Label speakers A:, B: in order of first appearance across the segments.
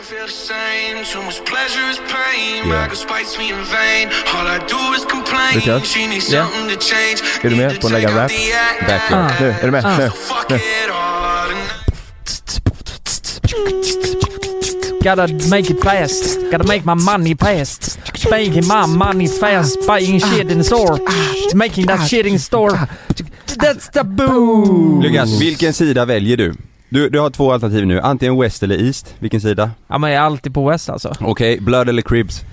A: I feel the same. Too much pleasure is pain. My girl spites me in vain. All I do is complain.
B: Lukas?
A: She needs
C: Ja.
A: something to change.
B: Är du med på att lägga en rap?
C: Backyard.
B: Nu,
D: Ah.
B: är du med?
C: Eh,
B: Nu.
A: Fuck it all
C: Gotta make it fast. Gotta make my money fast. Making my money fast. Buying shit in the store. Making that shit in the store. That's the boom!
E: Lukas, vilken sida väljer du? du? Du har två alternativ nu, antingen West eller East, vilken sida?
C: Ja men jag är alltid på West alltså.
E: Okej, Blood eller Cribs?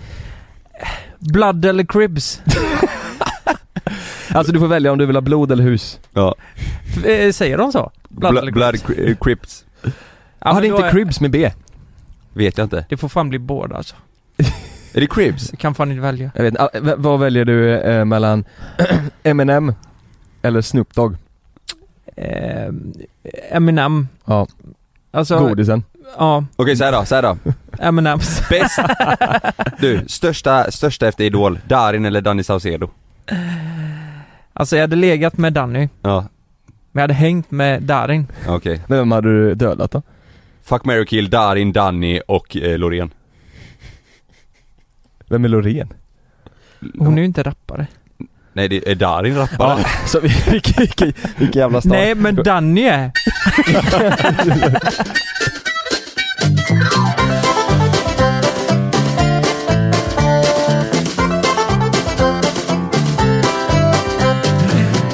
C: Blood eller cribs?
B: Alltså du får välja om du vill ha blod eller hus.
E: Ja,
C: Eh, Säger de så? Blood eller
E: Blood, blood
C: cribs?
E: Cri- eh, Crips,
C: Ja,
B: Har
C: men
B: det
C: då
B: inte
C: är-
B: cribs med B?
E: vet jag inte.
C: Det får fan bli båda alltså.
E: Är det Cribs?
C: Du kan fan inte välja.
B: Jag vet inte, ah, v- vad väljer du eh, mellan M&M eller Snoop Dogg?
C: Eh, Eminem.
B: Ja,
C: Alltså,
B: godisen.
C: ja.
E: Okej så här då, så här då.
C: Eminems.
E: Bäst! Du, största, största efter Idol, Darin eller Danny Saucedo?
C: Alltså jag hade legat med Danny.
E: Ja,
C: Men jag hade hängt med Darin.
E: okej.
B: Men Vem hade du dödat då?
E: Fuck, marry, kill, Darin, Danny och eh, Loreen.
B: Vem är Loreen?
C: Hon är ju inte rappare.
E: Nej, det är Darin rappare.
B: Ah, Så vi- vilken, vilken, vilken jävla start.
C: Nej men Danny är...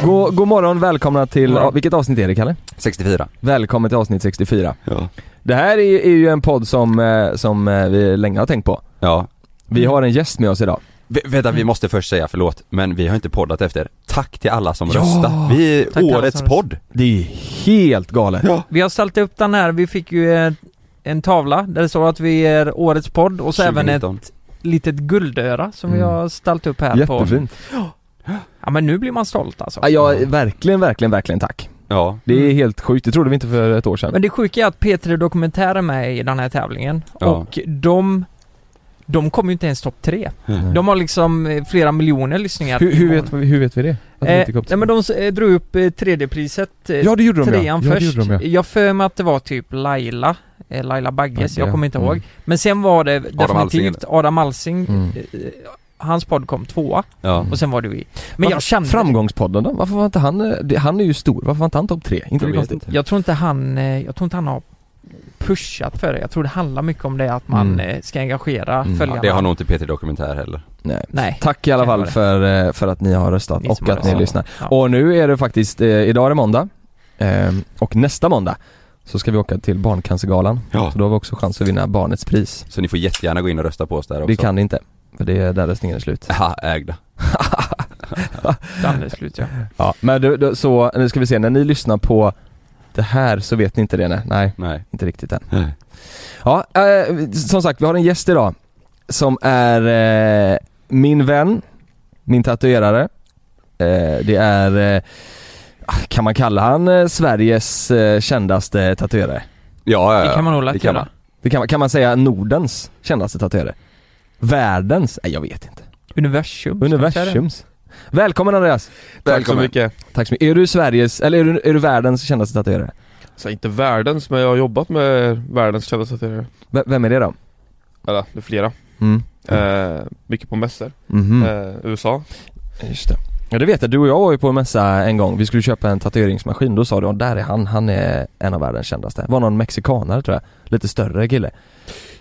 B: God, god morgon, välkomna till,
C: Ja.
B: ja. vilket avsnitt är det Kalle?
E: 64.
B: Välkommen till avsnitt 64.
E: Ja.
B: Det här är, ju- är ju en podd som, eh, som eh, vi länge har tänkt på.
E: Ja.
B: Vi har en gäst med oss idag.
E: V- vänta, vi måste först säga förlåt, men vi har inte poddat efter. Tack till alla som
B: Ja.
E: röstar. Vi
C: till
E: är
C: alla
E: årets
C: som
E: podd.
B: Det är helt galet.
C: Vi har ställt upp den här, vi fick ju eh, en tavla där det står att vi är årets podd och så även
E: 2019.
C: ett litet guldöra som vi
B: Mm.
C: har ställt upp här på.
B: Jättefint.
C: Ja men nu blir man stolt alltså.
B: Ja, jag, verkligen, verkligen, verkligen tack.
E: Ja.
B: Det är
C: Mm.
B: helt sjukt, det trodde vi inte för ett år sedan.
C: Men det sjuka är att P3 Dokumentär är med i den här tävlingen
E: Ja.
C: och de de kommer ju inte ens topp tre. De har liksom eh, flera miljoner lyssningar.
B: hur,
C: i
B: hur,
C: månaden.
B: vet, vi- hur vet vi det? Att vi inte
C: Eh,
B: kom till-
C: nej men de eh, drog upp eh, tredjepriset eh,
B: ja det gjorde de ja.
C: trean
B: ja, det
C: först.
B: gjorde de, ja.
C: Jag för mig att det var typ Laila, eh, Laila Bagges,
B: Bagge,
C: jag kommer inte
B: ja.
C: ihåg.
B: Mm.
C: Men sen var det
E: Alsing,
C: definitivt Adam Alsing,
B: Mm.
C: eh, hans podd kom tvåa
E: Ja.
C: Mm. och sen var det vi. Men
B: Varför-
C: jag kände,
B: Framgångspodden då? Varför var inte han, eh, det- han är ju stor, varför var inte han topp tre? Inte
E: Jag
B: det
E: vet
B: konstigt?
E: inte.
C: jag tror inte han, eh, jag tror inte han har pushat för det. Jag tror det handlar mycket om det att man
B: Mm.
C: eh, ska engagera
B: Mm.
C: följarna.
E: Det har nog inte Peter Dokumentär heller.
B: Nej.
C: Nej.
B: Tack i alla
C: Kan
B: fall
C: vara det.
B: för, eh, för att ni har röstat
C: Ni som
B: och
C: har
B: att ni
C: röstat.
B: lyssnar.
C: Ja.
B: Och nu är det faktiskt, eh, idag är det måndag eh, och nästa måndag så ska vi åka till Barncancergalan.
E: Ja.
B: Så då har vi också chans att vinna Barnets pris.
E: Så ni får jättegärna gå in och rösta på oss där också.
B: Det kan ni inte, för det är där röstningen är slut.
E: Ha, ägda.
C: Danne är slut ja.
B: Ja. Men du, du, så, nu ska vi se, när ni lyssnar på det här så vet ni inte det nej. nej.
E: Nej.
B: Inte riktigt än. Ja, eh, som sagt, vi har en gäst idag som är eh, min vän, min tatuerare. Eh, det är, eh, kan man kalla han eh, Sveriges eh, kändaste tatuerare?
E: Ja, ja, ja.
C: Det kan man nog lätt
E: Det kan
C: göra.
E: man.
B: Det kan, man- kan man säga Nordens kändaste tatuerare? Världens? Nej jag vet inte.
C: Universum.
B: Universums. Välkommen Andreas!
D: Tack så
E: Välkommen.
D: mycket.
B: Tack så mycket. Är du Sveriges, eller är du, är du världens kändaste tatuerare?
D: Så inte världens, men jag har jobbat med världens kända tatuerare.
B: V- vem är det då?
D: Eller det är flera.
B: Mm.
D: Eh, mycket på mässor.
B: Mhm.
D: Eh, USA.
B: Just det. Ja det vet jag, du och jag var ju på en mässa en gång, vi skulle köpa en tatueringsmaskin, då sa du "Åh, där är han, han är en av världens kändaste. Var någon mexikanare tror jag, lite större kille.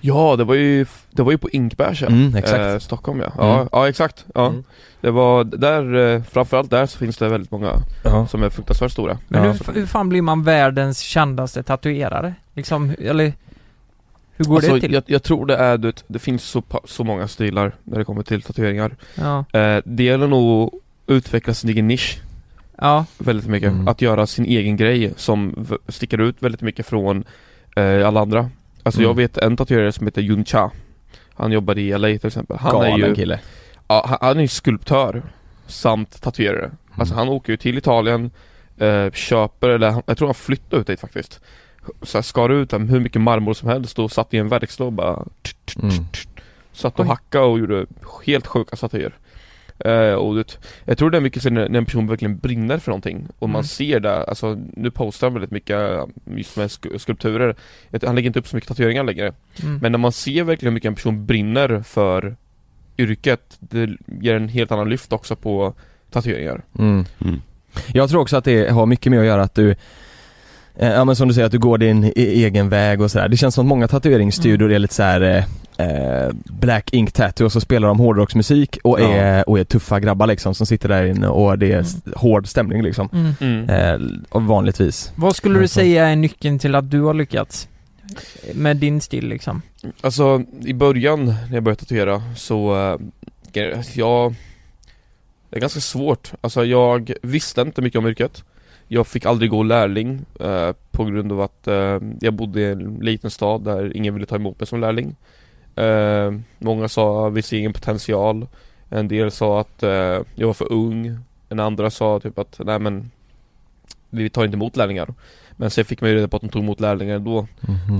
D: Ja, det var ju, det var ju på Inkbärs ja.
B: Mm, exakt.
D: Eh, Stockholm ja. Ja,
B: Mm.
D: ja exakt. Ja.
B: Mm.
D: Det var där, eh, framförallt där så finns det väldigt många
B: Ja.
D: som är fruktansvärt stora.
C: Men
B: Ja.
C: hur, hur fan blir man världens kändaste tatuerare? Liksom, eller hur går
D: alltså,
C: det till?
D: Jag, jag tror det är, du vet, det finns så, pa- så många stilar när det kommer till tatueringar.
C: Ja.
D: Eh, det gäller nog att utveckla sin egen nisch
C: ja.
D: väldigt mycket.
B: Mm.
D: Att göra sin egen grej som v- sticker ut väldigt mycket från eh, alla andra. Alltså
B: Mm.
D: jag vet en tatuerare som heter Yun Cha. Han jobbar i LA till exempel. Han
B: Galen
D: är ju
B: kille.
D: ja, han, han är ju skulptör samt tatuerare. Alltså han åker ju till Italien, eh, köper, eller han- jag tror han flyttade ut dit faktiskt. Så här, skar ut eh, hur mycket marmor som helst och satt i en verkstad och bara
B: Mm.
D: Satt och
C: Oj.
D: hackade och gjorde helt sjuka statyer Eh, och du, vet, jag tror det är mycket så när, när en person verkligen brinner för någonting och
C: Mm.
D: man ser det, alltså nu postar han väldigt mycket eh, just med sk- skulpturer Jag tror- Han lägger inte upp så mycket tatueringar längre
C: Mm.
D: Men när man ser verkligen hur mycket en person brinner för yrket Det ger en helt annan lyft också på tatueringar
B: Mm.
E: Mm.
B: Jag tror också att det har mycket med att göra att du eh, Ja men som du säger att du går din e- egen väg och sådär. Det känns som att många tatueringsstudior är lite såhär eh, eh, Black Ink Tattoo och så spelar de hårdrocksmusik och är, och är tuffa grabbar liksom som sitter där inne och det är s- hård stämning liksom.
C: Mm.
D: mm.
B: Eh, och vanligtvis.
C: Vad skulle du säga är nyckeln till att du har lyckats? Med din stil liksom?
D: Alltså i början när jag började tatuera så eh, jag Det är ganska svårt, alltså jag visste inte mycket om yrket Jag fick aldrig gå lärling eh, på grund av att eh, jag bodde i en liten stad där ingen ville ta emot mig som lärling eh, Många sa vi ser ingen potential En del sa att eh, jag var för ung En andra sa typ att nej men Vi tar inte emot lärlingar Men sen fick man ju reda på att de tog emot lärlingar ändå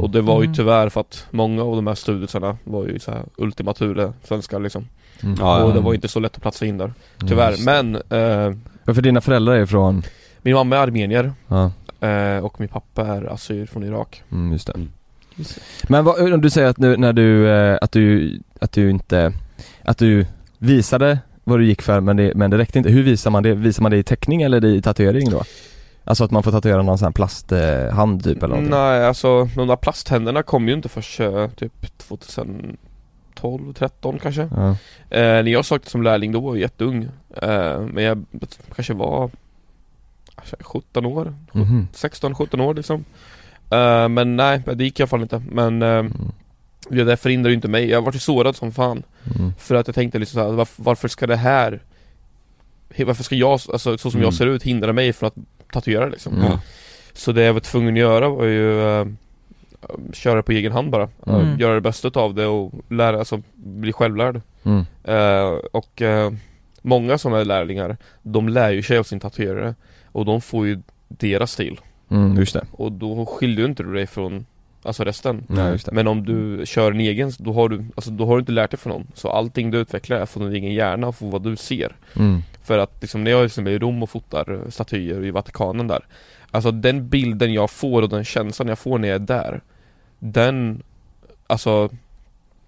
D: och det var ju
C: Mm.
D: tyvärr för att många av de här studierna var ju så här Ultima Thule, svenska liksom
B: Mm.
E: Ja,
D: Och det var inte så lätt att platsa in där, tyvärr
B: Mm.
D: Men eh,
B: Ja, för dina föräldrar är från,
D: min mamma är armenier
B: ja,
D: eh, och min pappa är assyr från Irak
B: mm, just det.
E: Mm.
C: Just
B: Men vad, om du säger att nu när du, eh, att du, att du inte, att du visade vad du gick för men det, men det räckte inte. Hur visar man det? Visar man det i teckning eller det i tatuering då? Alltså att man får tatuera någon sån här plasthand eh, hand typ eller någonting?
D: Nej alltså, de där plasthänderna kom ju inte först eh, typ 2012, 13 kanske
B: Ja.
D: eh, När jag sökte som lärling då var jag jätteung eh, Men jag kanske var kanske 17 år,
B: Mhm.
D: 16-17 år liksom eh, Men nej, det gick i alla fall inte men eh,
B: Mm.
D: Det där förhindrar ju inte mig, jag har varit sårad som fan
B: Mm.
D: För att jag tänkte liksom såhär, varför, varför ska det här he- Varför ska jag, alltså så som
E: Mm.
D: jag ser ut, hindra mig från att tatuera liksom?
B: Mm.
E: Ja.
D: Så det jag var tvungen att göra var ju eh, Köra på egen hand bara, Eh,
C: Mm.
D: göra det bästa av det och lära, alltså bli självlärd
B: Mm.
D: Eh, Och eh, många som är lärlingar, de lär ju sig av sin tatuerare Och de får ju deras stil
B: Mm, just det.
D: Och då skiljer ju inte du dig från, alltså resten
B: Nej, just det. Mm.
D: men om du kör en egen, då har du, alltså, då har du inte lärt dig från någon Så allting du utvecklar är från din egen hjärna och från vad du ser
B: Mm.
D: För att liksom, när jag liksom är i Rom och fotar eh, statyer i Vatikanen där Alltså den bilden jag får och den känslan jag får när jag är där Den, alltså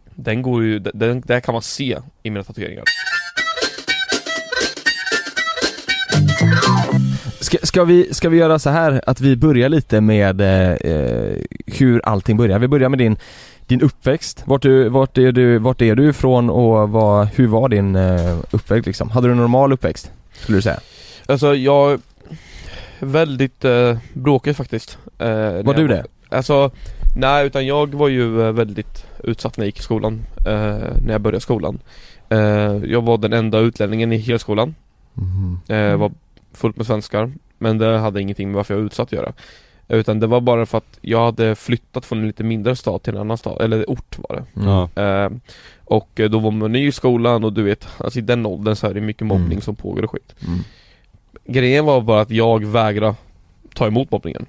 D: Den går ju, den, den där kan man se i mina tatueringar
B: Ska, ska, vi, ska vi göra så här att vi börjar lite med eh, eh, hur allting börjar? Vi börjar med din, din uppväxt. Vart, du, vart, är du, vart är du ifrån och vad, hur var din eh, uppväxt liksom? Hade du en normal uppväxt? Skulle du säga?
D: Alltså jag Väldigt eh, bråkig faktiskt eh, när
B: Var
D: jag
B: du det?
D: Alltså, nej utan jag var ju eh, väldigt utsatt när jag gick i skolan, eh, när jag började skolan eh, Jag var den enda utlänningen i hela skolan,
B: Mm-hmm.
D: eh, var fullt med svenskar Men det hade ingenting med varför jag var utsatt att göra Utan det var bara för att jag hade flyttat från en lite mindre stad till en annan stad, eller ort var det
E: Ja.
D: Eh, Och eh, då var man ny i skolan och du vet, alltså i den åldern så är det mycket mobbning
B: Mm.
D: som pågår och skit
B: Mm.
D: Grejen var bara att jag vägrade ta emot mobbningen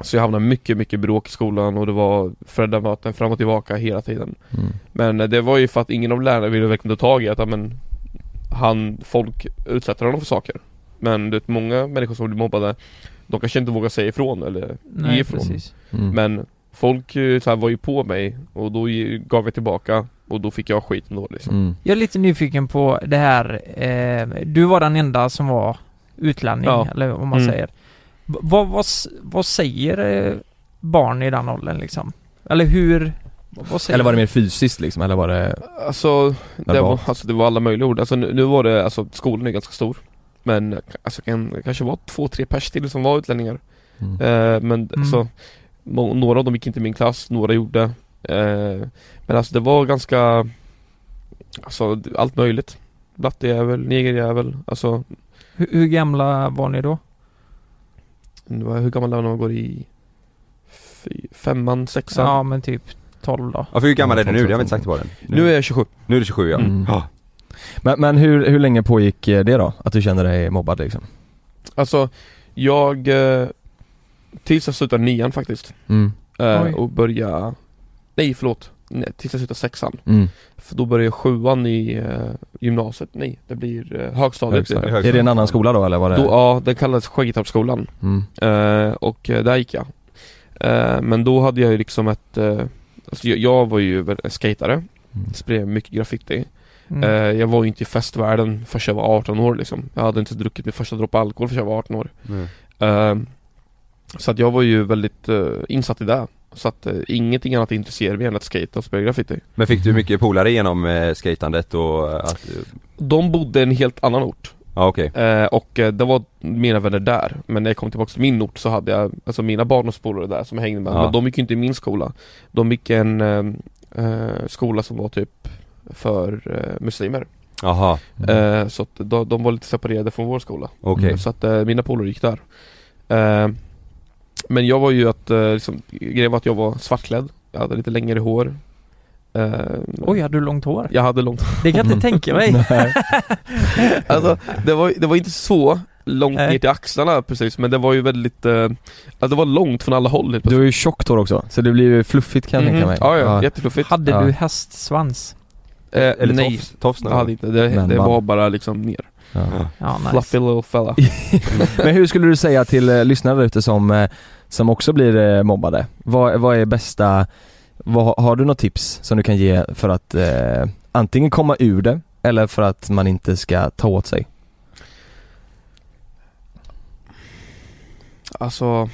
D: Så jag hamnade mycket, mycket bråk i skolan och det var föräldramöten fram och tillbaka hela tiden
B: Mm.
D: Men eh, det var ju för att ingen av lärarna ville verkligen ta tag i att, ja, men Han, folk utsätter honom för saker Men du vet, många människor som blir mobbade De kanske inte vågar säga ifrån eller ge
C: Nej,
D: ifrån
C: precis.
B: Mm.
D: Men folk eh, så här, var ju på mig och då ge- gav jag tillbaka och då fick jag skit ändå liksom
B: Mm.
C: Jag är lite nyfiken på det här, eh, du var den enda som var utlänning,
D: Ja.
C: eller om man
D: Mm.
C: säger. V- vad, vad, s- vad säger eh, barn i den åldern liksom? Eller hur, vad säger
B: Eller var det mer fysiskt liksom? Eller var det...
D: Alltså det, var,
B: Verbalt.
D: alltså det var alla möjliga ord, alltså nu, nu var det, alltså skolan är ganska stor Men alltså kan, det kanske var två, tre pers till som var utlänningar
B: Mm.
D: eh, Men
C: Mm.
D: alltså må, Några av dem gick inte i min klass, några gjorde eh, Men alltså det var ganska Alltså allt möjligt Blattejävel, negerjävel, alltså
C: hur, hur gamla var ni då?
D: nu var jag- Hur gammal är man när man går i fy- Femman, sexan?
C: Ja men typ 12 då.
E: Ja, för hur gammal är du nu? Det har vi inte sagt på den.
D: Nu är jag 27
E: nu är du 27 ja.
B: Mm.
E: ja.
B: Men, men hur, hur länge pågick eh, det då? Att du kände dig mobbad liksom?
D: Alltså, jag eh, Tills jag slutade nian faktiskt
B: Mm.
D: eh,
C: Oj.
D: Och började Nej förlåt nej, tills jag slutar sexan.
B: Mm.
D: För då börjar jag sjuan i eh, gymnasiet, nej det blir eh, högstadiet.
B: Högstadiet.
E: högstadiet.
B: Är det en annan skola då eller vad det
D: Då,
B: är?
D: ja, den kallades Skäggetorpsskolan.
B: Mm.
D: Eh, och eh, där gick jag. Eh, men då hade jag ju liksom ett... Eh, alltså jag, jag var ju väl en skatare, spred mycket graffiti.
C: Mm.
D: Eh, jag var ju inte i festvärlden förrän jag var 18 år liksom. Jag hade inte druckit min första droppe alkohol förrän jag var 18 år.
E: Mm.
D: Eh, så att jag var ju väldigt eh, insatt i det. Så att eh, ingenting annat intresserade mig än att skate och spela graffiti.
E: Men fick du mycket polare genom eh, skatandet och eh, att,
D: De bodde i en helt annan ort
E: ja okej.
D: eh, och eh, det var mina vänner där. Men när jag kom tillbaka till min ort så hade jag alltså mina barndomspolare där som jag hängde med.
E: Ja.
D: Men de gick ju inte i min skola. De gick i en eh, eh, skola som var typ för eh, muslimer.
E: Jaha,
D: Eh, så att de, de var lite separerade från vår skola.
E: okej.
B: Mm.
D: Så att eh, mina polare gick där. Eh, men jag var ju att, eh, liksom, grejen var att jag var svartklädd. Jag hade lite längre hår. Eh,
C: Oj, hade du långt hår?
D: Jag hade långt
C: Det kan jag inte tänka mig.
D: Alltså det var, det var inte så långt
C: Nej.
D: ner till axlarna precis men det var ju väldigt, eh, alltså det var långt från alla håll helt
B: Du
D: plötsligt.
B: har ju tjockt hår också, så det blir ju fluffigt kan jag tänka
D: Mhm.
B: mig.
D: Ja, ja, jättefluffigt.
C: Hade
B: Ja.
C: du hästsvans?
D: Eh,
E: Eller
D: nej,
E: tofs, tofs
D: jag
E: någon gång.
D: hade inte, det,
B: Men
D: det
B: man-
D: var bara liksom ner.
B: Ja.
C: Ja,
D: Fluffy little fella.
B: Men hur skulle du säga till eh, lyssnare där ute som, eh, som också blir eh, mobbade? Vad, vad är bästa, vad, har du något tips som du kan ge för att eh, antingen komma ur det eller för att man inte ska ta åt sig?
D: Alltså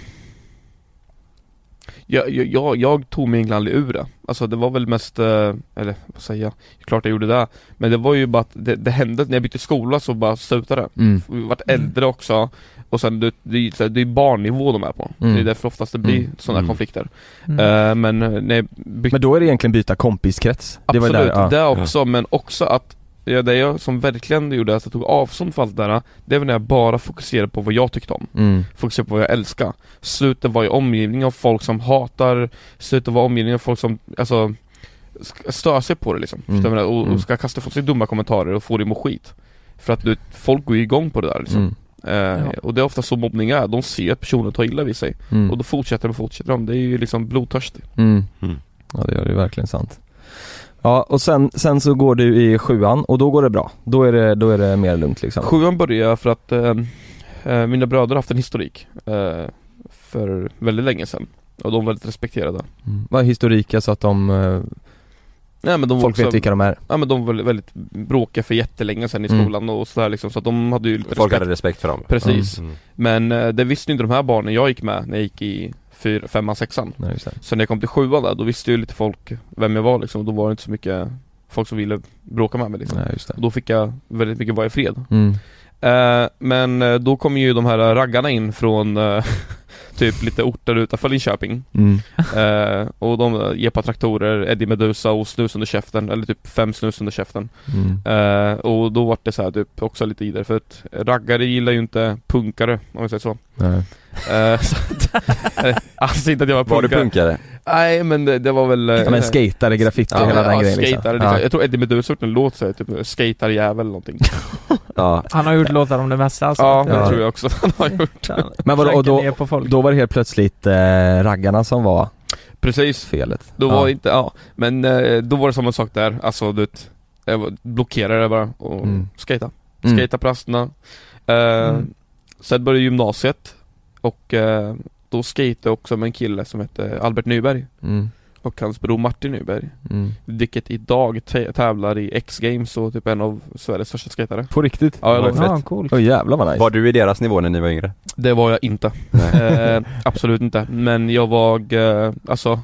D: jag, jag, jag, jag tog mig egentligen aldrig ur det. Alltså det var väl mest, eh, eller vad säger jag? Klart jag gjorde det. Men det var ju bara att det, det hände, när jag bytte skola så bara slutade det.
B: Mm.
D: Vi vart äldre också och sen det, det, är ju så här- det är barnnivå de är på.
B: Mm.
D: Det är därför oftast det blir
B: Mm.
D: sådana
E: Mm.
D: konflikter.
C: Mm.
D: Eh, men eh, när jag bytte,
B: Men då är det egentligen byta kompiskrets? det
D: absolut,
B: var ju där,
D: det
B: ja.
D: också men också att ja, det jag som verkligen gjorde att jag tog avstånd från allt det där Det var när jag bara fokuserade på vad jag tyckte om
B: Mm.
D: Fokuserade på vad jag älskade Sluta vara i omgivning av folk som hatar Sluta vara i omgivning av folk som, alltså sk- Stör sig på det liksom
B: Mm.
D: Förstår du vad jag menar? och,
B: Mm.
D: och ska kasta folk sig dumma kommentarer och få dig att må skit För att du, folk går ju igång på det där liksom
B: Mm.
D: Eh,
C: Ja.
D: Och det är ofta så mobbning är, de ser att personen tar illa vid sig
B: Mm.
D: Och då fortsätter de och fortsätter de, det är ju liksom blodtörstigt
B: Mm.
E: Mm.
B: Ja det är ju verkligen sant. Ja och sen, sen så går du i sjuan och då går det bra. Då är det, då är det mer lugnt liksom.
D: Sjuan började jag för att eh, eh, mina bröder har haft en historik eh, För väldigt länge sedan Och de var väldigt respekterade
B: Mm. Vad är historik, alltså att de, eh,
D: Nej men de var
B: folk
D: också,
B: vet vilka de är?
D: ja, men de var väldigt- väldigt bråkiga för jättelänge sedan i
B: Mm.
D: skolan och sådär liksom Så att de hade ju lite
E: Folk
D: respekt
E: hade respekt för dem.
D: Precis
E: Mm.
D: Men eh, det visste ju inte de här barnen jag gick med när jag gick i fyra, femman, sexan
B: Nej, just det.
D: Så när jag kom till sjuan där, då visste ju lite folk vem jag var liksom Då var det inte så mycket folk som ville bråka med mig liksom
B: Nej, just det.
D: Och Då fick jag väldigt mycket vara i fred.
B: Mm.
D: Eh, men eh, då kom ju de här raggarna in från eh, typ lite orter utanför Linköping.
B: Mm.
D: Eh, och de eh, jeppar traktorer, Eddie Meduza och snus under käften, eller typ fem snus under käften.
B: Mm.
D: Eh, och då var det så här typ också lite i det, för att raggare gillar ju inte punkare, om vi säger så.
B: Nej.
D: Eh, så att, eh, alltså inte att jag var
E: Var du
D: punkare.
E: punkare?
D: Nej men det, det var väl... eh,
B: Ja, men skatare, graffiti,
E: Ja,
B: hela den grejen liksom.
D: skatare, liksom. Jag tror Eddie Meduza har gjort en låt såhär, typ 'Skatarjävel' eller någonting
E: Ja.
C: Han har gjort låtar om det mesta alltså.
D: Ja, det
B: Ja.
D: tror jag också han har gjort
C: Han
B: Men vadå, och
C: klankar
B: då,
C: ner på folk.
B: då var det helt plötsligt eh, raggarna som var
D: Precis,
B: felet?
D: då var
B: ja.
D: inte, ja Men eh, då var det samma sak där, alltså du vet jag var- Blockerade det bara och
B: Mm.
D: skata
B: Mm.
D: Skata på rasterna eh,
C: Mm.
D: Sen började gymnasiet Och eh, då skejtade jag också med en kille som hette Albert Nyberg
B: Mm.
D: Och hans bror Martin Nyberg
B: Mm.
D: Vilket idag tä- tävlar i X-games och typ en av Sveriges största skatare
B: På riktigt?
D: Ja, jag
E: Oj.
D: lovar.
C: Ja, coolt.
B: Åh jävlar vad nice.
E: Var du i deras nivå när ni var yngre?
D: Det var jag inte. Eh, absolut inte. Men jag var, eh, alltså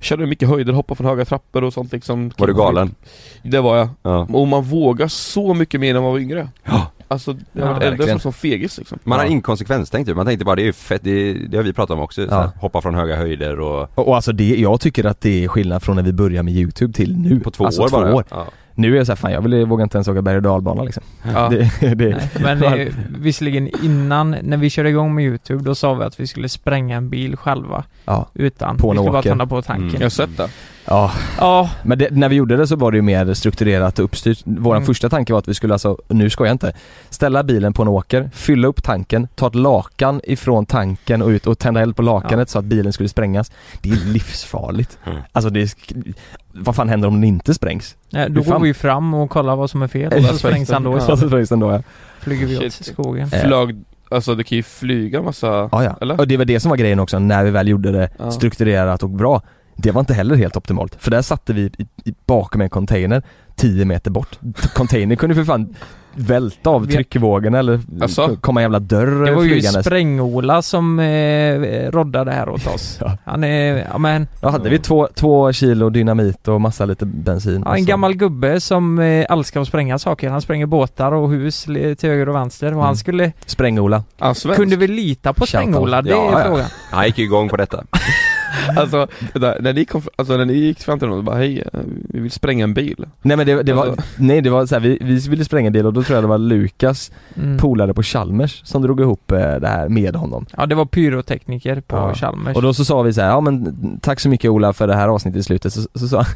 D: Körde mycket höjder, hoppade från höga trappor och sånt liksom
E: Var du galen?
D: Det var jag.
E: Ja.
D: Och man vågar så mycket mer när man var yngre.
E: Ja.
D: Alltså, jag
C: Ja,
D: var äldre
B: verkligen.
D: som, som fegis liksom.
E: Man har
B: Ja.
E: inkonsekvenstänkt ju, man tänkte bara det är ju fett, det, det har vi pratat om också, så här,
B: Ja.
E: hoppa från höga höjder och
B: Och, och alltså det, jag tycker att det är skillnad från när vi började med YouTube till nu.
E: på två
B: alltså,
E: år bara.
B: Två år.
E: Ja.
B: Nu är jag såhär, fan jag vill, vågar inte ens åka berg och dalbana liksom.
D: Ja.
B: Det, det,
C: Nej, Men eh, visserligen innan, när vi körde igång med Youtube, då sa vi att vi skulle spränga en bil själva.
B: Ja.
C: Utan,
B: På en
C: vi skulle bara
B: åker.
C: tända på tanken.
E: Mm.
D: Jag har sett det.
B: ja.
C: Ja,
B: Men det, när vi gjorde det så var det ju mer strukturerat och uppstyrt. Vår
C: Mm.
B: första tanke var att vi skulle alltså, nu ska jag inte, ställa bilen på en åker, fylla upp tanken, ta ett lakan ifrån tanken och ut och tända eld på lakanet så att bilen skulle sprängas. Det är livsfarligt.
E: Mm.
B: Alltså det är, sk- vad fan händer om den inte sprängs?
C: Nej, då
B: Hur fan-
C: går vi ju fram och kollar vad som är fel. Och
B: Ja,
C: så sprängs han då
B: Ja.
C: i så
B: Så sprängs den då ja.
C: flyger vi åt
D: Shit.
C: skogen.
B: Eh.
D: Flög, alltså det kan ju flyga en massa...
B: Ja, ja.
D: Eller?
B: Och det var det som var grejen också, när vi väl gjorde det
D: Ja.
B: strukturerat och bra. Det var inte heller helt optimalt, för där satte vi i, i, bakom en container 10 meter bort. Containern kunde för fan välta av
C: Vi-
B: tryckvågen eller
D: Alltså?
B: komma en jävla dörr
C: Det var ju
B: flygandes.
C: Spräng-Ola som eh, roddade här åt oss.
B: Ja.
C: Han är, ja men,
B: Då hade vi två, två kilo dynamit och massa lite bensin.
C: ja,
B: och
C: en
B: så-
C: gammal gubbe som eh, älskar att spränga saker. Han spränger båtar och hus li- till höger och vänster. Och
B: Mm.
C: han skulle,
B: Spräng-Ola.
D: Han svensk.
C: kunde vi lita på
B: Shoutout.
C: Spräng-Ola? Det är
E: Ja, ja.
C: frågan.
E: Han gick ju igång på detta.
D: Alltså, det där, när ni kom, alltså när ni gick fram till honom bara hej, eh, vi vill spränga en bil.
B: Nej men det, det var,
D: Alltså-
B: nej det var så här, vi, vi ville spränga en bil och då tror jag det var Lukas
C: Mm.
B: polare på Chalmers som drog ihop eh, det här med honom.
C: Ja, det var pyrotekniker på
B: Ja.
C: Chalmers.
B: Och då så sa vi så här, ja men tack så mycket Ola för det här avsnittet i slutet. Så, så sa han,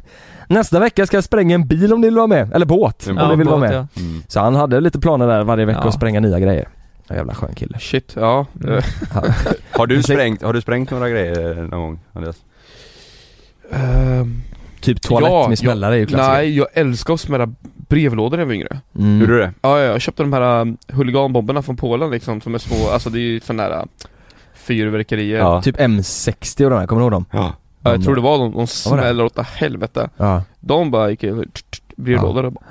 B: nästa vecka ska jag spränga en bil om ni vill vara med. Eller båt,
E: En
B: om ni
E: båt,
B: vill vara
C: båt,
B: med.
C: ja.
E: Mm.
B: Så han hade lite planer där varje vecka
C: Ja.
B: att spränga nya grejer. Ja, jävla skön kille.
D: Shit, ja.
C: Mm.
D: Eh,
E: Har du sprängt, har du sprängt några grejer någon gång Andreas?
D: ehm,
B: Typ toalett
D: Ja,
B: med smällare är ju klassiker.
D: nej, jag älskar att smälla brevlådor när jag var yngre.
B: Mm.
E: Gjorde du det?
D: Ja, ja, jag köpte de här um, huliganbomberna från Polen liksom, som är små, alltså det är ju sådana där uh, fyrverkerier. Ja.
E: Ja.
B: Typ M60 och de här, kommer du ihåg dem?
E: ja.
D: jag tror det var de, de
B: Vad var det?
D: smäller åt helvete.
B: Ja.
D: De bara gick ju, tch, tch, brevlådor och bara,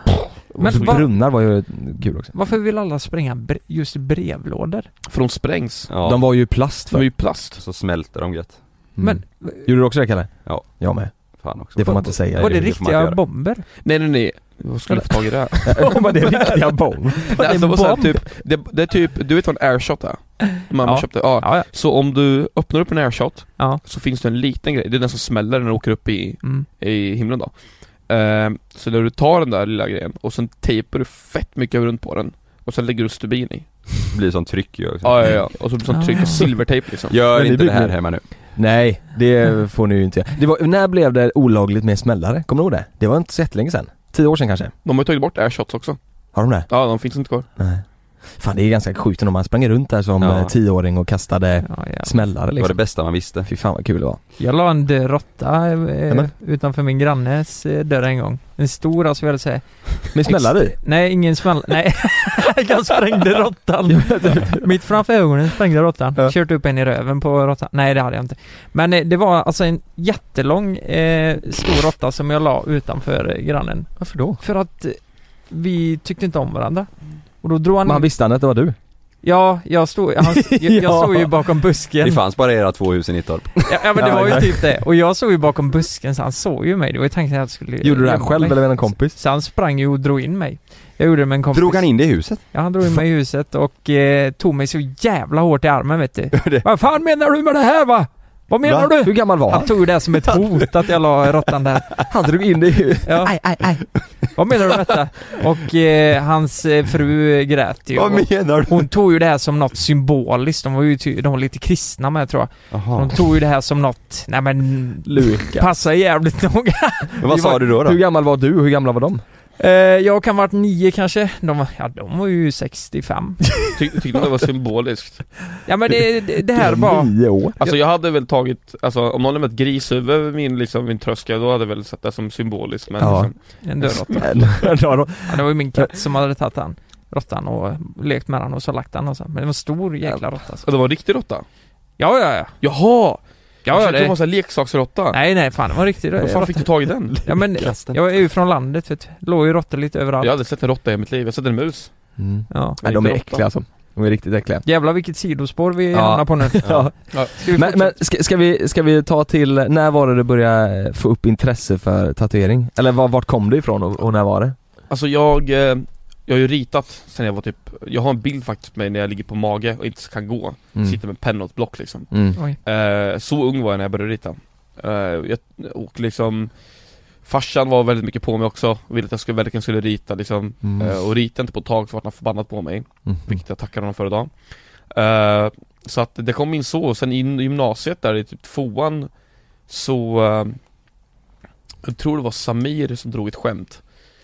C: Men
B: Och så
C: vad-
B: Typ brunnar var ju kul också.
C: Varför vill alla spränga bre- just brevlådor?
D: för de sprängs.
E: ja.
B: De var ju i plast
D: De
B: för.
D: är
B: Mm.
D: ju plast.
E: Så smälter de gött.
C: Men
B: Gjorde du också Mm. det Kalle?
E: Ja.
B: Jag med.
E: Fan också.
B: Det får man inte säga.
C: var det
E: det får man inte
C: riktiga
E: göra.
C: bomber?
D: Nej nej nej, jag skulle få tag i det här.
B: var det riktiga bomb?
D: Nej, alltså, det, var så här,
C: bomb?
D: typ, det, det är typ, du vet vad en airshot är? Man
C: Ja.
D: köpte, ja.
C: Ja, ja.
D: Så om du öppnar upp en airshot,
C: Ja.
D: så finns det en liten grej, det är den som smäller när den åker upp i,
C: Mm.
D: i himlen då. Ehm, så när du tar den där lilla grejen och sen tejpar du fett mycket runt på den och sen lägger du stubin i.
E: Det blir sånt tryck ju också.
D: Ja, ja, ja. Och så blir det sånt tryck,
C: Ah.
D: silvertejp liksom.
E: Gör
B: Men det
E: inte det här
B: blir-
E: hemma nu.
B: Nej, det får ni ju inte göra. det var, När blev det olagligt med smällare? Kommer du ihåg det? Det var inte så jättelänge sedan. Tio år sedan kanske?
D: De har ju tagit bort airshots också.
B: Har de det?
D: Ja, de finns inte kvar.
B: Nej. Fan det är ganska sjukt om man sprang runt där som
E: Ja.
B: eh, tioåring och kastade
C: Ja, ja.
B: smällare
E: Det var det
B: liksom.
E: bästa man visste.
B: Fy fan vad kul det var.
C: Jag la en död råtta eh,
B: Nämen.
C: utanför min grannes eh, dörr en gång. En stor alltså, jag hade säga.
B: Med smällare i?
C: Nej, ingen smäll. Nej, jag sprängde råttan. Mitt framför ögonen sprängde råttan.
B: Ja.
C: Kört upp en i röven på råttan. Nej, det hade jag inte. Men eh, det var alltså en jättelång eh, stor råtta som jag la utanför eh, grannen.
B: Varför då?
C: För att eh, vi tyckte inte om varandra. Och då drog han...
B: Men han visste han att det var du?
C: Ja, jag stod, han, jag, jag
B: Ja.
C: stod ju bakom busken.
E: Det fanns bara era två hus i Nittorp.
C: Ja, ja men det
B: Ja,
C: var ju
B: ja.
C: typ det. Och jag såg ju bakom busken så han såg ju mig. Det var ju tanken att jag skulle
B: Gjorde du det här
C: gömma
B: själv
C: mig.
B: eller med en kompis?
C: Så han sprang ju och drog in mig. Jag gjorde det med en kompis.
E: Drog han in det i huset?
C: Ja, han drog in mig i huset och eh, tog mig så jävla hårt i armen vet du. Vad fan menar du med det här va? Vad menar
B: Va?
C: du?
B: Hur gammal var
C: Han
B: han?
C: tog det som ett hot att jag la råttan där.
B: Han drog in dig i
C: Ja. Aj, aj, aj. Vad menar du med detta? Och eh, hans eh, fru grät ju.
E: Vad
C: Och
E: menar du?
C: Hon tog ju det här som något symboliskt. De var ju ty- de var lite kristna med tror jag.
E: Jaha.
C: De tog ju det här som något, nej men
B: Luka.
C: Passar jävligt noga.
E: Men vad
C: Vi
E: sa
C: var-
E: du då? då?
B: Hur gammal var du och hur gamla var de?
C: Eh, jag kan varit nio kanske. De, var- ja, de var ju 65.
D: Ty, tyckte det var symboliskt.
C: Ja men det, det, det här var...
B: Nio år.
D: Alltså jag hade väl tagit, alltså om någon lämnat ett grishuvud över min, liksom, min tröskel, då hade jag väl sett det som symboliskt men
B: Ja.
D: liksom,
C: En dörrråtta.
B: Ja, då-
C: Ja, det var ju min katt som hade tagit den. Råttan och lekt med den och så lagt den och så. Men det var en stor jäkla råtta alltså.
D: Ja, det var en riktig råtta.
C: Ja, ja, ja. Ja,
D: Jaha! jag
C: ja
D: trodde det var
C: det.
D: en sån här leksaksråtta.
C: Nej, nej, fan det var riktigt
D: Var fan fick du tag i den?
C: Ja men, jag är ju från landet vet du. Låg ju råttor lite
D: Jag har
C: överallt.
D: aldrig sett en råtta i mitt liv, jag har sett en mus.
B: Mm.
C: Ja.
B: Nej, de är äckliga alltså. De är riktigt äckliga.
C: Jävlar vilket sidospår vi
B: Ja.
C: hamnar på nu.
B: Ja.
C: Ska vi
B: Men,
C: fortsätta?
B: men ska, ska, vi, ska vi ta till, när var det du började få upp intresse för tatuering? Eller var, vart kom det ifrån och, och när var det?
D: Alltså jag, eh, jag har ju ritat sen jag var typ, jag har en bild faktiskt på mig när jag ligger på mage och inte kan gå. Sitter med penna och ett block liksom.
B: Mm.
C: Oj.
D: Eh, så ung var jag när jag började rita. Eh, jag, och liksom Farsan var väldigt mycket på mig också, ville att jag skulle, verkligen skulle rita liksom.
B: Mm.
D: Eh, och ritade inte på ett tag så vart han förbannad på mig,
B: Mm.
D: vilket jag tackar honom för idag. Eh, så att det kom in så, och sen in i gymnasiet där i typ tvåan så eh, Jag tror det var Samir som drog ett skämt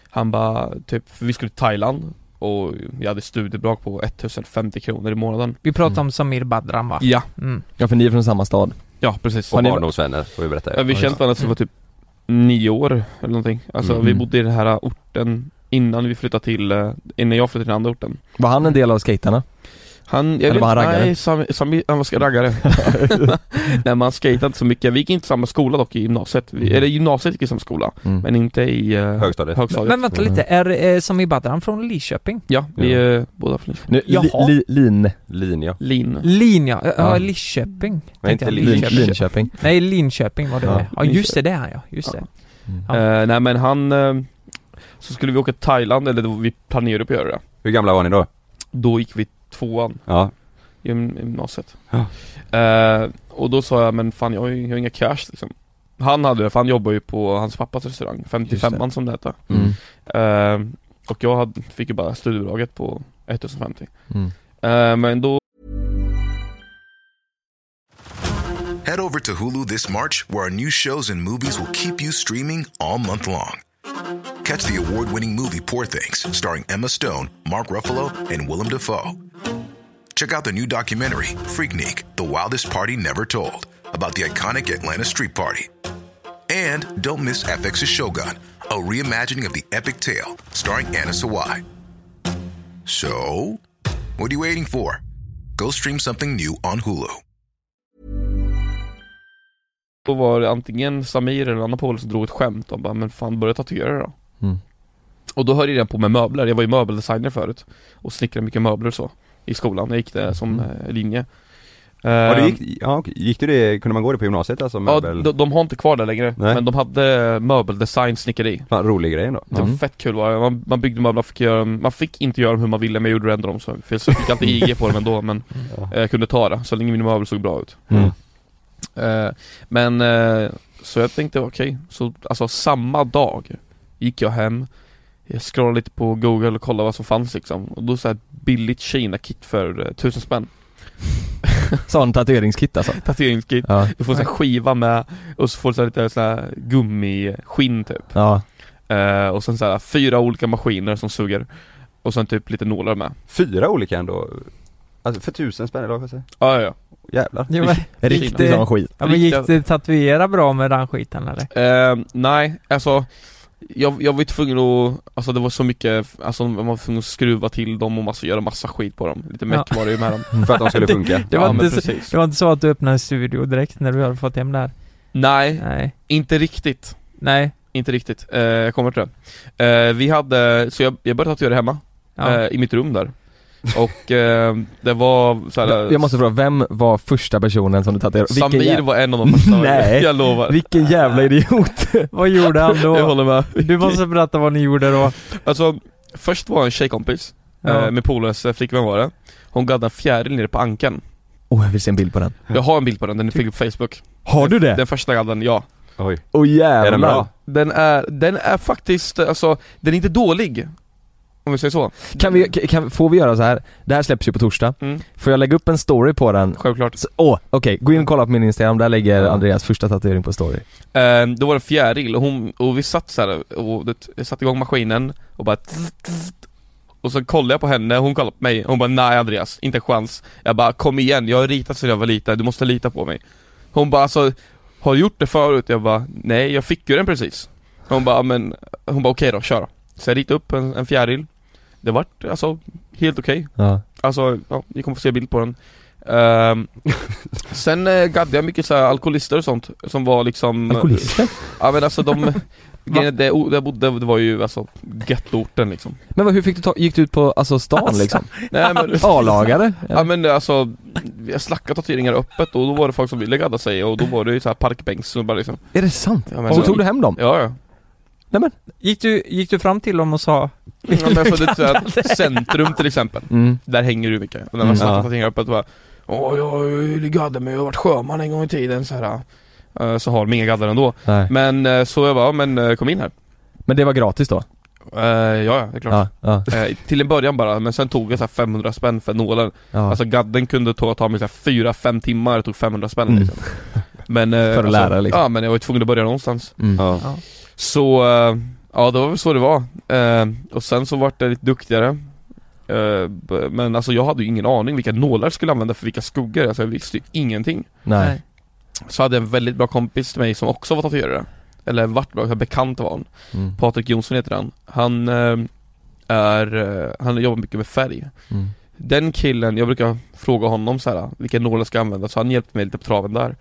D: Han bara typ, vi skulle till Thailand och jag hade studiebidrag på 1050 kronor i månaden
C: Vi pratade om Samir Badran va?
D: Ja,
C: Mm.
B: Ja för ni är från samma stad.
D: ja precis
E: Och
B: Har ni-
E: barndomsvänner får vi berätta.
D: Ja, vi
B: Ja,
D: känt varandra sedan vi var typ nio år eller någonting. Alltså
E: Mm.
D: vi bodde i den här orten innan vi flyttade till, eh, innan jag flyttade till den andra orten.
B: Var han en del av skaterna?
D: Han, jag
B: Eller
D: vet,
B: var han raggare?
D: nej, Sami, Sami, han var sk- raggare. nej men han skejtade inte så mycket. Vi gick inte i samma skola dock i gymnasiet. Vi, eller gymnasiet gick i samma skola,
B: Mm.
D: men inte i eh,
E: Högstadiet.
D: högstadiet.
C: Men vänta lite, är eh, Sami Badran från Lidköping?
D: ja, vi är båda från Linköping.
B: Nu, li,
C: Jaha.
B: li, lin,
E: Linja.
D: Lin.
C: Linja, ja, ja.
B: Ja.
C: Lidköping.
E: Nej, inte
C: tänkte jag.
B: lin,
E: Linköping.
B: Linköping.
C: Nej, Linköping var det.
E: Ja.
C: Ja, just det, det är han ja. Just
D: Ja.
C: det.
D: Ja. Eh, nej men han, eh, så skulle vi åka till Thailand, eller det var- vi planerade på att göra det.
E: Hur gamla var ni då?
D: Då gick vi tvåan
E: Ja.
D: i gym- gymnasiet.
E: Ja.
D: Eh, och då sa jag, men fan jag har ju jag har inga cash liksom. Han hade det, för han jobbar ju på hans pappas restaurang, 55an som det hette.
B: Mm.
D: Eh, och jag hade, fick ju bara studiebidraget på 1050.
B: Mm.
D: Eh, men då
F: Head over to Hulu this March, where our new shows and movies will keep you streaming all month long. Catch the award winning movie Poor Things, starring Emma Stone, Mark Ruffalo, and Willem Dafoe. Check out the new documentary, Freaknik The Wildest Party Never Told, about the iconic Atlanta Street Party. And don't miss FX's Shogun, a reimagining of the epic tale, starring Anna Sawai. So, what are you waiting for? Go stream something new on Hulu.
D: Då var det antingen Samir eller en annan polare som drog ett skämt om bara, men fan börja tatuera dig då.
B: Mm.
D: Och då höll jag redan på med möbler, jag var ju möbeldesigner förut och snickrade mycket möbler och så i skolan, jag gick det som eh, linje.
E: Mm.
D: Ehm,
E: Ja, du gick, ja, okej. gick du det, kunde man gå det på gymnasiet alltså?
D: ja,
E: Möbel?
D: de, de har inte kvar det längre,
E: Nej.
D: men de hade möbeldesign, snickeri.
E: Fan, rolig grej ändå.
D: Det var
B: Mm.
D: fett kul var det. Man, man byggde möbler, fick göra, dem- man fick inte göra dem hur man ville men jag gjorde ändå dem så, för jag fick alltid IG på dem ändå men
E: Ja.
D: eh, jag kunde ta det, så länge min möbel såg bra ut.
B: Mm.
D: Eh, men, eh, så jag tänkte okej, så alltså samma dag gick jag hem Jag scrollade lite på google och kollade vad som fanns liksom och då så här ett billigt Kina-kit för eh, tusen spänn
B: Sån tatueringskit alltså.
D: Tatueringskit
B: Ja.
D: Du får så här skiva med och så får du så här lite så här gummiskinn typ
B: Ja.
D: eh, Och sen så här fyra olika maskiner som suger Och sen typ lite nålar med
E: Fyra olika ändå. Alltså för tusen spänn eller vad ska jag säga?
D: Ja, ja, ja.
E: Jävlar.
C: Ja, men,
B: Riktigt
D: Kina.
B: sån skit.
C: ja, men gick det tatuera bra med den skiten eller?
D: Eh, nej, alltså jag, jag var ju tvungen att, alltså det var så mycket, alltså man var tvungen att skruva till dem och massa, göra massa skit på dem Lite meck var det ju med dem
E: För att de skulle funka.
C: Det var,
D: ja, men
C: inte så,
D: precis
C: det var inte så att du öppnade en studio direkt när du hade fått hem det här?
D: Mm. Nej,
C: Nej.
D: inte riktigt
C: Nej.
D: Inte riktigt, eh, jag kommer till det eh, Vi hade, så jag, jag började tatuera hemma,
C: Ja.
D: eh, i mitt rum där Och eh, det var såhär
B: Jag måste fråga, vem var första personen som du tatuerade? Vilken
D: Samir
B: jävla,
D: var en av de första,
B: Nej.
D: jag lovar
B: vilken jävla idiot!
C: Vad gjorde han
D: Jag
C: då?
D: håller med
C: Du måste berätta vad ni gjorde då.
D: Alltså, först var jag en tjejkompis,
C: Ja.
D: eh, min polares eh, flickvän var det Hon gaddade en fjäril nere på ankan
B: Åh, jag vill se en bild på den.
D: Jag har en bild på den, den fick jag på Facebook
B: Har du det?
D: Den första gadden, ja
E: Oj.
B: Åh jävlar!
E: Är den bra?
D: Den är, den är faktiskt, alltså, den är inte dålig Om vi säger så
B: Kan vi, kan- kan, får vi göra så här? Det här släpps ju på torsdag.
D: Mm.
B: Får jag lägga upp en story på den?
D: Självklart
B: Så- Åh, okej. Gå in och kolla på min Instagram, där lägger Andreas första tatuering på story.
D: eh, Då var det en fjäril och hon, och vi satt så här och det, jag satte igång maskinen och bara tss, tss. Och så kollade jag på henne, hon kollade på mig, hon bara nej Andreas, inte en chans Jag bara kom igen, jag har ritat sedan jag var liten, du måste lita på mig Hon bara alltså, har du gjort det förut? Jag bara nej, jag fick ju den precis Hon bara men, hon bara okej då, kör då Så jag ritade upp en, en fjäril Det vart alltså helt okej
B: Ja.
D: Alltså, ja, ni kommer få se bild på den Ehm, Sen eh, gaddade jag mycket så här alkoholister och sånt som var liksom
B: Alkoholister?
D: Ja men alltså de, grejen är, där jag- där jag bodde det var ju alltså gettoorten liksom
B: Men vad, hur fick du ta, gick du ut på, alltså stan
C: Alltså.
B: liksom?
D: Nej men,
B: A-lagare?
D: ja, men alltså, jag slackade tatueringar öppet och då var det folk som ville gadda sig och då var det ju så här parkbänksnubbar liksom
B: Är det sant?
D: ja,
B: Och så
D: men,
B: tog du hem dem?
D: Ja ja,
C: Gick du, gick du fram till dem och sa
D: ja men alltså det är så här, centrum till exempel
B: Mm.
D: Där hänger du mycket, och när
B: Mm.
D: man snackar
E: Ja.
D: tatueringar uppe att bara Åh jag jag gaddade mig, jag har varit sjöman en gång i tiden så här. eh, Så har de inga gaddar ändå
B: Nej.
D: Men eh, så jag bara, "Ja, men eh, kom in här
B: Men det var gratis då?
D: Eh, Ja ja, det är klart
B: Ja, ja,
D: Eh, Till en början bara, men sen tog jag så här 500 spänn för nålen
B: ja.
D: Alltså gadden kunde ta, ta mig så här 4-5 timmar, det tog 500 spänn
B: Mm.
D: liksom men, eh,
B: För att lära, liksom.
D: Ja men jag var ju tvungen att börja någonstans
B: mm.
E: Ja.
D: Så, eh, ja det var väl så det var Eh, Och sen så vart jag lite duktigare Eh, b- Men alltså jag hade ju ingen aning vilka nålar jag skulle använda för vilka skuggor, alltså jag visste ju ingenting
B: Nej.
D: Så hade jag en väldigt bra kompis till mig som också var tatuerare eller vart var bekant av honom.
B: Mm.
D: Patrik Jonsson heter han. Han eh, är, eh, han jobbar mycket med färg.
B: Mm.
D: Den killen, jag brukar fråga honom så här, vilka nålar jag ska använda, så han hjälpte mig lite på traven där.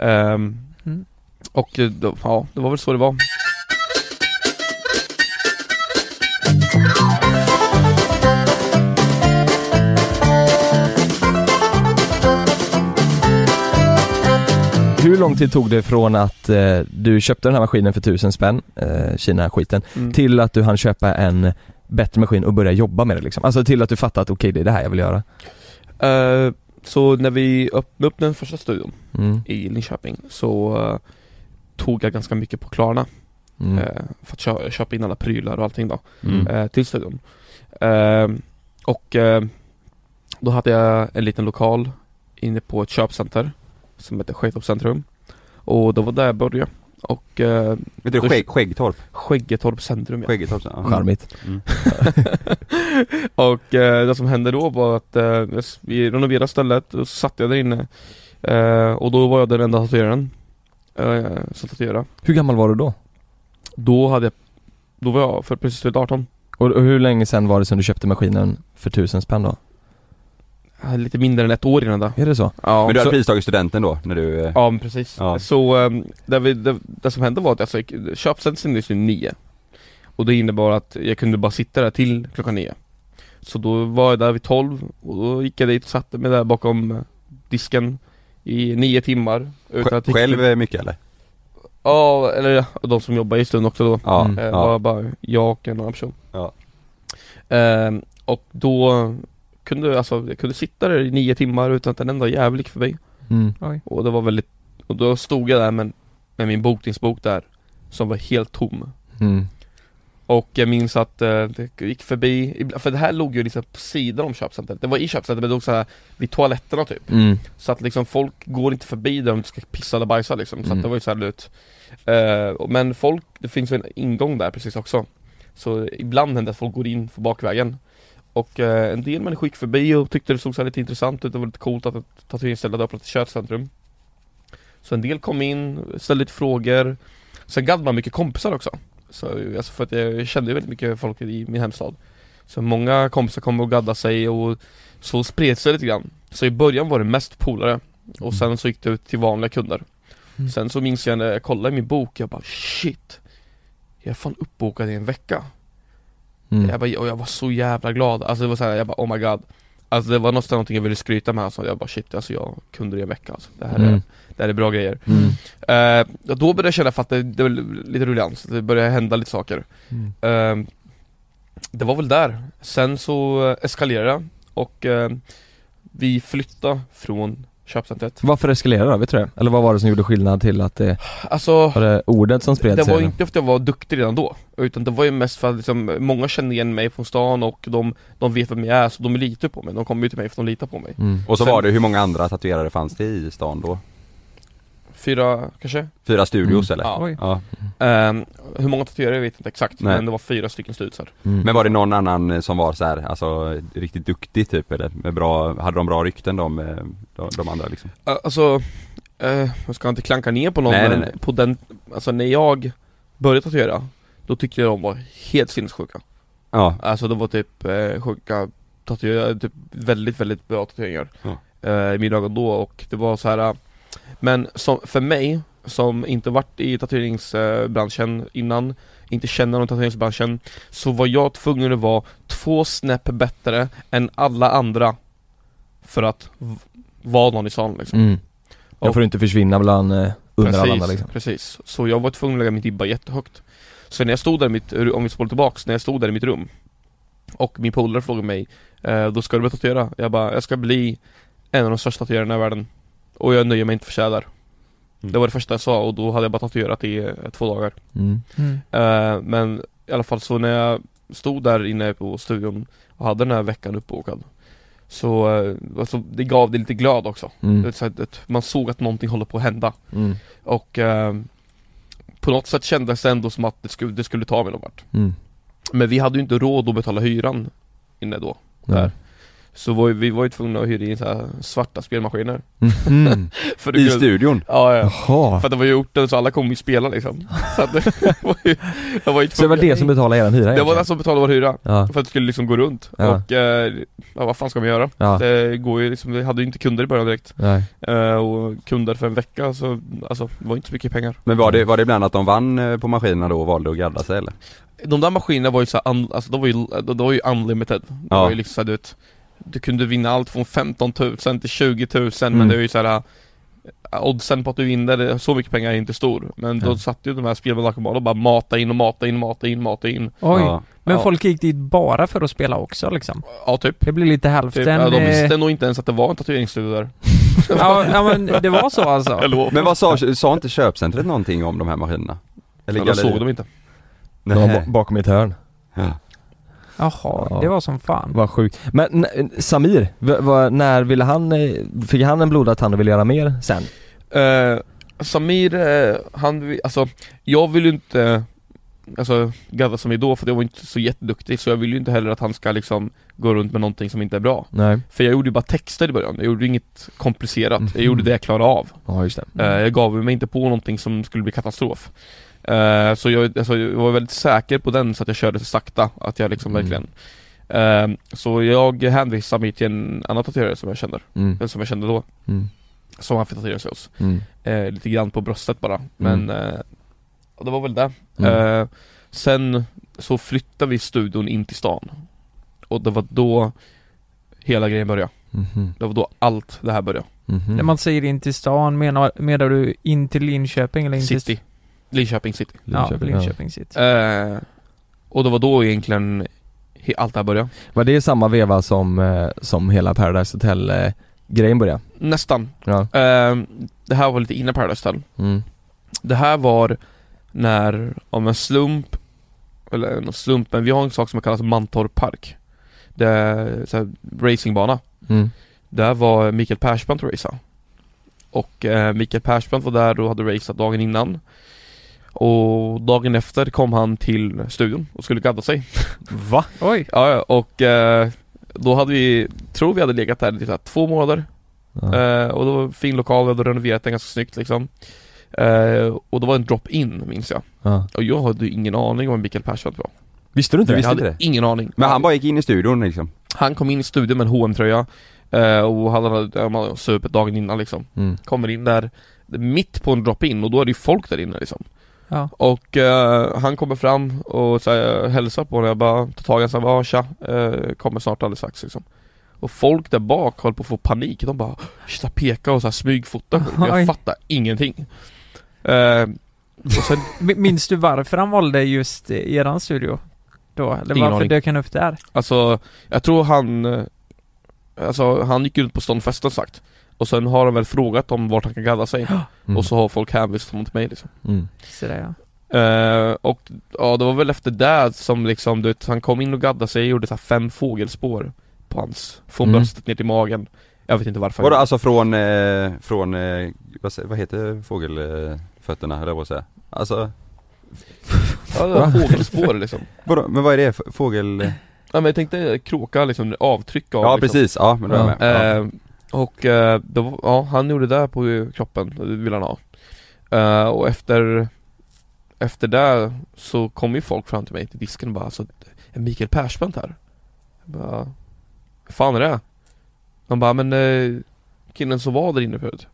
D: Ehm,
C: Mm.
D: Och eh, då, ja, det var väl så det var.
B: Hur lång tid tog det från att eh, du köpte den här maskinen för tusen spänn, eh, Kina-skiten,
D: Mm.
B: till att du hann köpa en bättre maskin och börja jobba med det liksom? Alltså till att du fattade att okej, det är det här jag vill göra.
D: Eh, så när vi öppnade upp den första studion
B: Mm.
D: i Linköping så eh, tog jag ganska mycket på Klarna
B: Mm.
D: eh, för att kö- köpa in alla prylar och allting då.
B: Mm.
D: eh, till studion. Eh, och eh, då hade jag en liten lokal inne på ett köpcenter som heter Sketorpscentrum. Och det var där jag började. Och eh,
E: Vet du, skägg, Skäggtorp?
D: Skäggetorp centrum ja.
E: Skäggetorp, ja.
B: Charmigt.
E: Mm.
D: Och eh, det som hände då var att eh, jag s- vi renoverade stället och så satt jag där inne. Eh, och då var jag den enda tatueraren eh, som tatuerade.
B: Hur gammal var du då?
D: Då hade jag, då var jag för precis fyllt 18.
B: Och, och hur länge sen var det som du köpte maskinen för tusen spänn då?
D: Jag hade Lite mindre än ett år innan det.
B: Är det så?
D: Ja,
E: Men du
D: så-
E: hade precis tagit studenten då, när du... eh,
D: Ja men precis.
E: Ja.
D: Så ehm, där vi, det, det som hände var att alltså, köpcentret stängdes ju nio Och det innebar att jag kunde bara sitta där till klockan nio Så då var jag där vid tolv och då gick jag dit och satte mig där bakom eh, disken I nio timmar utan att-
E: sj- Själv eh, mycket eller?
D: Ja, eller ja, och de som jobbar i stunden också då
E: Ja,
B: Mm.
D: Eh,
E: ja.
D: Bara, bara jag och en annan person
E: Ja.
D: Ehm, Och då kunde alltså, jag kunde sitta där i nio timmar utan att en enda jävel gick förbi
B: Mm.
D: och det var väldigt Och då stod jag där med, med min bokningsbok där Som var helt tom
B: Mm.
D: Och jag minns att eh, det gick förbi ibland- För det här låg ju liksom på sidan om köpcentret Det var i köpcentret men det låg så här Vid toaletterna typ
B: Mm.
D: Så att liksom folk går inte förbi där de ska pissa eller bajsa liksom Så
B: Mm.
D: att det var ju såhär lut Eh, och- Men folk, det finns ju en ingång där precis också Så ibland händer det att folk går in för bakvägen Och eh, en del människor gick förbi och tyckte det såg så här lite intressant ut Det var lite coolt att ett tatueringsställe hade öppnat i köpcentrum Så en del kom in, ställde lite frågor Sen gadd man mycket kompisar också så, alltså för att jag kände ju väldigt mycket folk i min hemstad Så många kompisar kom och gaddade sig och så spred sig lite grann Så i början var det mest polare Och
B: Mm.
D: sen så gick det ut till vanliga kunder
C: Mm.
D: Sen så minns jag när jag kollade i min bok, jag bara shit Jag är fan uppbokad i en vecka
B: Mm.
D: jag, bara, och jag var så jävla glad, alltså det var så här, jag bara oh my god Alltså det var någonstans någonting jag ville skryta med, alltså. jag bara shit alltså jag kunde det i en vecka alltså. det, här är,
B: Mm.
D: det här är bra grejer
B: Mm.
D: Eh, och då började jag känna för att det, det var lite ruljans, det började hända lite saker
B: Mm.
D: Ehm, Det var väl där, sen så eh, eskalerade det och eh, vi flyttade från köpcentret
B: Varför eskalerade det då? Vet du det? Eller vad var det som gjorde skillnad till att det
D: Alltså
B: var det ordet som spred
D: det
B: sig?
D: var ju
B: eller?
D: inte för att jag var duktig redan då Utan det var ju mest för att liksom, många kände igen mig från stan och de, de vet vem jag är så de litar på mig, de kommer ju till mig för de litar på mig
B: Mm.
E: Och så
D: Sen-
E: var det, hur många andra tatuerare fanns det i stan då?
D: Fyra kanske?
E: Fyra studios eller?
D: Mm. Ja.
C: Oj.
E: Ja.
D: Ehm, hur många tatuerare vet jag inte exakt
E: Nej.
D: men det var fyra stycken slutsar
B: Mm.
E: Men var det någon annan eh, som var så här, alltså eh, riktigt duktig typ eller? Med bra, hade de bra rykten de, eh, de, de andra liksom?
D: Eh, Alltså, eh, jag ska inte klanka ner på någon
E: Nej,
D: men
E: nej, nej.
D: på den, alltså när jag började tatuera Då tyckte jag de var helt sinnessjuka
E: Ja,
D: Alltså de var typ eh, sjuka tatueringar, typ väldigt väldigt bra tatueringar
E: Ja.
D: eh, I mina ögon då och det var så här. eh, Men som, för mig som inte varit i tatueringsbranschen innan Inte känner någon i tatueringsbranschen Så var jag tvungen att vara två snäpp bättre än alla andra För att v- vara någon i salen liksom
B: Mm. Jag
D: Och-
B: får inte försvinna bland eh, under alla andra liksom.
D: Precis, så jag var tvungen att lägga mitt ribba jättehögt Så när jag stod där i mitt, om vi spolar tillbaks, när jag stod där i mitt rum Och min polare frågade mig eh, Då ska du börja tatuera? Jag bara, jag ska bli en av de största tatuerarna i världen Och jag nöjer mig inte för tjäder
E: Mm.
D: Det var det första jag sa och då hade jag bara tatuerat i eh, två dagar
B: Mm.
C: Mm.
D: Eh, Men i alla fall så när jag stod där inne på studion och hade den här veckan uppbokad Så, eh, alltså, det gav det lite glöd också
B: Mm.
D: Det- så att- att Man såg att någonting håller på att hända
B: Mm.
D: och eh, på något sätt kändes det ändå som att det skulle, det skulle ta mig någon vart.
B: Mm.
D: Men vi hade ju inte råd att betala hyran inne då.
B: Nej.
D: Så var, ju- vi var ju tvungna att hyra in så här svarta spelmaskiner
B: Mhm.
D: för
E: I
D: kunde-
E: studion?
D: Ja, ja.
B: Jaha.
D: För att det var ju orten så alla kom ju spela liksom Så att det var ju, det var ju
B: Så det var det som betalade eran hyra
D: Det var
B: egentligen?
D: den som betalade vår hyra
B: Ja,
D: För att det skulle liksom gå runt
B: Ja.
D: och, eh, ja, vad fan ska man göra?
B: ja,
D: Det går ju liksom, vi hade ju inte kunder i början direkt
B: nej.
D: eh, Och kunder för en vecka så, alltså det var inte så mycket pengar
E: Men var det, var det ibland att de vann eh, på maskinerna då och valde att gadda sig eller?
D: De där maskinerna var ju så här, un, alltså de var ju, de, de var ju unlimited Det
E: Ja.
D: var ju liksom så här, du vet Du kunde vinna allt från 15 000 till 20 000
B: Mm.
D: men det är ju så här eh, Oddsen på att du vinner, det- så mycket pengar är inte stor Men då
B: Ja.
D: satt ju de här spelbolagen och bara mata in och mata in, mata in, mata in
C: Oj.
E: Ja.
C: Men
D: Ja.
C: folk gick dit bara för att spela också liksom.
D: Ja typ
C: Det blir lite
D: Typ,
C: hälften.
D: ja, de
C: eh,
D: visste nog inte ens att det var en tatueringsstudio där.
C: ja, ja, men det var så alltså.
D: Jag lovar.
E: Men vad sa, sa inte köpcentret någonting om de här maskinerna?
D: Ja, då såg de inte.
B: Det var ba-
E: Nej.
B: bakom ett hörn.
C: Jaha, det var som fan.
D: Mm.
B: Vad sjukt. Men n- Samir, v- vad- när ville han, eh, fick han en blodad tand och ville göra mer sen?
D: Eh, Samir, eh, han, vi- alltså, jag vill ju inte eh, Alltså gadda Samir då för jag var inte så jätteduktig så jag vill ju inte heller att han ska liksom Gå runt med någonting som inte är bra
B: Nej.
D: För jag gjorde ju bara texter i början, jag gjorde inget komplicerat
B: Mhm. Mm.
D: Jag gjorde det jag klarade av
B: Ja, just det.
D: Eh, Jag gav mig inte på någonting som skulle bli katastrof Eh, Så jag, alltså, jag var väldigt säker på den så att jag körde så sakta, att jag liksom
B: Mm.
D: verkligen Eh, Så jag hänvisade mig till en annan tatuerare som jag känner,
B: Mm.
D: eller som jag kände då
B: Mm.
D: Som han fick tatuera sig hos,
B: Mm.
D: Eh, lite grann på bröstet bara, men eh, ja, det var väl det
B: Mm.
D: Eh, Sen så flyttade vi studion in till stan Och det var då hela grejen började,
B: Mhm.
D: det var då allt det här började
B: Mhm.
C: När man säger in till stan, menar, menar du in till Linköping eller in till...
D: City, Linköping city
C: Ja,
B: Linköping, ja.
C: Linköping City.
D: Eh, och det var då egentligen he- allt det här började.
B: Var det i samma veva som, eh, som hela Paradise Hotel eh, grejen började?
D: Nästan.
B: Ja.
D: Eh, det här var lite innan Paradise Hotel.
B: Mm.
D: Det här var när, om en slump, eller en slump, men vi har en sak som kallas Mantorp Park. Det är så här, racingbana.
B: Mm.
D: Där var Mikael Persbrandt och racea. Och eh, Mikael Persbrandt var där och hade raceat dagen innan. Och dagen efter kom han till studion och skulle gadda sig.
B: Va?
C: Oj!
D: Ja, ja, och eh, då hade vi, tror vi hade legat där i typ så här två månader
B: Ja.
E: Mm.
D: eh, Och det var en fin lokal, vi hade renoverat den ganska snyggt liksom eh, Och det var en drop-in minns jag
B: Ja.
D: Och jag hade ju ingen aning om vem Mikael Persson var
B: Visste du inte
E: Du
B: det?
D: Jag
E: visste
D: hade
E: inte det?
D: ingen aning
E: Men han bara gick in i studion liksom?
D: Han kom in i studion med en hm tröja eh, Och han hade, han hade supit dagen innan liksom
B: Mm.
D: Kommer in där Mitt på en drop-in och då är det ju folk där inne liksom
C: Ja.
D: Och eh, han kommer fram och så här, hälsar på honom, jag bara tar tag i honom, och säger "Ja, tja, eh, kommer snart alldeles strax liksom Och folk där bak håller på att få panik, de bara shit, pekar och så här, smygfotar folk.
C: Oj.
D: jag fattar ingenting eh, och sen,
C: Min- Minns du varför han valde just eh, eran studio? Då? Eller
D: Ingen
C: varför
D: aning.
C: dök han upp där?
D: alltså, jag tror han eh, Alltså han gick ut på ståndfesten sagt Och sen har han väl frågat om vart han kan gadda sig
B: Mm.
D: Och så har folk hänvisat honom till mig liksom
B: Mm.
C: Sådär ja.
D: Eh, och ja, det var väl efter det som liksom, du vet, han kom in och gaddade sig och gjorde så här fem fågelspår på hans, från
B: Mm.
D: bröstet ner till magen Jag vet inte varför
E: Vadå alltså från, eh, från, eh, vad, sä- vad heter fågelfötterna höll jag på att säga? Alltså,
D: ja, det var fågelspår liksom
E: vadå, men vad är det? F- Fågel..
D: Ja men jag tänkte kråka liksom, avtryck av
E: Ja
D: liksom.
E: precis, ja men då är jag med. Ja.
D: Eh, och eh, det var, ja, han gjorde det på kroppen, det ville han ha Eh, Och efter Efter det så kom ju folk fram till mig till disken och bara alltså, är Mikael Persbrandt här? Jag bara, vad fan är det? De bara, men eh, killen som var där inne förut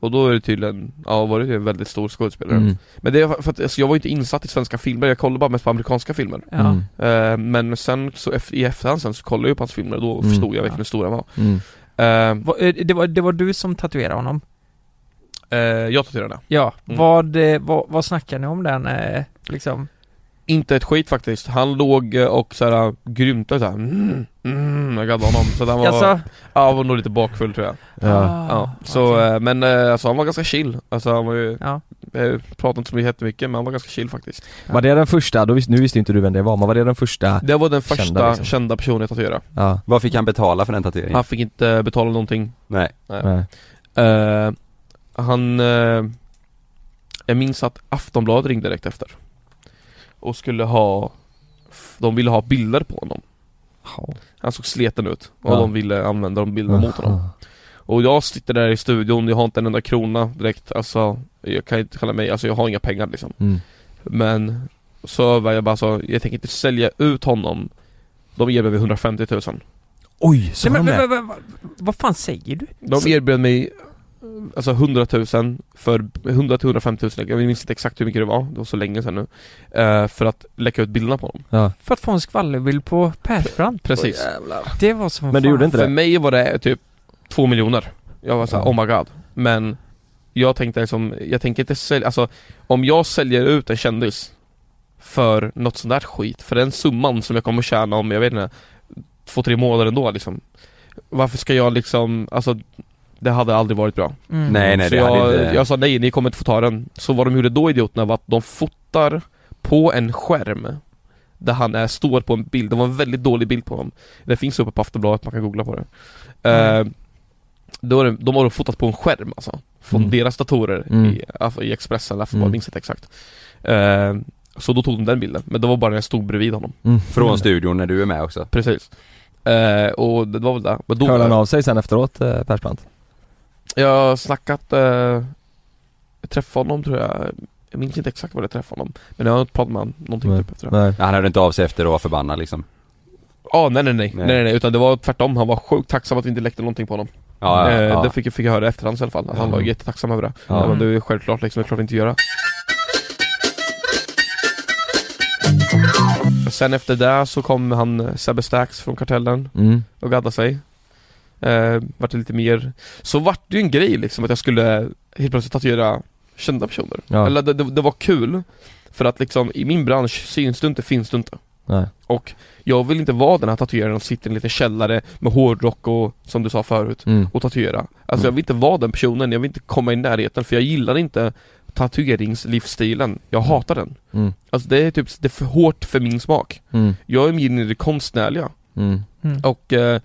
D: Och då är det tydligen, ja var det ju en väldigt stor skådespelare
B: Mm.
D: Men det är för att alltså, jag var ju inte insatt i svenska filmer, jag kollade bara mest på amerikanska filmer
C: ja.
B: Mm.
D: Eh, Men sen så ef- i efterhand sen så kollade jag ju på hans filmer och då
B: Mm.
D: förstod jag verkligen hur stor han var
B: Mm.
D: Eh,
C: Va- eh, Det, var, det var du som tatuerade honom?
D: Eh, jag tatuerar det.
C: Ja.
D: Mm.
C: Vad, eh, vad, vad snackar ni om den eh, liksom?
D: Inte ett skit faktiskt. Han låg eh, och såhär grymtade såhär mm, mm, jag gaddade honom. Så att han var,
C: Alltså, ah,
D: ja, han var nog lite bakfull tror jag.
B: Ja.
D: ja.
C: okej.
D: Så, eh, men eh, alltså han var ganska chill. Alltså han var ju,
C: Ja.
D: eh, pratade inte så mycket jättemycket men han var ganska chill faktiskt.
B: Var det den första, då vis- nu visste ju inte du vem det var, men var det den första?
D: Det var den första
B: Kända,
D: kända,
B: liksom.
D: personen jag tatuerade.
B: Ja.
E: Vad fick han betala för den tatueringen?
D: Han fick inte eh, betala någonting.
E: Nej.
B: Nej.
D: Eh, han... Eh, jag minns att Aftonbladet ringde direkt efter. Och skulle ha... De ville ha bilder på honom. Han såg sleten ut och
B: Ja.
D: de ville använda de bilderna mot honom Och jag sitter där i studion, jag har inte en enda krona direkt Alltså jag kan inte kalla mig, alltså jag har inga pengar liksom
B: Mm.
D: Men så var jag bara så, jag tänker inte sälja ut honom De erbjöd mig 150 000
B: Oj, så
C: Nej,
B: de
C: men,
B: det?
C: men, men, vad- vad fan säger du?
D: De erbjöd mig Alltså 100 000 för 100 till 150 000, jag minns inte exakt hur mycket det var, det var så länge sedan nu eh, För att läcka ut bilderna på honom
B: Ja.
C: För att få en skvallerbild på Persbrandt?
D: Precis
C: Det var som
B: Men du
C: fan.
B: gjorde inte
D: För
B: det?
D: mig var det typ två miljoner Jag var såhär, oh my god Men jag tänkte liksom, jag tänker inte sälja, alltså Om jag säljer ut en kändis För något sånt där skit, för den summan som jag kommer tjäna om, jag vet inte Två, tre månader ändå liksom Varför ska jag liksom, alltså Det hade aldrig varit bra
C: Mm.
E: Nej, nej
D: Så
E: det hade
D: jag,
E: inte...
D: jag sa nej, ni kommer inte få ta den Så vad de gjorde då idioterna var att de fotar på en skärm Där han är, står på en bild, det var en väldigt dålig bild på honom Det finns uppe på Aftonbladet, man kan googla på det
C: Mm.
D: eh, då är det, De har fotat på en skärm alltså Från
B: Mm.
D: deras datorer
B: Mm.
D: i, alltså, i Expressen eller Aftonbladet,
B: Mm.
D: minns inte exakt eh, Så då tog de den bilden, men det var bara när jag stod bredvid honom
B: Mm.
E: Från studion när du är med också.
D: Precis eh, Och det var väl det, men då
B: Hörde han av sig sen efteråt, eh, Persbrandt?
D: Jag har snackat, eh, jag träffade honom tror jag, jag minns inte exakt var jag träffade honom Men jag har inte pratat med honom någonting
B: Nej.
D: typ efter det
B: Nej.
E: Han hörde inte av sig efter och var förbannad liksom.
D: Ja, Ah, nej, nej nej nej
E: Nej.
D: nej nej utan det var tvärtom, han var sjukt tacksam att vi inte läckte någonting på honom
E: Ja, ja,
D: eh,
E: ja.
D: Det fick, jag- fick jag höra i efterhand i alla fall, att han var
E: Mm.
D: jättetacksam över det
E: Ja.
D: ja. Men det är ju självklart liksom, det är klart vi inte göra
E: Mm.
D: Sen efter det så kom han eh, Sebbe Stax från Kartellen
B: Mm.
D: och gadda sig eh, Vart det lite mer Så vart det ju en grej liksom att jag skulle helt plötsligt tatuera kända personer
B: Ja.
D: Eller det, det, det var kul För att liksom i min bransch syns du inte finns du inte
B: Nej.
D: Och jag vill inte vara den här tatueraren som sitter i en liten källare med hårdrock och som du sa förut
B: Mm.
D: och tatuera Alltså jag vill inte vara den personen, jag vill inte komma i närheten för jag gillar inte tatueringslivsstilen Jag hatar den
B: Mm.
D: Alltså det är typ, det är för hårt för min smak
B: Mm.
D: Jag är mer inne i det konstnärliga
B: Mm.
C: Mm.
D: och eh,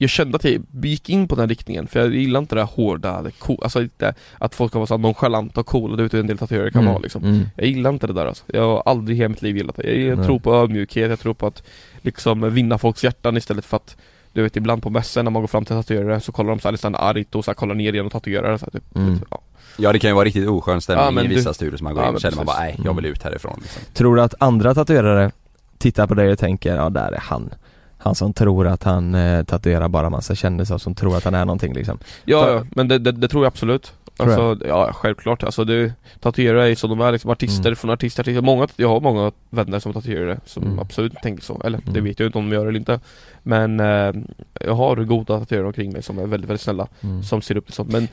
D: jag kände att jag gick in på den här riktningen för jag gillar inte det här hårda, det cool, alltså inte att folk har varit så här nonchalanta och coola, det vet du en del tatuerare kan
B: Mm.
D: vara liksom
B: Mm.
D: Jag gillar inte det där alltså. jag har aldrig i hela mitt liv gillat det. Jag
B: Nej.
D: tror på ödmjukhet, jag tror på att liksom vinna folks hjärtan istället för att Du vet ibland på mässan när man går fram till tatuerare så kollar de såhär nästan argt och så här, kollar ner igen och tatuerar så här, typ.
B: Mm.
D: ja.
E: ja det kan ju vara riktigt oskön stämning
D: Ja, men
E: i
D: du-
E: vissa studior som man går
D: Ja,
E: in
D: men
E: och känner man
D: precis. Mm.
E: bara nej, jag vill ut härifrån liksom.
B: Tror du att andra tatuerare tittar på dig och tänker, ja där är han han som tror att han eh, tatuerar bara massa kändisar som tror att han är någonting liksom.
D: Ja,
B: För-
D: ja, men det, det, det tror jag absolut
B: Tror jag.
D: Alltså, ja självklart, alltså det Tatuerare är som de är liksom, artister
B: Mm.
D: från artist, artist många, Jag har många vänner som tatuerare som
B: Mm.
D: absolut inte tänker så, eller det
B: Mm.
D: vet jag inte om de gör eller inte Men eh, jag har goda tatuerare omkring mig som är väldigt, väldigt snälla,
B: Mm.
D: som ser upp till sånt Men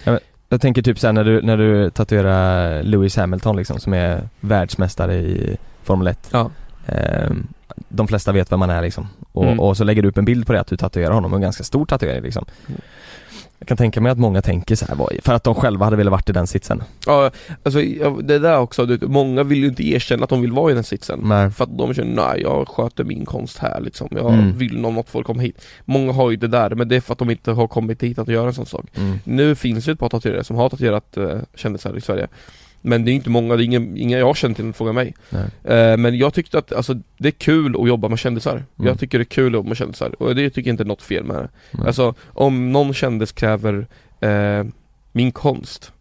B: Jag tänker typ sen när du, när du tatuerar Lewis Hamilton liksom som är världsmästare i Formel 1
D: ja.
B: Ehm, De flesta vet vem man är liksom och,
D: Mm.
B: och så lägger du upp en bild på det att du tatuerar honom, en ganska stor tatuering liksom
D: Mm.
B: Jag kan tänka mig att många tänker så här, vad- för att de själva hade velat varit i den sitsen
D: ja alltså jag- det där också, du, vet, många vill ju inte erkänna att de vill vara i den sitsen
B: Nej.
D: För att de känner nej jag sköter min konst här liksom, jag
B: Mm.
D: vill någon att folk kommer hit Många har ju det där, men det är för att de inte har kommit hit att göra en sån sak
B: Mm.
D: Nu finns ju ett par tatuerare som har tatuerat eh, kändisar i Sverige Men det är inte många, det är ingen, inga jag har känt till frågar mig
B: Nej.
D: eh, Men jag tyckte att, alltså det är kul att jobba med kändisar
B: Mm.
D: Jag tycker det är kul att jobba med kändisar och det tycker jag inte är något fel med det
B: Nej.
D: Alltså om någon kändis kräver eh, min konst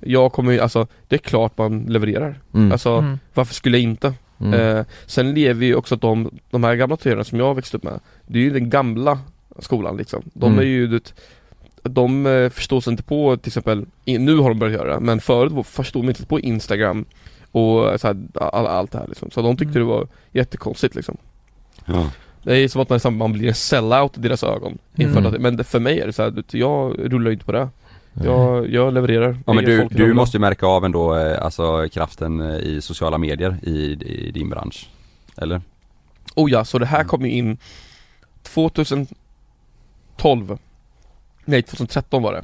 D: Jag kommer ju, alltså det är klart man levererar
B: Mm.
D: Alltså
C: Mm.
D: varför skulle jag inte?
B: Mm.
D: Eh, sen lever ju också de, de här gamla teorierna som jag växte upp med Det är ju den gamla skolan liksom De
B: Mm.
D: är ju det, De eh, förstår sig inte på till exempel i- Nu har de börjat göra det, men förut var- förstod de inte på Instagram Och eh, så här, all, allt det här liksom Så de tyckte
C: Mm.
D: det var jättekonstigt liksom
E: Ja.
D: Det är som att man, liksom- man blir en sellout i deras ögon inför
B: Mm.
D: att, Men det, för mig är det så här, du- jag rullar ju inte på det Jag, jag levererar
E: Ja
D: Jag
E: men
D: ger
E: du,
D: folk rullar.
E: du måste ju märka av ändå eh, alltså kraften eh, i sociala medier i, i din bransch. Eller?
D: Oh ja, så det här
E: Mm.
D: kom ju in 2012 Nej 2013 var det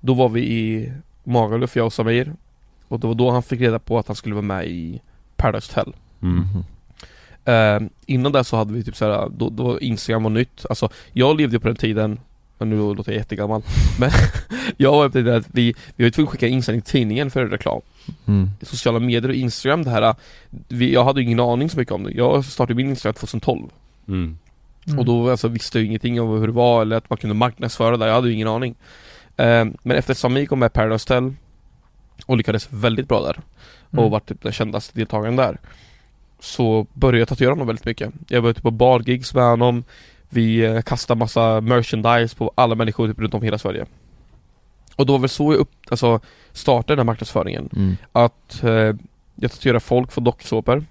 D: Då var vi i Magaluf, jag och Samir Och det var då han fick reda på att han skulle vara med i Paradise Hotel
E: Mm.
D: eh, Innan det så hade vi typ såhär, då, då Instagram var nytt Alltså jag levde ju på den tiden och nu låter jag jättegammal Men jag var på den tiden att vi, vi var ju tvungna att skicka insändning till tidningen för reklam
B: Mm.
D: Sociala medier och Instagram det här vi, Jag hade ju ingen aning så mycket om det Jag startade min Instagram 2012
E: Mm.
D: Och då alltså, visste jag ju ingenting om hur det var eller att man kunde marknadsföra det, jag hade ju ingen aning Eh, Men efter Sami kom med i Paradise Hotel och lyckades väldigt bra där och
C: Mm.
D: var typ den kändaste deltagaren där Så började jag tatuera honom väldigt mycket Jag var ute på bargigs med honom Vi eh, kastade massa merchandise på alla människor typ runt om i hela Sverige Och då var väl så jag upp, alltså startade den här marknadsföringen
B: Mm.
D: att eh, jag tatuerar folk för docksåpor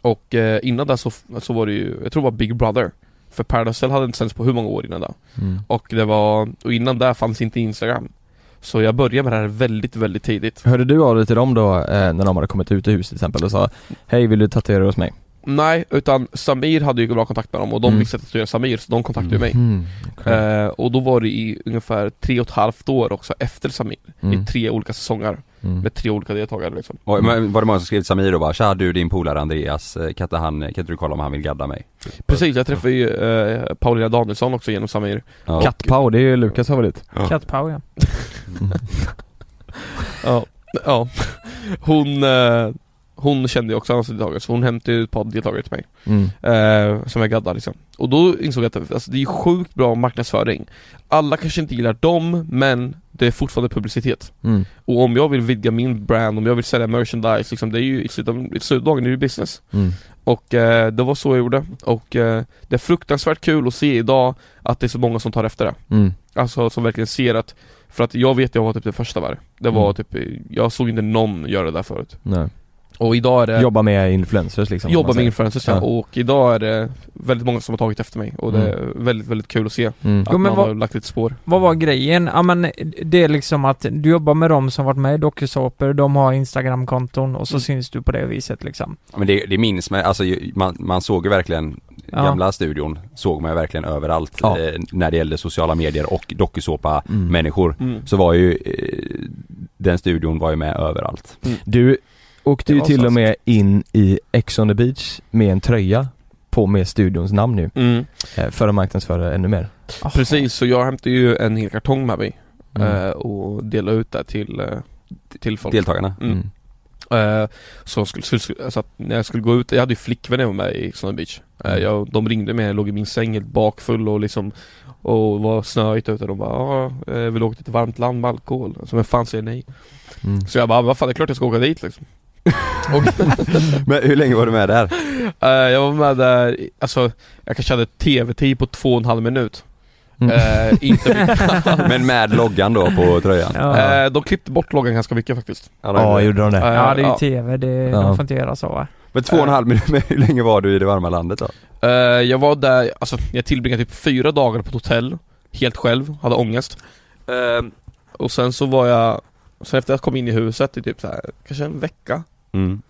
D: Och eh, innan det så, så var det ju, jag tror det var Big Brother För Paradise Hotel hade inte sänts på hur många år innan det
B: Mm.
D: Och det var, och innan det fanns inte Instagram Så jag började med det här väldigt, väldigt tidigt
B: Hörde du av dig till dem då eh, när de hade kommit ut i huset till exempel och sa Hej vill du tatuera hos mig?
D: Nej, utan Samir hade ju bra kontakt med dem och de
B: Mm.
D: visste att jag tatuerade Samir så de kontaktade mig
B: Mm. okej.
D: eh, Och då var det i ungefär tre och ett halvt år också efter Samir
B: Mm.
D: I tre olika säsonger
B: Mm.
D: med tre olika deltagare liksom
E: Och, men, var det många som skrev till Samir och bara 'Tja du din polare Andreas, eh, kan inte, han, kan inte du kolla om han vill gadda mig?'
B: Typ.
D: Precis, jag träffade ju eh, Paulina Danielsson också genom Samir
E: Ja.
B: Kattpau, det är ju Lukas favorit.
C: Kattpau ja.
D: Ja, ja. Hon, eh, hon kände ju också hans deltagare, så hon hämtade ju ett par deltagare till mig
B: Mm.
D: eh, Som jag gaddade liksom Och då insåg jag att alltså, det är sjukt bra marknadsföring Alla kanske inte gillar dem, men det är fortfarande publicitet
B: Mm.
D: Och om jag vill vidga min brand, om jag vill sälja merchandise liksom, det är ju i slutändan, i slutdagen är det ju business
B: Mm.
D: och eh, det var så jag gjorde, och eh, det är fruktansvärt kul att se idag att det är så många som tar efter det
B: Mm.
D: Alltså som verkligen ser att För att jag vet jag var typ den första där Det var
B: Mm.
D: typ, jag såg inte någon göra det där förut
B: Nej.
D: Och idag är det
B: Jobba med influencers liksom. om
D: Eh. Jobba
B: man
D: med
B: säger.
D: influencers ja.
B: Ja.
D: och idag är det väldigt många som har tagit efter mig och det är väldigt, väldigt kul att se att
B: Mm.
C: Jo, men
D: man
C: vad-
D: har lagt ett spår
C: Vad var grejen? Ja men eh, det är liksom att du jobbar med dem som varit med i dokusåpor, de har instagramkonton och så syns du på det viset liksom.
E: Men det, det minns man, alltså ju- man, man såg ju verkligen
C: Ja.
E: Gamla studion såg man ju verkligen överallt
B: Ja.
E: eh, när det gällde sociala medier och dokusåpa
B: Mm.
E: människor
D: mm.
E: Så var ju eh, den studion var ju med överallt
B: Du åkte
D: Det
B: ju
D: var
B: till
D: så
B: och med in i Ex on the beach med en tröja på med studions namn nu.
D: Mm.
B: eh, För att marknadsföra ännu mer.
D: Precis, så jag hämtade ju en hel kartong med mig
B: Mm.
D: eh, och delade ut det till, eh, till folk
E: Deltagarna
D: Mm.
B: Mm.
D: Eh, Så jag skulle, skulle, alltså att när jag skulle gå ut, jag hade ju flickvänner med mig i Sunny Beach Eh,
C: Mm.
D: jag, De ringde mig, jag låg i min säng helt bakfull och liksom Och var snöigt ute, de bara ah, eh, vill du åka till ett varmt land med alkohol? Alltså vem fan säger nej?
B: Mm.
D: Så jag bara, vad fan det är klart jag ska åka dit liksom
E: Men hur länge var du med där?
D: Eh, Jag var med där, i- alltså jag kanske hade tv-tid på två och en halv minut
B: Mm.
D: Eh, Inte mycket
E: Men med loggan då på tröjan?
C: Ja,
D: Eh, De klippte bort loggan ganska mycket faktiskt
B: Ja, gjorde de det?
D: Eh,
C: ja det är ju tv, det,
B: Ja.
C: de får inte göra så va?
E: Men två och en halv minut, men hur länge var du i det varma landet då?
D: Eh, jag var där, alltså jag tillbringade typ fyra dagar på ett hotell Helt själv, hade ångest Eh, Och sen så var jag Sen efter att jag kom in i huset i typ så här, kanske en vecka
E: Mm.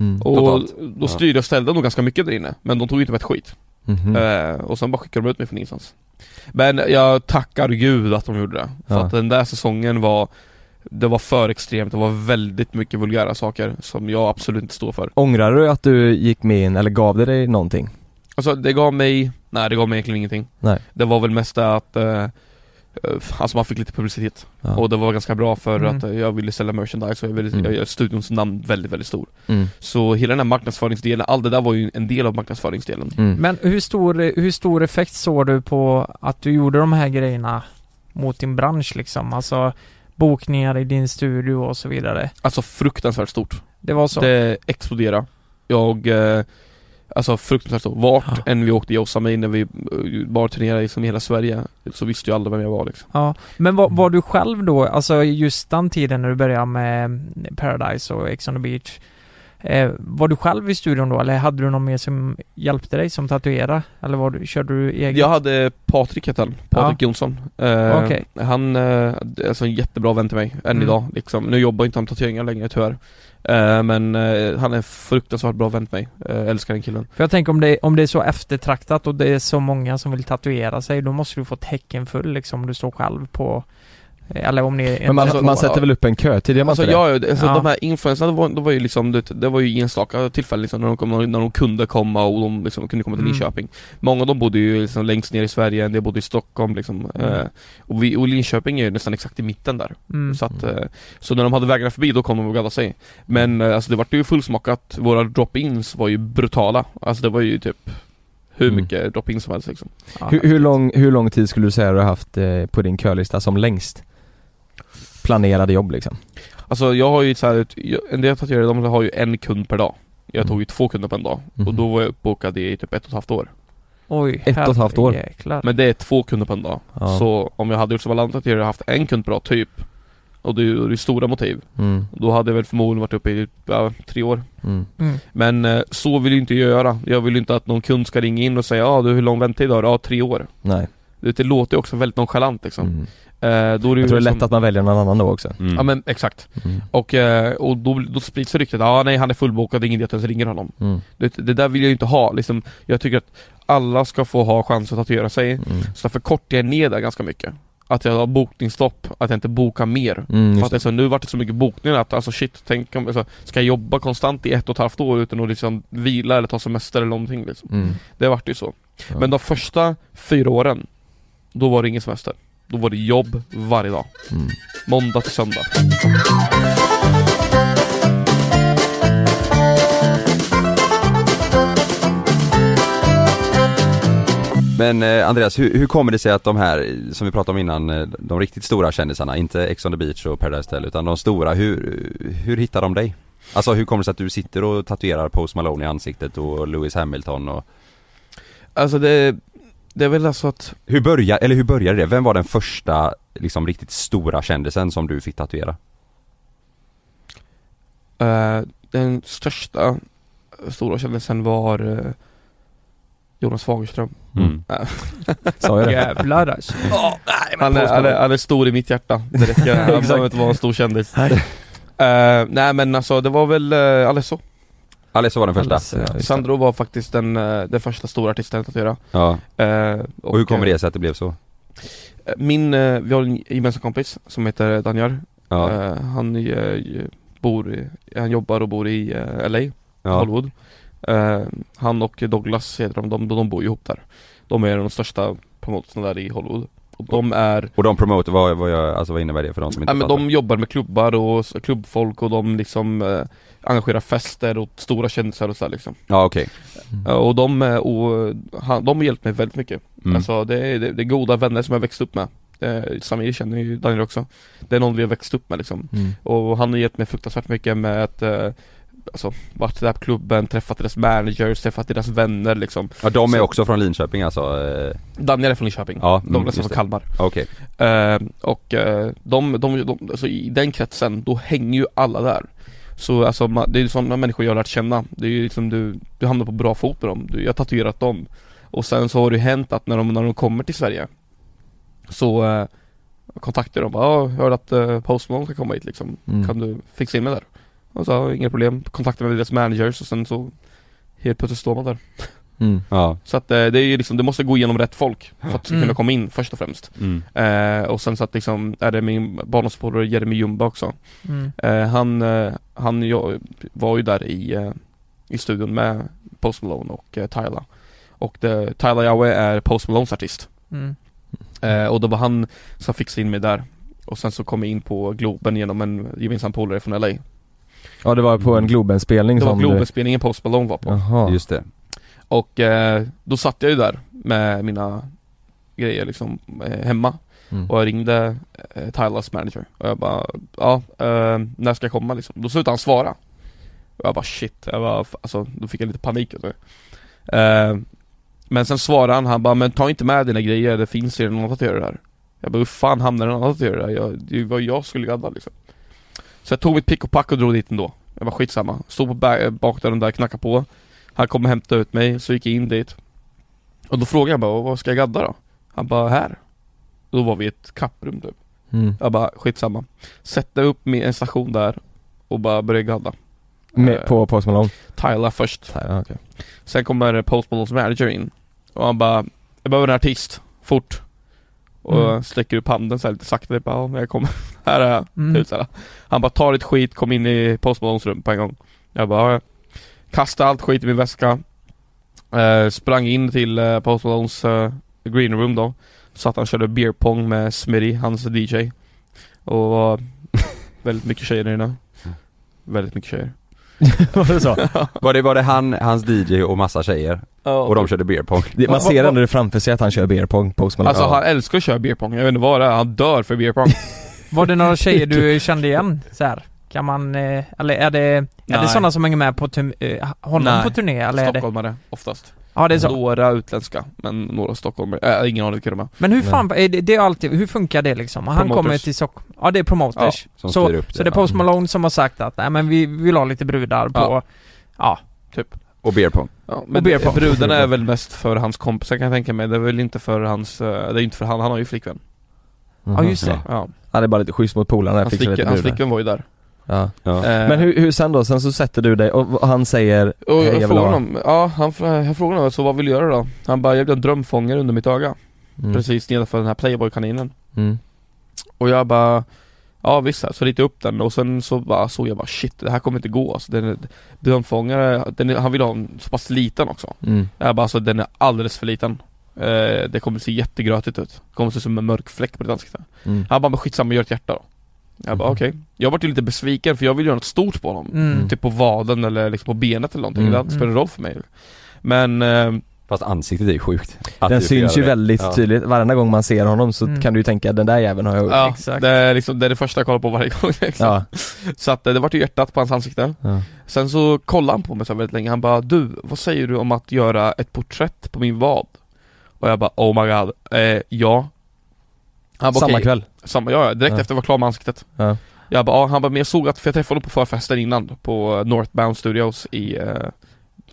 B: Mm.
D: Och
E: Totalt.
D: då styrde och ställde nog ganska mycket där inne Men de tog inte med ett skit
B: Mhm.
D: Eh, Och sen bara skickade de ut mig från ingenstans Men jag tackar gud att de gjorde det För
B: Ja.
D: att den där säsongen var Det var för extremt, det var väldigt mycket vulgära saker Som jag absolut inte står för
B: Ångrar du att du gick med in, eller gav det dig någonting?
D: Alltså det gav mig, nej det gav mig egentligen ingenting
B: Nej.
D: Det var väl mest det att eh, eh, Alltså man fick lite publicitet
B: Ja.
D: och det var ganska bra för
C: Mm.
D: att eh, jag ville sälja merchandise och jag ville,
B: Mm.
D: jag gör studions namn väldigt väldigt stor
B: Mm.
D: Så hela den här marknadsföringsdelen, allt det där var ju en del av marknadsföringsdelen
B: Mm.
C: Men hur stor, hur stor effekt såg du på att du gjorde de här grejerna mot din bransch liksom? Alltså bokningar i din studio och så vidare.
D: Alltså fruktansvärt stort
C: Det var så?
D: Det exploderade Jag eh, Alltså fruktansvärt stort, vart än vi åkte, jag och Samir när vi eh, bara turnerade liksom i hela Sverige Så visste ju alla vem jag var liksom
C: Ja, men var, var du själv då, alltså just den tiden när du började med Paradise och Ex on the Beach eh, Var du själv i studion då eller hade du någon mer som hjälpte dig som tatuerare? Eller var du, körde du eget?
D: Jag hade Patrik hette han, Patrik Jonsson eh,
C: Okej.
D: Han, eh, det är alltså en jättebra vän till mig, än
C: Mm.
D: idag liksom. Nu jobbar inte han med tatueringar längre tyvärr eh, Men eh, han är en fruktansvärt bra vän till mig, eh, älskar den killen
C: För jag tänker om det, om det är så eftertraktat och det är så många som vill tatuera sig då måste du få tecken full liksom om du står själv på eh, Eller om ni är
B: Men man,
D: Alltså,
B: man sätter väl upp en kö till det, gör man
D: Alltså,
B: inte det?
D: jag, alltså
C: Ja.
D: de här influencerna, det var, det var ju liksom, det, det var ju enstaka tillfällen liksom, när, de kom, när de kunde komma och de liksom, kunde komma till
C: Mm.
D: Linköping Många av dem bodde ju liksom, längst ner i Sverige, en del bodde i Stockholm liksom, eh, och, vi, och Linköping är ju nästan exakt i mitten där
C: mm.
D: Så, att, eh, så när de hade vägarna förbi då kom de och gaddade sig Men eh, alltså det vart ju fullsmockat, våra drop-ins var ju brutala Alltså det var ju typ hur
B: Mm.
D: mycket drop-in som helst liksom.
C: Ja,
B: Hur, hur, lång, hur lång tid skulle du säga du har haft eh, på din kölista som längst? Planerade jobb liksom.
D: Alltså jag har ju så här, ett- jag- en del tatuerare de har ju en kund per dag.
B: Mm.
D: Jag tog ju två kunder på en dag och
B: Mhm.
D: då var jag uppbokad i typ ett och ett halvt år.
C: Oj,
B: ett och ett halvt år.
C: Jäklar.
D: Men det är två kunder på en dag.
B: Ja.
D: Så om jag hade gjort som alla andra tatuerare och haft en kund per dag typ och det är ju det är stora motiv.
B: Mm,
D: Då hade jag väl förmodligen varit uppe i ja, tre år.
B: mm.
C: Mm.
D: Men eh, så vill jag inte göra. Jag vill ju inte att någon kund ska ringa in och säga ah, du hur lång väntetid har du? Ja, tre år.
B: Nej.
D: Det låter ju också väldigt nonchalant liksom.
B: Mm.
D: Eh, då är det ju
B: Jag tror det är
D: liksom-
B: lätt att man väljer någon annan då också.
E: Mm.
D: Ja men exakt.
B: Mm.
D: Och, eh, och då, då sprids ryktet, ja ah, nej han är fullbokad, det är ingen idé att jag ens ringer honom.
B: Mm.
D: Det, det där vill jag ju inte ha liksom, jag tycker att alla ska få ha chans att tatuera sig.
B: Mm.
D: Så därför kortar jag ner det ganska mycket. Att jag har bokningsstopp, att jag inte bokar mer.
B: Mm,
D: För att
B: just det.
D: alltså, nu vart det så mycket bokningar att alltså shit, tänk om, alltså, ska jag jobba konstant i ett och ett halvt år utan att liksom vila eller ta semester eller någonting liksom.
B: Mm.
D: Det vart ju så.
B: Ja.
D: Men de första fyra åren, då var det ingen semester. Då var det jobb varje dag.
B: Mm.
D: Måndag till söndag.
E: Men eh, Andreas, hur, hur kommer det sig att de här, eh, som vi pratade om innan, eh, de riktigt stora kändisarna, inte Ex on the beach och Paradise Hotel, utan de stora, hur, hur hittar de dig? Alltså hur kommer det sig att du sitter och tatuerar Post Malone i ansiktet och Lewis Hamilton och
D: Alltså det, det är väl alltså att
E: Hur börjar, eller hur började det? Vem var den första liksom riktigt stora kändisen som du fick tatuera?
D: eh, den största eh, stora kändisen var eh, Jonas Fagerström.
E: Mm.
B: Sa jag det?
C: Jävlar alltså.
D: Han är, han, är, han är stor i mitt hjärta, det räcker. Han behöver inte vara en stor kändis.
B: Nej.
D: Eh, nej men alltså det var väl eh, Alesso.
E: Alesso var den första?
B: Alltså, ja, just det.
D: Sandro var faktiskt den, eh, den första stora artisten jag tatuerade.
E: Ja.
D: Eh,
E: Och hur kommer
D: eh,
E: det sig att det blev så?
D: Min, eh, vi har en gemensam kompis som heter Daniel.
E: Ja,
D: Eh, han eh, bor, i, han jobbar och bor i eh, LA.
E: ja.
D: Hollywood eh, Han och Douglas heter de, de, de bor ju ihop där De är de största promotorerna där i Hollywood Och de är,
E: Och de promoter, vad, vad, gör- alltså, vad innebär det för de som inte
D: ja, men
E: fattar?
D: de jobbar med klubbar och s- klubbfolk och de liksom eh, Arrangerar fester och stora kändisar och sådär liksom
E: Ja okej,
B: Mm.
D: Eh, Och de, eh, och, han, de har hjälpt mig väldigt mycket
E: Mm.
D: Alltså det är, det, det är goda vänner som jag växt upp med eh, Samir känner ju Daniel också Det är någon vi har växt upp med liksom
B: Mm.
D: Och han har hjälpt mig fruktansvärt mycket med att eh, Alltså varit där på klubben, träffat deras managers, träffat deras vänner liksom
E: ja, de är
D: Så-
E: också från Linköping alltså? eh,
D: Daniel är från Linköping,
E: Ja, mm,
D: Douglas är
E: just
D: från
E: det.
D: Kalmar
E: Okej,
D: eh, Och eh, de, de, de, alltså i den kretsen, då hänger ju alla där Så alltså man, det är ju sådana människor jag har lärt känna Det är ju liksom du, du hamnar på bra fot med dem, du, jag har tatuerat dem Och sen så har det ju hänt att när de, när de kommer till Sverige Så eh, kontaktar de bara, ja, jag hörde att eh, Post Malone ska komma hit liksom
B: Mm.
D: kan du fixa in mig där? Och så, ja, inga problem, kontaktade med deras managers och sen så Helt plötsligt står man där
B: Mm.
E: ja.
D: Så att eh, det är ju liksom, du måste gå igenom rätt folk för att
C: Mm.
D: kunna komma in först och främst
E: Mm.
D: eh, Och sen så att liksom, är det min barndomspolare Jeremy Jumba också
C: Mm.
D: eh, Han, eh, han jag, var ju där i, eh, i studion med Post Malone och eh, Tyla Och det, Tyla Yahweh är Post Malones artist
C: Mm.
D: eh, Och det var han som fixade in mig där Och sen så kom jag in på Globen genom en gemensam polare från LA
B: Ja det var på en Globen-spelning
D: Det var
B: som du...
D: Globenspelningen Post Malone var på
B: Jaha.
E: just det
D: Och eh, då satt jag ju där med mina grejer liksom eh, hemma
B: Mm.
D: Och jag ringde eh, Tylers manager och jag bara Ja, eh, när ska jag komma liksom? Då slutade han svara Och jag bara shit, jag bara, f- alltså då fick jag lite panik alltså. eh, Men sen svarade han, han bara men ta inte med dina grejer, det finns redan någon tatuerare där Jag bara hur fan hamnade någon annan tatuerare där? Jag, det var jag skulle gadda liksom Så jag tog mitt pick och pack och drog dit ändå Jag var skitsamma, stod på ba- bakdörren där, knackade på Han kom och hämtade ut mig, så gick jag in dit Och då frågade jag bara, vad ska jag gadda då? Han bara, här Då var vi i ett kapprum typ
B: Mm.
D: Jag bara, skitsamma Sätter upp med en station där Och bara börjar gadda
B: Med, på Post Malone?
D: Tyler först
B: Ja, okej.
D: Sen kommer Post Malones manager in Och han bara Jag behöver en artist, fort Och
C: Mm.
D: jag sträcker upp handen så här lite sakta, bara ja, men jag kommer Här är jag,
C: Mm.
D: typ så här. Han bara ta ditt skit, kom in i Post Malones rum på en gång Jag bara ja. Kastade allt skit i min väska eh, Sprang in till eh, Post Malones eh, green room då Satt han och körde beer pong med Smitty, hans DJ Och var väldigt mycket tjejer inne
E: Mm.
D: Väldigt mycket tjejer
B: Var det så?
E: Var det, var det han, hans DJ och massa tjejer? och de körde beer pong.
B: Det- Man
D: Va- va-
B: ser
D: va-
B: ändå det framför sig att han kör beer pong, Post Malone.
D: Alltså
B: Ja.
D: han älskar att köra beer pong, jag vet inte vad det är, han dör för beer pong.
C: Var det några tjejer
B: Typ.
C: du kände igen? Så här? Kan man, eh, eller är det, är det
D: Nej.
C: sådana som hänger med på turn, eh, honom
D: Nej.
C: på turné eller är det?
D: Stockholmare, oftast.
C: Ja det är så.
D: Några utländska, men några stockholmare. Äh, ingen aning vilka de är.
C: Men hur fan, är det, det är alltid, hur funkar det liksom? Han
D: Promoters.
C: kommer till Stockholm, ja det är promoters.
E: som
C: så,
E: styr upp det,
C: så det är
E: ja.
C: Post Malone som har sagt att nej men vi vill ha lite brudar på, ja.
D: Ja.
E: Och beer pong.
D: Ja,
C: Och
D: men
C: beer pong.
D: brudarna är väl mest för hans kompisar kan jag tänka mig, det är väl inte för hans, eh, det är inte för han, han har ju flickvän.
B: Mhm.
C: just det.
D: Ja.
B: Han är bara lite schysst mot polarna, jag
D: Hans,
B: fixar
D: flickvän,
B: lite
D: hans
B: brudar.
D: flickvän var ju där.
B: Ja.
E: Ja.
D: Eh,
B: Men hur, hur sen då? Sen så sätter du dig och och han säger
D: Och
B: "Hej,
D: jag
B: vill ha."
D: frågade honom, ja han, fra- jag frågade honom så vad vill du göra då? Han bara, jag blev en drömfångare under mitt öga,
B: Mm.
D: precis nedanför den här Playboy-kaninen
B: Mm.
D: Och jag bara, ja visst så här." så ritade jag upp den och sen så bara såg jag bara shit det här kommer inte gå alltså, den, Drömfångare, den, är- han vill ha en så pass liten också
B: Mm.
D: Jag bara alltså den är alldeles för liten eh, Det kommer se jättegrötigt ut, det kommer se ut som en mörk fläck på ditt ansikte
B: Mm.
D: Han bara, men skitsamma gör ett hjärta då Jag bara
B: Mhm.
D: okej, jag vart ju lite besviken för jag vill göra något stort på honom
C: mm.
D: Typ på vaden eller liksom på benet eller någonting,
B: Mm.
D: det hade inte spelat roll för mig Men, eh,
E: Fast ansiktet är ju sjukt. Att
B: Den
E: du får göra
B: syns ju
E: det.
B: väldigt
E: Ja.
B: tydligt, varenda gång man ser honom så
C: Mm.
B: kan du ju tänka den där jäveln har jag gjort.
D: ja,
C: exakt.
D: det är liksom, det är det första jag kollar på varje gång liksom.
B: Oh, Ja.
D: Så att eh, det vart ju hjärtat på hans ansikte
B: Ja.
D: Sen så kollade han på mig så här väldigt länge, han bara du, vad säger du om att göra ett porträtt på min vad? Och jag bara oh my god, eh, ja han bara,
B: Samma
D: "Okej."
B: kväll.
D: Samma, ja, ja, direkt
B: Ja.
D: efter jag var klar med ansiktet
B: Ja.
D: Jag bara, ja, han bara, men jag såg att, för jag träffade honom på förfesten innan på eh, Northbound Studios i, eh,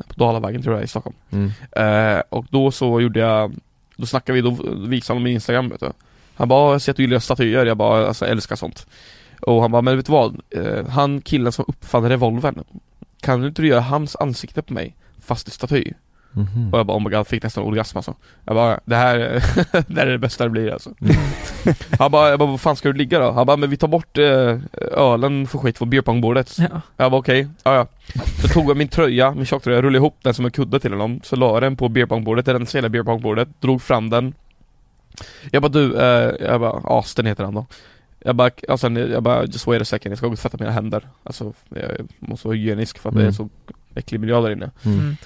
D: på Dalavägen tror jag i Stockholm
B: Mm.
D: eh, Och då så gjorde jag, då snackade vi, då visade han min Instagram vet du Han bara, "Ja, jag ser att du gillar statyer, jag bara, alltså jag älskar sånt Och han bara, men vet du vad? Eh, han killen som uppfann revolvern Kan du inte göra hans ansikte på mig? Fast i staty?
B: Mhm.
D: Och jag bara oh my god, fick nästan orgasm alltså Jag bara, det här, det här är det bästa det blir alltså
B: Mm.
D: Han bara, jag bara, vad fan ska du ligga då? Han bara, men vi tar bort eh, ölen för skit från beerpongbordet
C: Ja.
D: Jag bara okej, ja ja Så tog jag min tröja, min tjocktröja, rullade ihop den som en kudde till honom Så la jag den på beerpongbordet, jag rensade hela beerpongbordet, drog fram den Jag bara du, eh, jag bara, Asten heter han då jag bara, alltså, jag bara, just wait a second, jag ska gå och tvätta mina händer Alltså, jag måste vara hygienisk för att det är
B: Mm.
D: så äcklig miljö där inne
C: Mm.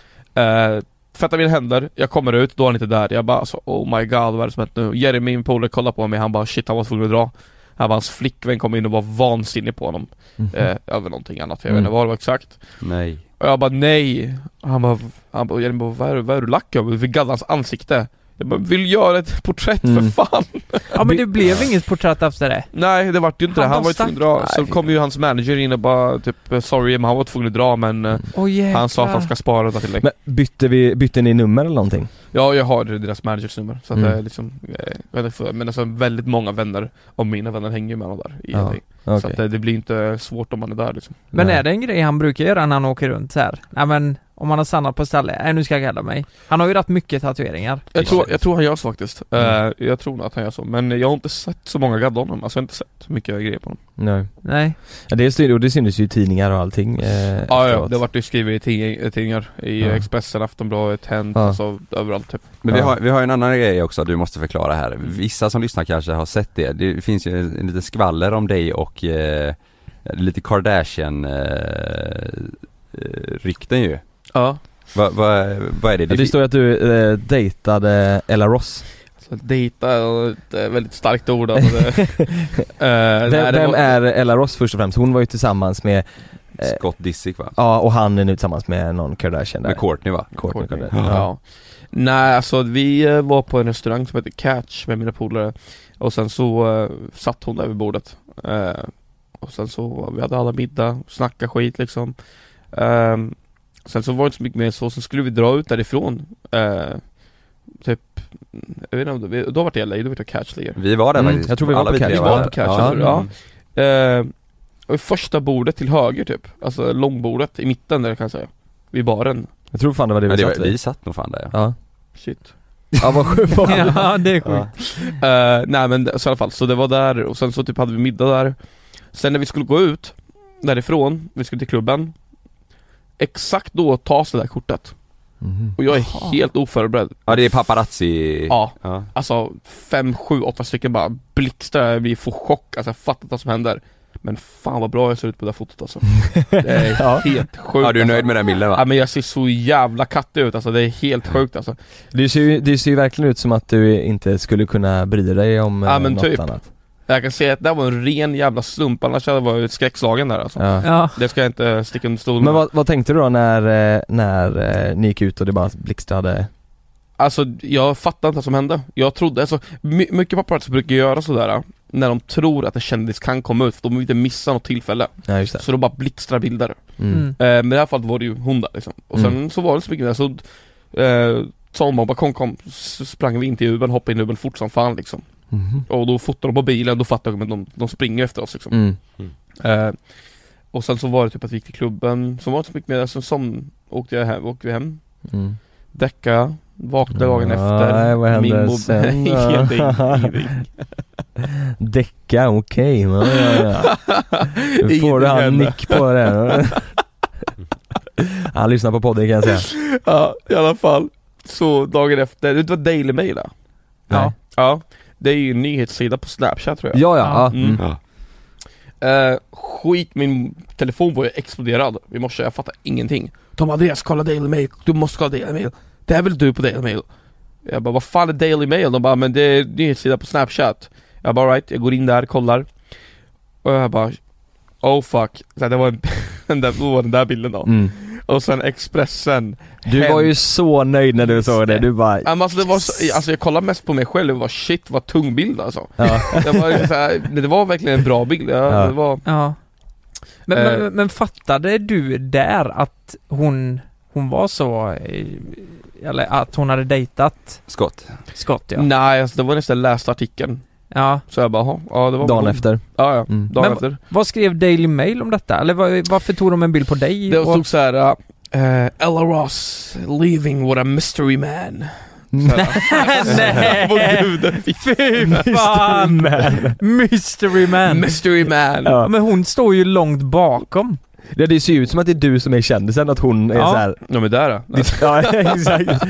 D: Eh, Tvättar mina händer, jag kommer ut, då är han inte där. Jag bara alltså, oh my god vad är det som hänt nu? Jeremy, min polare, kollar på mig, han bara shit han var tvungen att dra. Han bara, hans flickvän kom in och var vansinnig på honom.
B: Mm-hmm.
D: Eh, över någonting annat, jag vet inte
B: Mm.
D: vad det var exakt.
E: Nej.
D: Och jag bara nej. Han bara, han bara Jeremy bara, vad är, du- vad är du lack över? Vi gaddar hans ansikte. Jag bara, vill göra ett porträtt
B: Mm.
D: för fan!
C: ja men det blev inget porträtt efter det.
D: Nej det vart ju inte
C: Han
D: det,
C: bara
D: han var ju tvungen att dra. Så kom ju hans manager in och bara typ sorry men han var tvungen att dra men eh,
C: Oh, jäklar.
D: han sa att han ska spara det till dig.
B: Men bytte, vi, bytte ni nummer eller någonting?
D: Ja, jag har deras managers nummer, så att
B: Mm.
D: det är liksom, eh, jag vet inte, för- men alltså väldigt många vänner, och mina vänner hänger ju med honom där i
B: Ja,
D: LA. Så
B: Okej.
D: att eh, det blir inte svårt om man är där liksom
C: Men
B: Nej.
C: är det en grej han brukar göra när han åker runt så här? Nej men, om han har stannat på ställe, nej nu ska jag gadda mig. Han har ju rätt mycket tatueringar.
D: Jag tror, jag tror han gör så faktiskt, Eh, jag tror nog att han gör så, men jag har inte sett så många gadda honom, alltså jag har inte sett mycket grejer på honom
B: Nej.
C: Nej.
B: Ja, det, syns, och det syntes ju i tidningar och allting eh,
D: Ja, ja,
B: efteråt.
D: det har varit ju skrivet i tidning- tidningar, i
B: Ja.
D: Expressen, Aftonbladet, Hänt,
B: Ja.
D: alltså överallt typ
E: Men vi,
B: Ja.
E: har, vi har ju en annan grej också du måste förklara här. Vissa som lyssnar kanske har sett det. Det finns ju en, en liten skvaller om dig och eh, lite Kardashian eh, eh, rykten ju.
D: Ja
E: Vad va, vad är det?
B: Ja, Det
E: fin-
B: står ju att du eh, dejtade Ella Ross.
D: så Dejta är ett eh, väldigt starkt ord alltså det, Eh, nej,
B: Vem,
D: det
B: vem
D: var-
B: är Ella Ross först och främst? Hon var ju tillsammans med, eh,
E: Scott Disick va?
B: ja och han är nu tillsammans med någon Kardashian där.
E: Med Courtney va?
B: Courtney
D: Courtney.
B: Kardashian. Ja.
D: Ja. Nej, alltså vi eh, var på en restaurang som heter Catch med mina polare och sen så eh, satt hon där vid bordet. Eh, och sen så, vi hade alla middag, snackade skit liksom. Ehm, sen så var det inte så mycket mer än så, sen skulle vi dra ut därifrån. Eh, typ, jag vet inte om det, vi- då var det i LA, då var det Catch ligger.
E: Vi var där
B: Mm,
E: faktiskt.
B: jag tror vi var
E: Alla
B: på
E: tre
B: Catch.
D: Vi var på Catch,
E: Ja.
D: eller? Ja. Eh, och första bordet till höger typ, alltså långbordet i mitten där kan jag säga. Vid baren.
B: Jag tror fan det var det
E: Men
B: vi
E: det
B: satt
E: var, vi
B: vid.
E: satt nog fan där ja.
B: Ja.
D: Shit.
B: ja, Mm-hmm. vad sjukt.
C: ja, det är sjukt.
E: Ja.
D: Eh, nej men det- så i alla fall, så det var där och sen så typ hade vi middag där Sen när vi skulle gå ut därifrån, vi skulle till klubben Exakt då tas det där kortet
B: Mhm.
D: och jag är helt oförberedd
E: ja det är paparazzi...
D: Ja,
E: Ja.
D: alltså fem, sju, åtta stycken bara blixtrar, vi får chock, alltså jag fattar inte vad som händer Men fan vad bra jag ser ut på det där fotot alltså. Det är
B: Ja.
D: helt sjukt
E: Ja du är
D: alltså.
E: nöjd med den bilden
D: Ja
E: va?
D: men jag ser så jävla kattig ut alltså, det är helt sjukt alltså.
B: Det ser, ju, det ser ju verkligen ut som att du inte skulle kunna bry dig om
D: Ja,
B: eh,
D: men
B: något
D: typ.
B: annat.
D: Jag kan säga att det här var en ren jävla slump, annars hade jag varit skräckslagen där alltså.
B: Ja.
C: Ja.
D: Det ska jag inte sticka under stol med.
B: Men vad, vad tänkte du då när, eh, när eh, ni gick ut och det bara blixtrade?
D: Alltså jag fattar inte vad som hände. Jag trodde, alltså my- mycket paparazzi brukar göra sådär när de tror att en kändis kan komma ut, för de vill inte missa något tillfälle.
B: Ja just det.
D: Så de bara blixtrar bilder. Eh,
B: Mm.
C: Mm.
D: men i det här fallet var det ju hon där liksom. Och sen så var det så mycket där, så eh, Tom och bara kom, kom, så sprang vi in till Uben, hoppade in i Uben fort som fan liksom.
B: Mhm.
D: Och då fotade de på bilen, då fattade jag att de, de springer efter oss liksom.
B: Mm.
D: Eh, och sen så var det typ att vi gick till klubben, som var det inte så mycket mer, sen som åkte jag hem, åkte vi hem
B: Mm.
D: Däcka, vaknade dagen
B: Nej,
D: efter
B: vad hände
D: mob-
B: sen då?
D: ingenting, ingenting.
B: Däcka, okej. Ja, ja, ja. Nu får du
D: Ingenting
B: han
D: hände.
B: nick på det. Han lyssnar på podden kan jag säga.
D: Ja, i alla fall Så dagen efter, det var Daily Mail ja.
B: Nej.
D: ja Det är ju en nyhetssida på snapchat tror jag
B: Ja, ja. ja.
D: Mm.
B: Mm.
E: Ja.
D: Eh, Skit, min telefon var ju exploderad i morse, jag fattar ingenting Tom Andreas, kolla Daily Mail, du måste kolla Daily Mail Det är väl du på Daily Mail? Jag bara, vad fan är Daily Mail? De bara, men det är en nyhetssida på Snapchat Jag bara, all right, jag går in där, kollar Och jag bara, oh fuck Så det var en, den, där, då var den där bilden då
B: Mm.
D: Och sen Expressen
B: Du var ju så nöjd när du såg det. Du bara,
D: Ja, men Alltså, det var så, alltså jag kollade mest på mig själv, och var shit vad tung bild alltså
B: ja.
D: det var, så här, men det var verkligen en bra bild, ja,
B: Ja.
D: det var
C: Ja. Men,
D: Eh.
C: men, men fattade du där att hon, hon var så, eh, eller att hon hade dejtat
E: Skott.
C: Scott ja?
D: Nej, alltså det var nästan lästa artikeln
C: Ja.
D: Så jag bara, "Jaha, ja det var
B: Dagen efter.
D: Ja, ja.
B: Mm.
D: Dagen
C: Men-
D: efter.
C: Vad skrev Daily Mail om detta? Eller var, varför tog de en bild på dig?
D: Det
C: och-
D: stod så här. eh, Ella Ross leaving what a mystery man.
B: Mm.
C: Nej!
D: Åh gud, fy
C: Fy fan! Mystery man!
D: mystery man.
B: Ja.
C: Ja, men hon står ju långt bakom.
B: Ja, det ser ju ut som att det är du som är kändisen, att hon är
C: Ja.
B: så här.
D: Ja men där då.
B: Det, ja, exakt.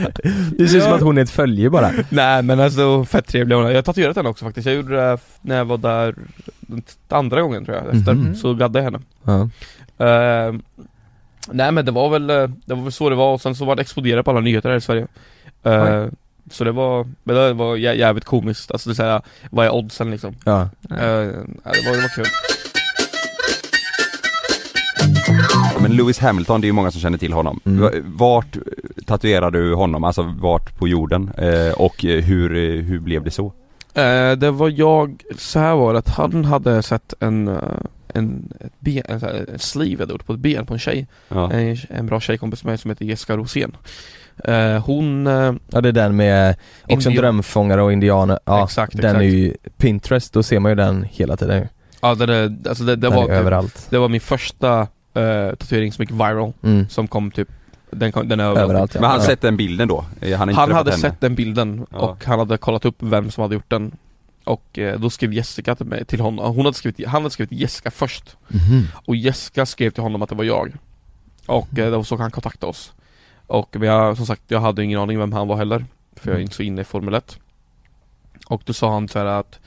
B: Det ser ut som att hon är ett följe bara.
D: Nej men alltså fett trevlig hon är. Jag har tatuerat henne också faktiskt. Jag gjorde det f- när jag var där den t- andra gången tror jag, efter.
B: Mhm.
D: Så gaddade jag henne.
B: Ja.
D: Eh, nej men det var väl, eh, det var väl så det var och sen så var det exploderat på alla nyheter här i Sverige. Eh, så det var, men det var jä- jävligt komiskt. Alltså det är så här, vad är oddsen liksom?
B: Ja.
D: Eh, ja, det, var, det var kul.
E: Men Lewis Hamilton, det är ju många som känner till honom.
B: Mm.
E: Va- Vart tatuerar du honom? Alltså vart på jorden? Eh, och eh, hur, eh, hur blev det så?
D: Eh, det var jag, så här var det att han hade sett en, eh, en, ett ben, en, så här, en sleeve jag hade gjort på ett ben på en tjej
E: Ja.
D: en, en bra tjejkompis med mig som heter Jessica Rosén Eh, Hon, eh,
B: ja, det är den med också en
D: Indian-
B: drömfångare och indianer. Ja,
D: Exakt,
B: den
D: exakt.
B: är ju Pinterest, då ser man ju den hela tiden. ju.
D: ja det, det, alltså det, det,
B: Den
D: var,
B: är
D: det,
B: överallt.
D: det var min första eh, tatuering som gick viral
B: Mm.
D: Som kom typ, den, kom, den är överallt,
B: Överallt ja.
E: Men han
B: ja.
E: sett den bilden då? Eh, Han, har inte
D: Han
E: träffat
D: hade
E: henne.
D: sett den bilden
E: Ja.
D: och han hade kollat upp vem som hade gjort den Och eh, då skrev Jessica till mig, till honom, hon hade skrivit, han hade skrivit till Jessica först
B: Mhm.
D: Och Jessica skrev till honom att det var jag Och eh, det var så han kontaktade oss Och men jag, som sagt, jag hade ingen aning vem han var heller För jag är inte så inne i Formel 1 Och då sa han så här att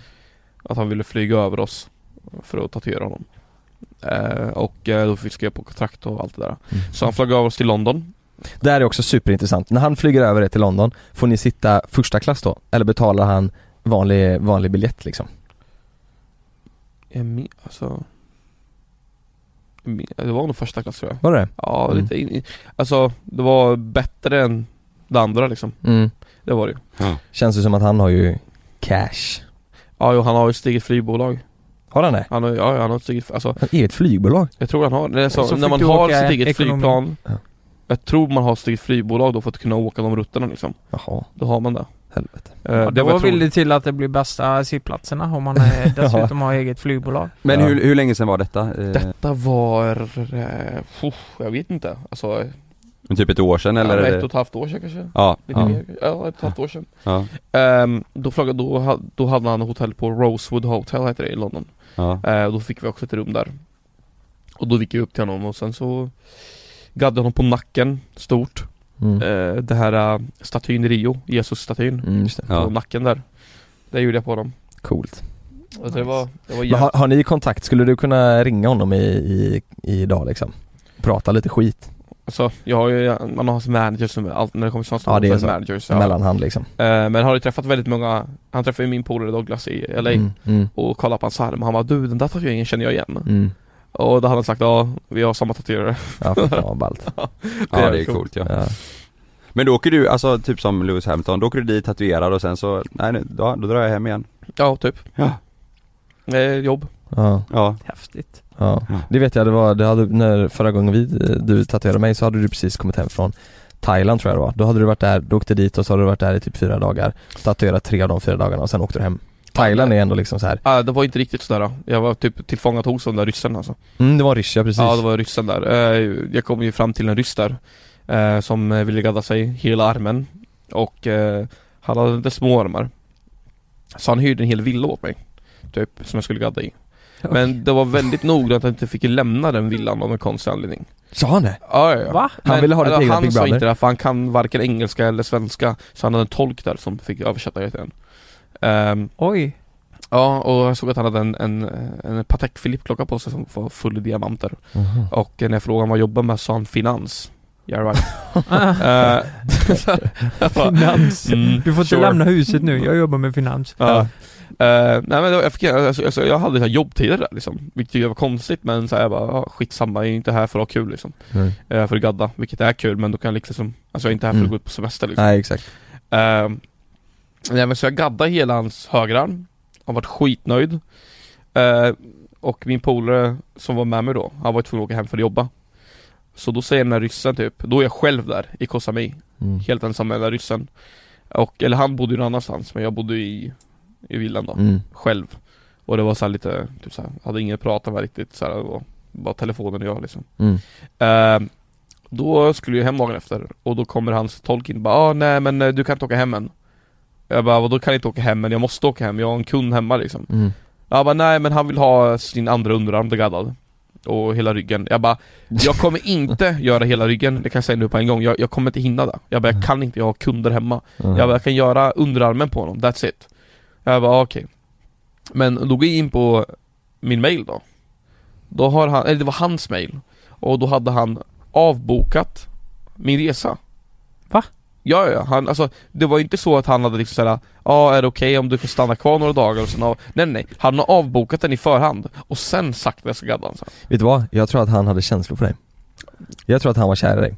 D: Att han ville flyga över oss För att tatuera honom eh, Och eh, då fick vi skriva på kontrakt och allt det där
B: Mm.
D: Så han flög över oss till London
B: Det här är också superintressant. När han flyger över det till London, får ni sitta första klass då? Eller betalar han vanlig, vanlig biljett liksom?
D: Jag min- alltså jag min- Det var nog första klass tror jag
B: Var det det?
D: Ja,
B: Mm.
D: lite in, Alltså det var bättre än det andra liksom
B: mm.
D: Det var det ju.
B: Känns ju som att han har ju cash.
D: Ja, jo, han har ju sitt eget flygbolag
B: Har han det?
D: Han har, ja, han har ett eget, alltså,
B: Han är ett flygbolag.
D: jag tror han har, det är så,
C: Så
D: när
C: fick
D: man
C: du
D: har
C: åka
D: sitt eget
C: ekonomi.
D: flygplan
B: Ja.
D: Jag tror man har sitt eget flygbolag då för att kunna åka de rutterna liksom
B: Jaha,
D: Då har man det
B: helvete.
D: Eh,
C: Ja, det
D: var
C: var
D: jag tror-
C: väl det till att det blir bästa sittplatserna om man eh, dessutom har eget flygbolag.
E: Men
B: Ja.
E: hur, hur länge sedan var detta? Eh,
D: Detta var, eh, pff, jag vet inte, alltså
E: men Typ ett år sedan eller?
D: eller,
E: är
D: ett
E: det-
D: och ett halvt år sedan kanske
E: Ja,
D: Lite
E: ja,
D: mer, ja ett och ett halvt år sedan
E: ja,
D: Ehm, Då flög, då, ha- då hade han hotell på Rosewood Hotel heter det i London
E: ja.
D: Eh, och då fick vi också ett rum där Och då gick jag upp till honom och sen så Gaddade honom på nacken, stort
B: Mm.
D: eh, Det här eh, statyn i Rio, Jesus-statyn
B: Mm, just det.
D: på
E: ja.
D: nacken där Det gjorde jag på dem
B: Coolt.
D: Alltså det var, det
B: Men
D: var jävligt
B: har, har ni kontakt? Skulle du kunna ringa honom i, i, i idag liksom? Prata lite skit
D: Alltså, jag har ju, man har hans manager som, är allt, när det kommer till sådana
B: Ja, det är
D: saker,
B: så.
D: så managers ja.
B: mellan han liksom?
D: Eh, Men har ju träffat väldigt många, han träffade ju min polare Douglas i LA
B: Mm, mm,
D: och kollade på hans arm och han bara du den där tatueringen känner jag igen
B: mm.
D: Och då hade han sagt ja, vi har samma tatuerare
B: Ja fy fan vad ballt.
E: Ja det är coolt ja.
B: Ja.
E: Men då åker du, alltså typ som Lewis Hamilton, då åker du dit tatuerad och sen så, nej nu, då, då drar jag hem igen.
D: Ja, typ
E: Ja.
D: eh, Jobb
B: Ja,
E: Ja,
C: Häftigt.
B: ja. Det vet jag, det var, det hade, när förra gången vi, du tatuerade mig så hade du precis kommit hem från Thailand tror jag det var. Då hade du varit där, du åkte dit och så hade du varit där i typ fyra dagar. Tatuerat tre av de fyra dagarna och sen åkte du hem. Thailand är ändå liksom så här.
D: ah, Det var inte riktigt sådär, jag var typ tillfångatogs av den där ryssen alltså
B: Mm, det var Ryssja precis.
D: Ja, det var ryssen där Eh, Jag kom ju fram till en ryss där eh, Som eh, ville gadda sig hela armen Och eh, han hade inte små armar Så han hyrde en hel villa åt mig Typ, som jag skulle gadda i Men det var väldigt noggrant att jag inte fick lämna den villan av en konstig anledning
B: Sa han det?
D: Ja, ja, ja.
C: Va?
B: Han ville ha ditt
D: eller
B: egna
D: Han
B: Big
D: sa
B: Brother.
D: inte det, för han kan varken engelska eller svenska Så han hade en tolk där som fick översätta det till en Ehm,
C: Oj.
D: Ja, och jag såg att han hade en, en, en Patek Philippe-klocka på sig som var full i diamanter Och eh, när jag frågade vad han jobbade med sa han finans Yeah right Eh, jag bara,
C: Finans.
D: Mm,
C: Du får inte
D: sure. Mm.
C: lämna huset nu, jag jobbar med finans.
D: Ja. Eh, nej men jag fick alltså, alltså, jag hade så här jobbtider där liksom, vilket ju var konstigt men så här, jag bara, ah, skitsamma, jag är inte här för att ha kul liksom.
B: Nej.
D: Eh, för att gadda, vilket är kul men då kan jag liksom, alltså jag är inte här för att
B: Mm.
D: gå ut på semester liksom.
B: Nej exakt.
D: Eh, nej men så jag gaddade hela hans högerarm, han vart skitnöjd. Eh, och min polare som var med mig då, han var ju tvungen att åka hem för att jobba. Så då säger den här ryssen typ, då är jag själv där i Koh Samui
B: Mm.
D: helt ensam med den där ryssen Och, eller han bodde ju någon annanstans men jag bodde ju i, i villan då,
B: Mm.
D: själv Och det var så här lite, typ så här, hade ingen att prata med riktigt så här, det var bara telefonen och jag liksom
B: Mm.
D: Ehm, Då skulle jag hem dagen efter och då kommer hans tolk in och bara ah, nej men eh, du kan inte åka hem än Jag bara vadå kan jag inte åka hem men jag måste åka hem, jag har en kund hemma liksom
B: Mm.
D: jag bara nej men han vill ha sin andra underarm begaddad Och hela ryggen, jag bara Jag kommer inte göra hela ryggen, det kan jag säga nu på en gång Jag, jag kommer inte hinna det Jag bara jag kan inte, jag har kunder hemma
C: Mm.
D: Jag bara jag kan göra underarmen på honom, that's it Jag bara okej Men då går jag in på min mail då Då har han, eller det var hans mail Och då hade han avbokat min resa
C: Va?
D: Ja, ja, ja, han, alltså det var ju inte så att han hade liksom såhär Ja, är det okej om du får stanna kvar några dagar och sen av... Nej nej, han har avbokat den i förhand och sen sagt det ska gaddan så.
B: Vet du vad? Jag tror att han hade känslor för dig. Jag tror att han var kär i dig.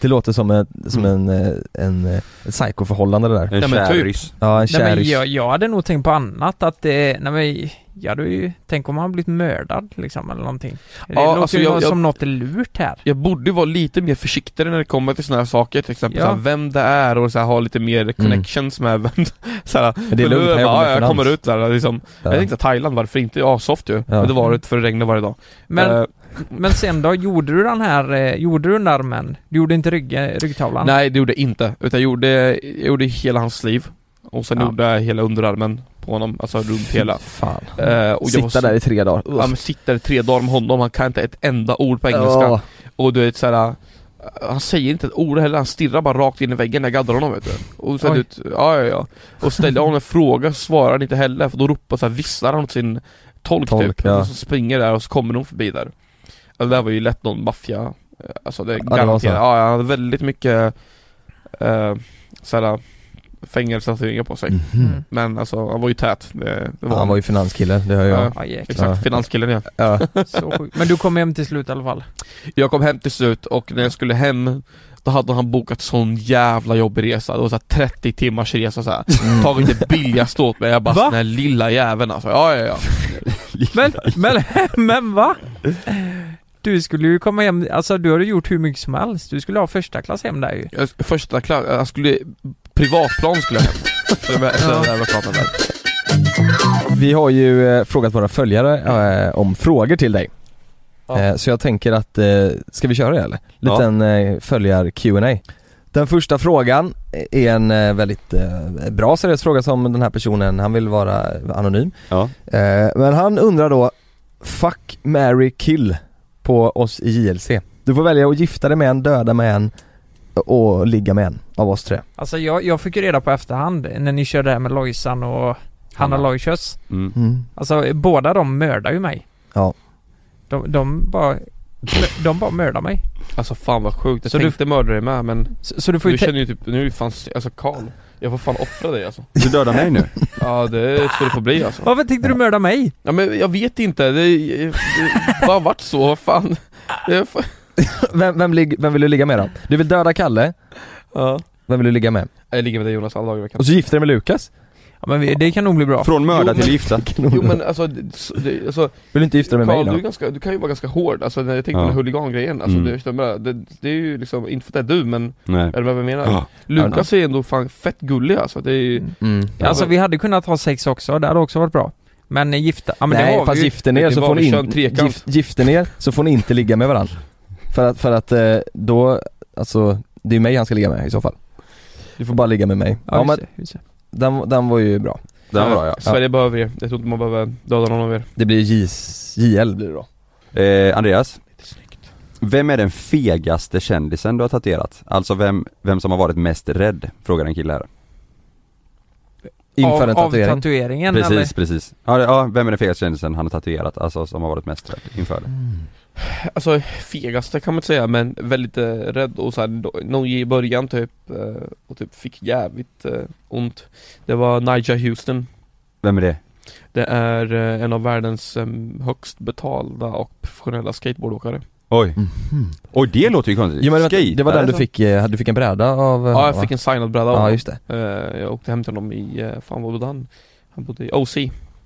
B: Det låter som, en, som en, eh, en, eh, ett psykoförhållande det där.
E: en
D: Mm. Ja, men
E: kär
D: typ.
E: ryss.
B: Ja, en
C: Nej,
B: kär
C: men
B: ryss.
C: jag, jag hade nog tänkt på annat, att det, nej men, jag hade ju, tänk om han blivit mördad liksom eller någonting. Det
D: Ja,
C: låter
D: alltså,
C: ju
D: jag-
C: nå-
D: jag-
C: som något är lurt här.
D: Jag borde vara lite mer försiktig när det kommer till sådana här saker, till exempel
C: Ja. Mm.
D: så här, vem det är och så här, ha lite mer connections med vem så här,
B: Men det är
D: för nu
B: lugnt,
D: jag,
B: jag
D: bara,
B: jobbar
D: ja,
B: med
D: jag
B: finans.
D: kommer ut där liksom.
B: Ja.
D: Jag tänkte Thailand, varför inte? Ja, soft ju. Men det var det för det regnade varje dag.
C: Men,
D: Eh,
C: men sen då, gjorde du den här, eh, gjorde du den där men Du gjorde inte ryggen, ryggtavlan?
D: nej det gjorde jag inte, utan jag gjorde, jag gjorde hela hans liv. Och sen
C: Ja.
D: gjorde jag hela underarmen på honom, alltså runt hela.
B: Fy Fan.
D: Eh, och jag var så-
B: Sitta där i tre dagar.
D: Ja men sitter i tre dagar med honom, han kan inte ett enda ord på engelska
B: Ja.
D: Och du vet såhär Han säger inte ett ord heller, han stirrar bara rakt in i väggen när jag gaddar honom vet du Och sen
C: Oj.
D: ut, ja ja ja Och ställer jag honom en fråga så svarar han inte heller för då ropar så här, visslar han åt sin tolk,
B: Tolk,
D: typ
B: ja.
D: Och så springer där och så kommer de förbi där alltså, Det där var ju lätt någon maffia Alltså det är
B: var så.
D: garanterat, ja, ja han hade väldigt mycket eh, såhär fängelsetatueringar på sig
B: Mm-hmm.
C: Mm.
D: Men alltså han var ju tät, det, det var
B: Han var ju finanskille, det hör jag.
D: Ja.
C: Ja, jäklar.
D: Exakt,
B: Ja.
D: finanskillen ja
B: Ja.
C: Så sjukt. Men du kom hem till slut i alla fall?
D: Jag kom hem till slut och när jag skulle hem Då hade han bokat sån jävla jobbig resa, det var så här 30 timmars resa så här. Tagit det billigaste åt mig, jag bara
C: Va?
D: den här lilla jäveln alltså, ja ja ja
C: Men, men, men va? Du skulle ju komma hem, alltså du har ju gjort hur mycket som helst. Du skulle ha första klass hem där ju.
D: jag, Första klass, jag skulle, privatplan skulle jag hem Så det var- så det där var klart med det.
B: Vi har ju eh, frågat våra följare eh, om frågor till dig.
D: Ja.
B: Eh, så jag tänker att, eh, ska vi köra det eller? Liten eh, följar Q&A Den första frågan är en eh, väldigt eh, bra seriös fråga som den här personen, han vill vara anonym.
E: Ja.
B: Eh, men han undrar då, fuck, marry, kill på oss i JLC. Du får välja att gifta dig med en, döda med en och ligga med en av oss tre.
C: Alltså jag, jag fick ju reda på efterhand när ni körde här med Lojsan och
E: Hanna.
C: Hanna Loisius.
E: Mm.
B: Mm.
C: Alltså båda de mördar ju mig.
B: Ja.
C: De, de bara... De bara mördar mig.
D: Alltså fan vad sjukt, jag
C: Så du-
D: tänkte mörda dig med men
C: Så, så du får ju...
D: du
C: Te-
D: känner ju typ, nu är det fan, alltså Karl Jag får fan offra dig alltså
E: Du dödar mig nu?
D: Ja det får det få bli alltså
C: Varför tänkte du mörda mig?
D: Ja men jag vet inte, det, det det har varit så, vad fan Det är fan-
B: Vem, vem, lig- vem vill du ligga med då? Du vill döda Kalle,
D: Ja
B: vem vill du ligga med?
D: Jag ligger med dig Jonas alla dagar i veckan
B: Och så gifter du dig med Lukas?
C: Ja, men vi- det kan nog bli bra.
E: Från mörda
D: Jo, men-
E: till gifta?
D: Jo men alltså, det, så- det, alltså
B: Vill du inte gifta dig med
D: Karl,
B: mig
D: du,
B: då?
D: är ganska, du kan ju vara ganska hård, alltså när jag tänker på
E: Ja.
D: den här huligangrejen, alltså
E: Mm.
D: det, förstår jag, det, det är ju liksom, inte för att det är du men,
E: Nej.
D: är du med vad jag menar?
E: Ja.
D: Lukas är ändå fan fett gullig alltså, det är ju
B: Mm.
C: Ja, Alltså vi hade kunnat ha sex också, det hade också varit bra. Men eh, gifta, ja men det
B: Nej,
C: har vi
B: fast
C: ju.
B: gifter ner
D: Det
B: så
D: var
B: får
D: vi
B: ni
D: kör en
B: in,
D: trekant.
B: gif, gifter ner så får ni inte ligga med varandra. För att, för att eh, då, alltså det är mig han ska ligga med i så fall. Du får bara ligga med mig. Ja,
C: Ja,
B: men
C: just det, just det.
B: den, den var ju bra.
E: Den var bra ja.
D: Eh, Sverige behöver er, jag tror inte man behöver döda någon av er
B: Det blir JS, JL blir det då.
E: Eh, Andreas? Vem är den fegaste kändisen du har tatuerat? Alltså vem, vem som har varit mest rädd? Frågar en kille här.
B: Inför
C: av,
B: en
C: Av
B: tatuering.
C: tatueringen eller?
E: Precis, precis. Ja, det- ja, vem är den fegaste kändisen han har tatuerat? Alltså som har varit mest rädd inför det.
D: Alltså fegaste kan man inte säga men väldigt eh, rädd och såhär do- nojig i början typ eh, Och typ fick jävligt eh, ont Det var Nigel Houston
E: Vem är det?
D: Det är eh, en av världens eh, högst betalda och professionella skateboardåkare
E: Oj.
B: Mhm.
E: Oj det låter ju konstigt.
B: Jo, men vänta, det var den
E: Skejtare alltså.
B: du
E: som-
B: fick, eh, du fick en bräda av eh,
D: Ja jag
B: va?
D: fick en signad bräda av
B: Ja
D: honom
B: just det.
D: Eh, Jag åkte hem till honom i, eh, fan vad bodde han? Han bodde i OC,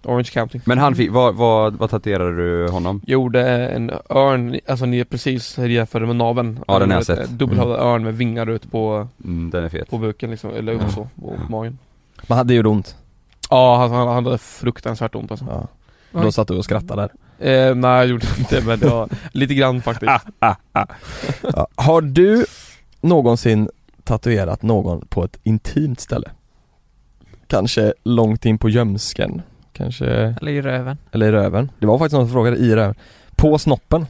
D: Orange County
E: Men han fick, vad, vad, vad tatuerade du honom?
D: Gjorde en örn, alltså ni är precis jämför med naveln
E: Ja, den har jag
D: Ett,
E: sett.
D: eh, Dubbelhavda örn med vingar ute på,
E: Mm, den är fet.
D: på buken liksom, eller upp så, på magen
B: Man hade ju ont.
D: Ja, han, han, han hade fruktansvärt ont alltså.
B: Ja.
C: Oj.
B: Då satt du och skrattade där.
D: eh, Nej jag gjorde inte men det var lite grann faktiskt
E: Ah,
B: Ja. Har du någonsin tatuerat någon på ett intimt ställe? Kanske långt in på gömsken? Kanske,
C: Eller i röven.
B: eller i röven? Det var faktiskt någon som frågade i röven. På snoppen?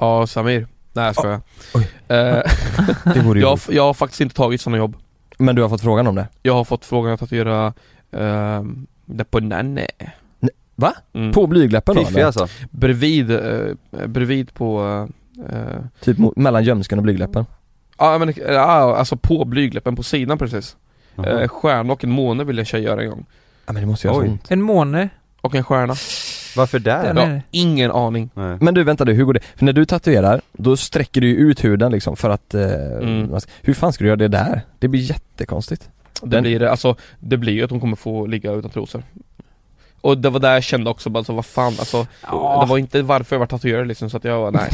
D: Ja, Samir Nej jag
E: Ah,
D: skojar
B: Oj.
D: eh,
B: Det vore ju
D: jag, jag har faktiskt inte tagit sådana jobb
B: Men du har fått frågan om det?
D: Jag har fått frågan att tatuera eh, det på Nanne
B: Nej, va?
D: Mm.
B: På blygläppen då?
E: Fiffig
B: Eller?
E: alltså.
D: Bredvid, eh, bredvid på eh, eh,
B: Typ mo- mellan gömsken och blygläppen?
D: Ja men, eh, ja, alltså på blygläppen, på sidan precis. Eh,
E: Jaha.
D: stjärna och en måne ville en tjej göra en gång.
B: Ja men det måste göra så
E: Oj.
B: ont.
C: En måne.
D: Och en stjärna.
E: Varför där?
C: Den
D: Ja,
C: är det.
D: ingen aning.
E: Nej.
B: Men du vänta du, hur går det? För när du tatuerar, då sträcker du ju ut huden liksom för att... Eh, man ska- Hur fan ska du göra det där? Det blir jättekonstigt.
D: Det
B: Den-
D: blir det, alltså det blir ju att hon kommer få ligga utan trosor. Och det var där jag kände också bara alltså, vad fan alltså,
C: Ja.
D: Det var inte varför jag var tatuerad liksom så att jag var nej.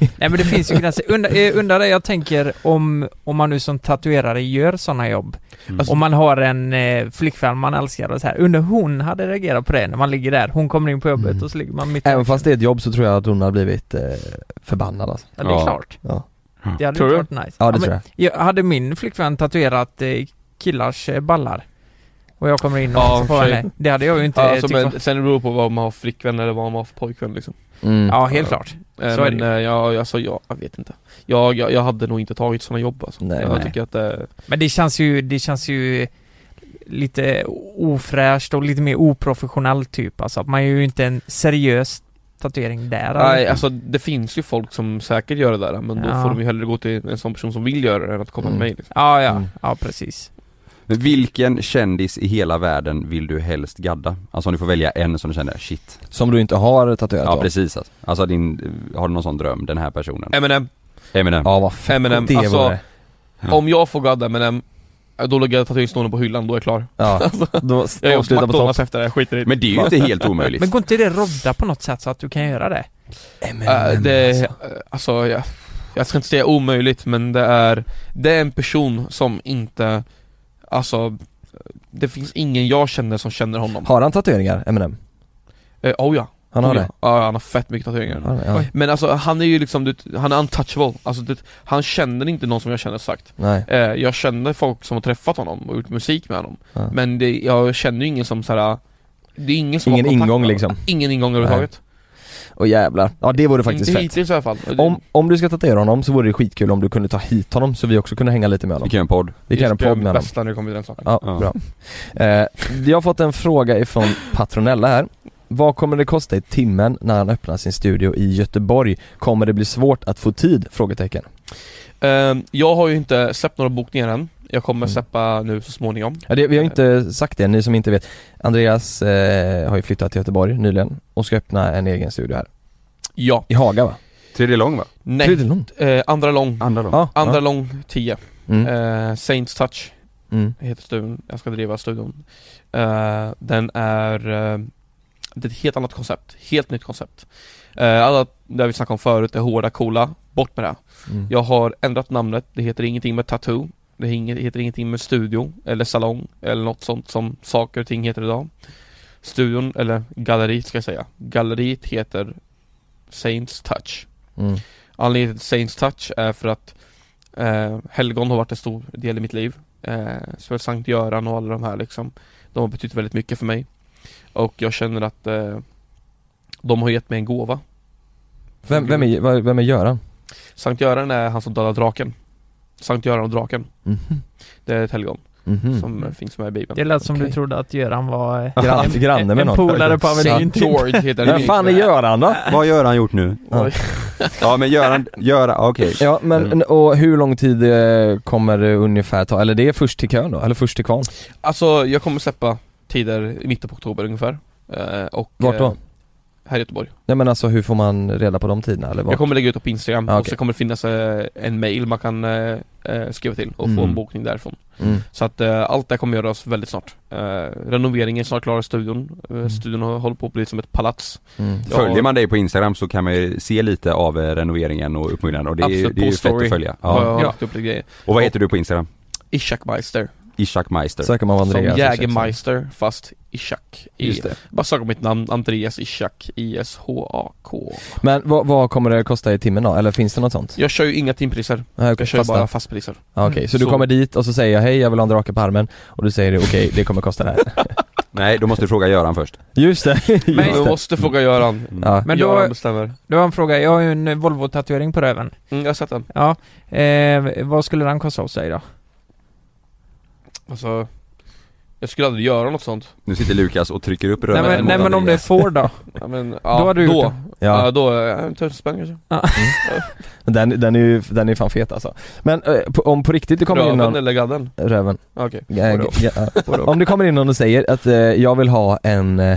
C: Nej men det finns ju gränser. Undrar eh, undrar det jag tänker om, om man nu som tatuerare gör sådana jobb.
E: Mm.
C: Om man har en eh, flickvän man älskar och så här. Undrar hon hade reagerat på det när man ligger där. Hon kommer in på jobbet
B: Mm.
C: och så ligger man mitt
B: Även fast det är ett jobb så tror jag att hon har blivit eh, förbannad alltså.
C: Ja, det är
E: Ja.
C: klart.
B: Ja.
C: Det hade
D: Tror
C: inte
D: du?
C: varit nice.
B: Ja det
C: men-
B: tror jag.
C: Jag hade min flickvän tatuerat eh, killars eh, ballar. Och jag kommer in och
D: Ja,
C: så får
D: tjej.
C: henne. Det hade jag ju inte eh,
D: Alltså,
C: tyckt var...
D: men, sen beror det på vad man har för flickvän eller vad man har för pojkvän liksom.
B: Mm.
C: Ja, helt klart.
D: Eh,
C: Så är
D: men
C: det ju.
D: eh, jag, alltså, jag, jag vet inte. Jag, jag, jag hade nog inte tagit sådana jobb alltså.
B: Nej,
D: jag
B: nej.
D: tycker att eh,
C: Men det känns ju, det känns ju lite ofräscht och lite mer oprofessionellt typ. Alltså att man gör ju inte en seriös tatuering där.
D: Nej,
C: eller?
D: alltså det finns ju folk som säkert gör det där men
C: Ja.
D: då får de ju hellre gå till en sån person som vill göra det än att komma
B: Mm.
D: till mig liksom.
C: Ja, ja,
B: Mm.
C: ja precis.
E: Men Mm. Vilken kändis i hela världen vill du helst gadda? Alltså om du får välja en som du känner, shit.
B: Som du inte har tatuerat
E: Ja
B: då?
E: precis alltså. alltså din, har du någon sån dröm, den här personen?
D: Eminem,
E: Eminem.
B: Ja vad fett
D: Eminem,
B: det
D: alltså-
B: vore.
E: Ja.
D: om jag får gadda Eminem eh, då lägger jag tatueringsnålen på hyllan, då är jag klar.
B: Ja, då
D: alltså, Jag är på
B: avslutar på topp.
D: McDonalds efter det, jag skiter i det.
E: Men det är ju inte helt omöjligt.
C: Men går inte det att rodda på något sätt så att du kan göra det?
D: Eh, det är, eh, alltså jag, jag ska inte säga omöjligt men det är, det är en person som inte, alltså det finns ingen jag känner som känner honom.
B: Har han tatueringar, Eminem?
D: Eh, oh ja.
B: Han har
D: oh, ja.
B: det?
D: Ja, han har fett mycket tatueringar.
B: Har han det? Ja.
D: Men alltså han är ju liksom, du, vet, han är untouchable. Alltså du, vet, han känner inte någon som jag känner sagt.
B: Nej.
D: Eh, jag känner folk som har träffat honom och gjort musik med honom
B: Ja.
D: Men det, jag känner ju ingen som såhär Det är ingen som
B: Ingen
D: har kontakt
B: ingång
D: med
B: liksom.
D: honom. Ingen ingång överhuvudtaget
B: Och Och jävlar. Ja det vore faktiskt
D: Inte
B: fett.
D: hittills i alla fall.
B: Om, om du ska tatuera honom så vore det skitkul om du kunde ta hit honom så vi också kunde hänga lite med
E: Vi
B: honom.
E: kan göra en podd.
B: Vi kan göra en podd med honom.
D: bästa när det kommer till den saken.
B: Ja,
E: Ja.
B: bra. Eh, vi har fått en fråga ifrån Patronella här. Vad kommer det kosta i timmen när han öppnar sin studio i Göteborg? Kommer det bli svårt att få tid? Frågetecken.
D: Ehm, jag har ju inte släppt några bokningar än. Jag kommer
B: Mm.
D: släppa nu så småningom.
B: Ja, det, vi
D: Eh.
B: har inte sagt det, ni som inte vet. Andreas eh, har ju flyttat till Göteborg nyligen och ska öppna en egen studio här.
D: Ja.
B: I Haga va?
E: Tredje lång va?
D: Nej.
B: Tydligen långt.
D: Eh, andra lång.
E: Andra lång.
B: Ja,
D: Andra
B: ja.
D: lång 10.
B: Mm,
D: Eh, Saints Touch.
B: mm,
D: heter studion, jag ska driva studion. Eh, den är, eh, det är ett helt annat koncept, helt nytt koncept. Eh, alla där vi snackade om förut, det hårda, coola, bort med det.
B: mm.
D: Jag har ändrat namnet, det heter ingenting med tattoo, det hinge- heter ingenting med studio eller salong eller något sånt som saker och ting heter idag. Studion, eller galleriet ska jag säga, galleriet heter Saints Touch.
B: Mm.
D: Anledningen till Saints Touch är för att eh, Helgon har varit en stor del i mitt liv eh, Såväl Sankt Göran och alla de här liksom De har betytt väldigt mycket för mig Och jag känner att eh, De har gett mig en gåva
B: Vem, vem, är, vad- vem är Göran?
D: Sankt Göran är han som dödar draken Sankt Göran och draken
B: Mhm.
D: Det är ett helgon
B: Mhm.
D: som eh, finns med i Bibeln
C: Det lät som
B: Okej.
C: du trodde att Göran var eh,
B: Grann-
C: en,
B: granne med
C: en
B: någon.
C: polare på Avenyn
D: Sankt
C: till.
D: George heter
B: typ. Vem fan är Göran då?
E: Vad har Göran gjort nu?
B: Ja.
D: Oj.
E: Ja men Göran, Göran, ja, okej.
B: Ja
D: Mm.
B: men och hur lång tid eh, kommer det ungefär ta? Eller det är först till kön då? Eller först till kvarn?
D: Alltså jag kommer släppa tider i mitten på oktober ungefär eh, och,
B: Vart då?
D: eh, Här i Göteborg
B: Nej men alltså hur får man reda på de tiderna eller
D: Jag
B: vad?
D: kommer lägga ut det på Instagram
B: Ja,
D: och
B: okej.
D: så kommer det finnas eh, en mail man kan eh, eh, skriva till och få
B: Mm.
D: en bokning därifrån
B: Mm.
D: Så att eh, allt det här kommer göras väldigt snart eh, Renoveringen är snart klar i studion eh,
B: Mm.
D: Studion har- håller på att bli som ett palats
B: Mm.
D: Ja.
E: Följer man dig på Instagram så kan man ju se lite av eh, renoveringen och uppbyggnaden och det är, ju-
D: Absolut,
E: det är ju
D: på
E: fett
D: story.
E: att följa.
D: ja. Jag
E: Ja.
D: har lagt upp lite grejer
E: Och vad heter du på Instagram?
D: Ishak Meister
E: Ishak Meister.
B: Söker man på
D: Som
B: Andreas
D: Jägermeister fast Ishak I,
B: Just det.
D: Bara sök på mitt namn Andreas Ishak I-S-H-A-K
B: Men vad, vad kommer det kosta i timmen då? Eller finns det något sånt?
D: Jag kör ju inga timpriser
B: Nej,
D: Jag
B: okej,
D: kör
B: fasta.
D: bara fastpriser
B: Ja, Ah, okej. Så, du
D: Så-
B: kommer dit och så säger jag hej jag vill ha en drake på armen och du säger okej det kommer kosta det här.
E: Nej, då måste du fråga Göran först.
B: Just det, just
D: Men du
B: det.
D: måste fråga Göran
B: Ja.
C: Men
D: Göran
C: då,
D: bestämmer
C: det var en fråga. Jag har ju en Volvo-tatuering på röven.
D: mm, Jag har sett den
C: Ja, eh, vad skulle den kosta hos dig då?
D: Alltså Jag skulle aldrig göra något sånt
E: Nu sitter Lukas och trycker upp röven
C: Nej men,
E: mot
C: nej, men om det är
E: Andreas.
C: får då?
D: ja, men, ja,
C: Då hade du
D: då,
C: gjort
D: Ja.
B: Ja,
D: då, eh, en tusen spänn kanske
B: den, den är ju, den är fan fet alltså. Men eh, på, om på riktigt det kommer in
D: Röven
B: någon,
D: eller gadden?
B: röven.
D: Okej, okay.
B: Ja, ja, ja. Om det kommer in någon och säger att eh, jag vill ha en, eh,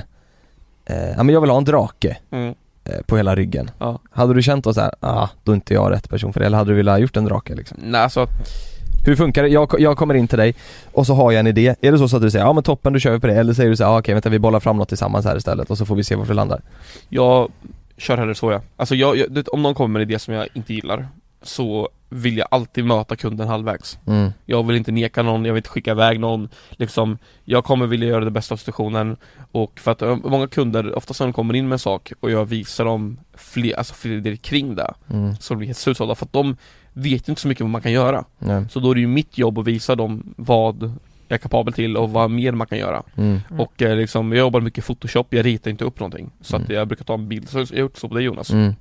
B: eh, ja men jag vill ha en drake
D: mm.
B: eh, på hela ryggen.
D: Ja.
B: Hade du känt då så här, ah, då är inte jag rätt person för det, eller hade du velat ha gjort en drake liksom?
D: Nej alltså,
B: Hur funkar det? Jag, jag kommer in till dig och så har jag en idé. Är det så, så att du säger ja men toppen, då kör vi på det. Eller säger du så här, ah, okej vänta vi bollar fram något tillsammans här istället och så får vi se vart vi landar.
D: jag kör hellre så ja Alltså jag, jag, du vet, om någon kommer med en idé som jag inte gillar Så vill jag alltid möta kunden halvvägs
B: Mm.
D: Jag vill inte neka någon, jag vill inte skicka iväg någon Liksom, jag kommer vilja göra det bästa av situationen Och för att eh, många kunder, oftast när de kommer in med en sak och jag visar dem fler, alltså fler idéer kring det
B: Mm.
D: Så blir det helt slutsålda, för att de vet inte så mycket vad man kan göra
B: Nej.
D: Så då är det ju mitt jobb att visa dem vad jag är kapabel till och vad mer man kan göra
B: Mm.
C: Mm.
D: Och eh, liksom, jag jobbar mycket i Photoshop, jag ritar inte upp någonting Så att
B: Mm.
D: jag brukar ta en bild, så jag har gjort så på dig Jonas
B: Mm.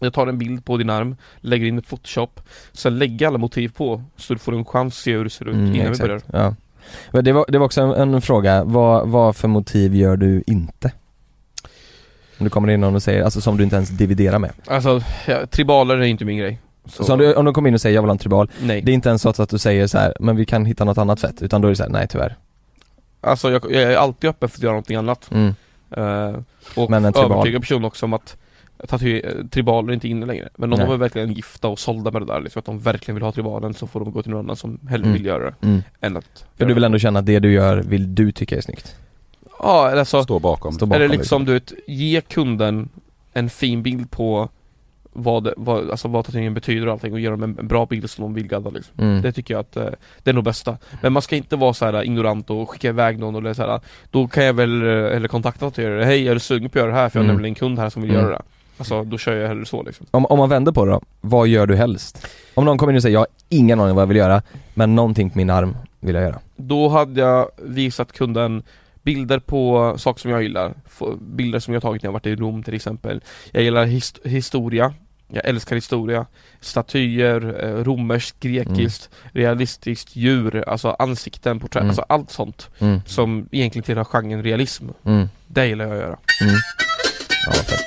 D: Jag tar en bild på din arm, lägger in ett Photoshop Sen lägger jag alla motiv på, så du får en chans att se hur det ser ut
B: Mm,
D: innan vi
B: exakt.
D: börjar
B: Ja. Men det, var, det var också en, en fråga, vad, vad för motiv gör du inte? Om du kommer in någon och säger, alltså som du inte ens dividerar med.
D: Alltså, ja, tribaler är inte min grej
B: Så om, du, om de kommer in och säger jag vill ha en tribal,
D: Nej,
B: det är inte ens så att, att du säger så här, men vi kan hitta något annat fett, utan då är det så här, nej tyvärr.
D: alltså jag, jag är alltid öppen för att göra någonting annat
B: Mm.
D: Eh, Och
B: Men en tribal.
D: övertyga personen också om att tatu- eh, Tribaler är inte inne längre Men om
B: Nej.
D: de är verkligen gifta och sålda med det där liksom, Att de verkligen vill ha tribalen så får de gå till någon annan som hellre
B: Mm.
D: vill göra det
B: Mm.
D: än att
B: För du vill ändå känna att det du gör vill du tycka är snyggt.
D: Ja, eller alltså
E: Stå bakom.
B: Stå bakom
D: Eller liksom du vet, ge kunden en fin bild på vad, vad, alltså vad tatueringen betyder och allting och ge dem en, en bra bild som de vill gadda liksom.
B: Mm.
D: Det tycker jag att eh, det är nog bästa Men man ska inte vara så här eh, ignorant och skicka iväg någon eller så här. Då kan jag väl, eh, eller kontakta tatuerare, hej är du sugen på att göra det här? För jag har
B: Mm.
D: nämligen en kund här som vill
B: Mm.
D: göra det Alltså då kör jag hellre så liksom
B: Om, om man vänder på det då, vad gör du helst? Om någon kommer in och säger jag har ingen aning vad jag vill göra, men någonting på min arm vill jag göra.
D: Då hade jag visat kunden bilder på saker som jag gillar. Få- Bilder som jag tagit när jag varit i Rom till exempel. Jag gillar hist- historia. Jag älskar historia. Statyer, eh, romerskt, grekiskt, realistiskt, djur, alltså ansikten, porträtt,
B: Mm.
D: alltså allt sånt
B: Mm.
D: som egentligen tillhör genren realism.
B: Mm.
D: Det gillar jag att göra.
B: Ja, vad fett.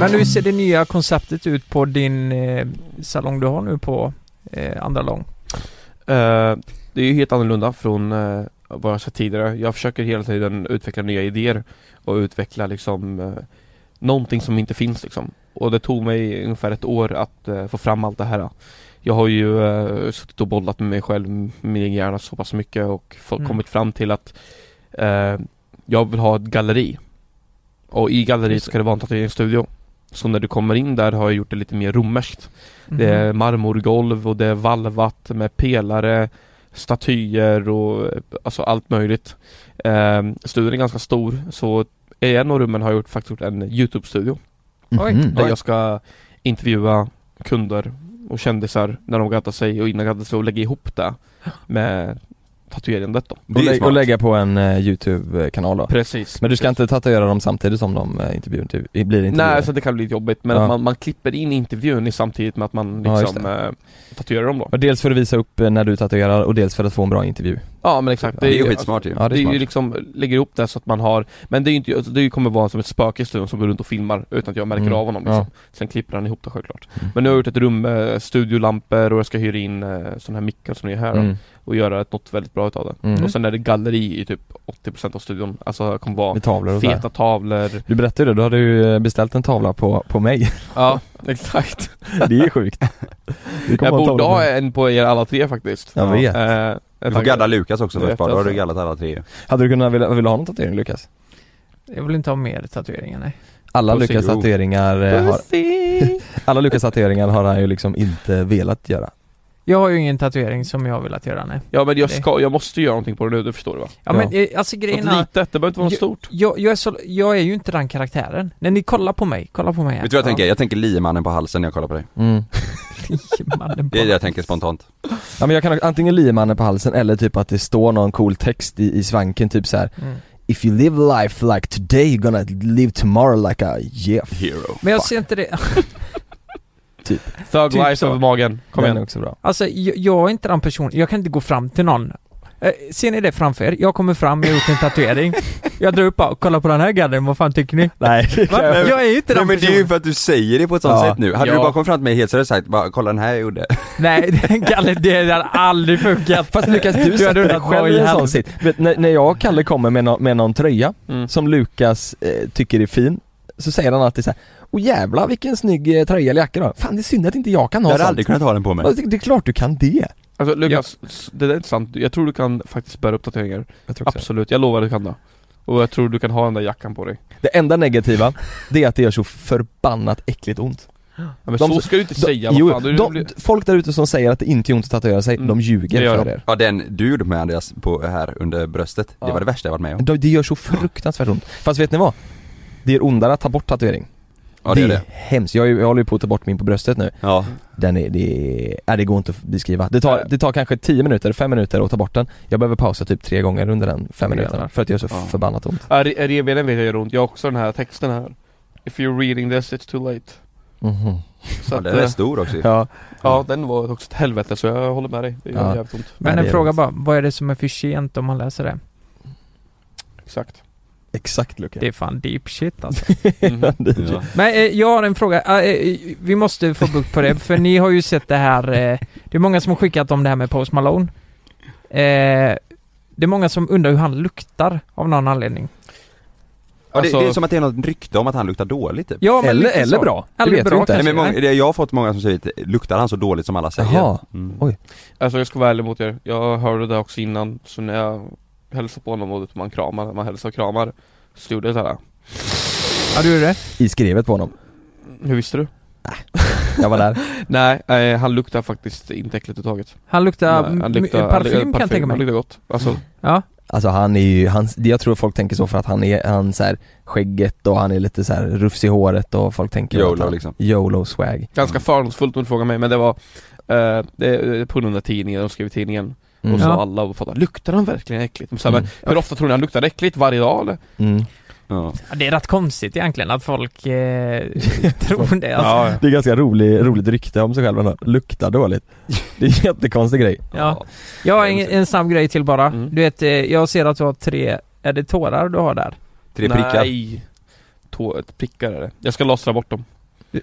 C: Men hur ser det nya konceptet ut på din eh, salong du har nu på eh, andra lång?
D: Eh, det är ju helt annorlunda från eh, vad jag sagt tidigare. Jag försöker hela tiden utveckla nya idéer och utveckla liksom eh, någonting som inte finns liksom. Och det tog mig ungefär ett år att eh, få fram allt det här. Jag har ju eh, suttit och bollat med mig själv, med min hjärna så pass mycket och fått-
C: Mm.
D: kommit fram till att eh, jag vill ha ett galleri. Och i galleriet
C: Just det.
D: ska det vara en tatueringsstudio. Så när du kommer in där har jag gjort det lite mer romerskt.
E: Mm.
C: Mhm.
D: Det är marmorgolv och det är valvat med pelare, statyer och eh, alltså allt möjligt. Eh, studion är ganska stor så i en av rummen har jag gjort, faktiskt gjort en Youtube-studio
C: Oj.
B: Mhm.
D: där jag ska intervjua kunder och kändisar när de gaddat sig och innan gaddat sig och lägga ihop det med tatuerandet då.
B: Och,
E: Det är
B: lä- och
E: smart.
B: lägga på en eh, YouTube-kanal då.
D: Precis.
B: Men du ska inte tatuera dem samtidigt som de eh, intervjuar, intervju- blir intervjuade?
D: Nej, alltså- så det kan bli lite jobbigt men
B: Ja.
D: att man, man klipper in intervjun i samtidigt med att man
B: Ja, just
D: liksom eh, tatuerar dem då.
B: Och Dels för att visa upp eh, när du tatuerar och dels för att få en bra intervju.
D: Ja men exakt.
B: Det
E: Det är ju skitsmart ju.
B: Ja,
D: det är, ju
B: smart.
D: liksom, lägger ihop det så att man har Men det är ju inte, alltså, det kommer vara som ett spöke i studion som går runt och filmar utan att jag märker
B: Mm.
D: av honom liksom. Sen klipper han ihop det självklart Mm. Men nu har jag gjort ett rum med studiolampor och jag ska hyra in eh, sådana här mickar som ni är här då,
B: Mm.
D: och göra ett, något väldigt bra utav det
B: Mm.
D: Och sen är det galleri i typ 80% av studion Alltså det kommer vara
B: Med tavlor och sådär.
D: feta tavlor
B: Du berättade ju det, du hade ju eh, beställt en tavla på, på mig.
D: Ja, exakt
B: Det är sjukt. Du kommer
D: Jag
B: ha en
D: borde
B: tavla på
D: ha
B: mig.
D: en på er alla tre faktiskt
B: Jag vet.
D: Eh,
E: Du får gadda Lukas också
D: Jag
E: först
D: vet
E: bara, då har
D: alltså.
E: du gaddat alla tre ju.
B: Hade du kunnat vilja, vilja ha någon tatuering Lukas?
C: Jag vill inte ha mer tatueringar nej.
B: Alla
E: Pussy
B: Lukas
E: Grove.
B: tatueringar eh, har,
D: Pussy.
B: alla Lukas tatueringar har han ju liksom inte velat göra.
C: Jag har ju ingen tatuering som jag har velat göra nej.
D: Ja men jag ska, jag måste ju göra någonting på det nu, du förstår va?
C: Ja,
B: Ja.
C: men eh, alltså
D: Något
C: grejen är
D: litet, det behöver inte vara något
C: Jo-
D: stort
C: jag, jag, är så, jag är ju inte den karaktären. När ni kollar på mig, kolla på mig här.
E: Vet du vad jag tänker? Jag tänker liemannen på halsen när jag kollar på dig.
B: Mm.
C: Mannen på-
E: Det är det jag tänker spontant.
B: Ja men jag kan ha antingen liemannen på halsen eller typ att det står någon cool text i, i svanken, typ så här.
C: Mm.
B: If you live life like today you're gonna live tomorrow like a yeah
E: Hero.
C: Men jag ser inte det,
D: Thug
B: Typ
D: life
B: så.
D: över magen, kom
B: Den
D: igen
B: är också bra.
C: alltså jag, jag är inte den personen, jag kan inte gå fram till någon. Eh, Ser ni det framför er? Jag kommer fram, jag har gjort en tatuering. Jag drar upp bara, kolla på den här gadden, vad fan tycker ni?
B: Nej, det
C: Va?
B: kan jag-
C: Jag är ju inte
E: Nej
C: den
E: men det är ju
C: personen.
E: för att du säger det på ett sånt
B: Ja.
E: sätt nu. Hade
D: Ja.
E: du bara kommit fram till mig helt seriöst och sagt bara kolla den här jag gjorde.
C: Nej, den Kalle, det hade aldrig funkat.
B: Fast Lukas, du
C: hade
B: sätter dig
C: undrat vad
B: själv
C: i
B: i en sån
C: helvete.
B: sitt. Vet, när, när jag och Kalle kommer med, nå- med någon tröja
D: Mm.
B: som Lukas eh, tycker är fin, så säger han alltid så här: Åh jävlar vilken snygg eh, tröja eller jacka då. Fan det är synd att inte jag kan
E: Jag
B: ha
E: hade
B: sånt.
E: aldrig kunnat ha den på mig.
B: Ja, Det, det är klart du kan det.
D: Alltså Lukas, s- det där är inte sant. Jag tror du kan faktiskt bära upp tatueringar
B: Jag tror också.
D: Absolut, jag lovar du kan det Och jag tror du kan ha den där jackan på dig
B: Det enda negativa, det är att det gör så förbannat äckligt ont.
D: ja, Men
B: De-
D: så ska du inte
B: De,
D: säga,
B: jo,
D: vad fan, du,
B: de,
D: blir-
B: folk där ute som säger att det inte gör ont att tatuera sig,
D: Mm.
B: de ljuger
D: Det gör
B: för
D: de.
B: er.
E: Ja den du gjorde med Andreas på, här under bröstet, det
B: Ja.
E: var det värsta jag varit med om.
B: De, det gör så fruktansvärt ont. Fast vet ni vad? Det är ondare att ta bort tatuering.
E: Ja det är det.
B: hemskt. Jag, är ju- jag håller ju på att ta bort min på bröstet nu.
E: Ja.
B: Den är, det, är, nej, det går inte att beskriva. Det tar, det tar kanske 10 minuter, 5 minuter att ta bort den. Jag behöver pausa typ tre gånger under den 5 minuterna för att det gör så
E: Ja.
B: förbannat ont.
D: Ja, re- Revbenen vet jag gör ont, jag har också den här texten här If you're reading this it's too late
C: Mhm.
D: Så
E: ja
D: att,
E: den är
D: eh,
E: stor också ju.
B: Ja.
D: ja den var också ett helvete så jag håller med dig, det gör
B: Ja.
D: jävligt ont
B: Nej,
C: Men
B: det
C: en
B: gör
C: fråga
B: ont.
C: bara, vad är det som är för sent om man läser det?
D: Exakt
B: Exakt Luca.
C: Det är fan deep shit alltså.
D: Mhm.
E: Ja.
C: Men eh, jag har en fråga, Eh, eh, vi måste få bukt på det, för ni har ju sett det här, eh, det är många som har skickat om det här med Post Malone. Eh, det är många som undrar hur han luktar av någon anledning.
E: Ja, det,
D: Alltså-
E: det är som att det är något rykte om att han luktar dåligt typ.
C: Ja, men
B: eller
C: lite
B: eller
C: så.
B: bra, det
C: Eller
B: vet
C: bra
B: vi inte.
E: Nej,
C: kanske.
E: men många, det- jag har fått många som säger att eh, luktar han så dåligt som alla säger?
B: Jaha.
E: Mm.
B: Oj.
D: Alltså jag ska vara ärlig mot er, jag hörde det också innan Så när jag hälsade på honom och man kramar, man hälsar och kramar Så gjorde jag såhär
C: Ja, du är det?
B: I skrevet på honom.
D: Hur visste du?
B: Jag var där.
D: Nej, eh, han luktar faktiskt inte äckligt överhuvudtaget
C: Han luktar,
D: Nej,
C: m- m- parfym kan jag tänka
D: Han
C: mig. Mm.
D: luktar gott. Alltså,
C: Ja,
B: Alltså han är ju, han, jag tror folk tänker så för att han är, han så här, skägget och han är lite så här rufs i håret och folk tänker
E: YOLO
B: att han,
E: liksom.
B: YOLO swag
D: Ganska fördomsfullt om du frågar mig men det var eh, det, på den där tidningen, de skrev i tidningen
B: mm.
D: Och så
C: Ja.
D: alla och fattade, luktar han verkligen äckligt? Men Så här,
B: Mm.
D: men, hur ofta tror ni han luktar äckligt? Varje dag eller?
B: Mm.
E: Ja.
C: Ja, Det är rätt konstigt egentligen att folk eh, tror det. Alltså.
D: ja.
B: Det är ganska rolig, roligt rykte om sig själv ändå, luktar dåligt Det är en jättekonstig grej
C: Ja. Jag har en, en snabb grej till bara.
D: Mm.
C: Du vet, eh, jag ser att du har tre, är det tårar du har där?
E: Tre prickar.
D: Nej! Tå, prickar är det. Jag ska lasra bort dem.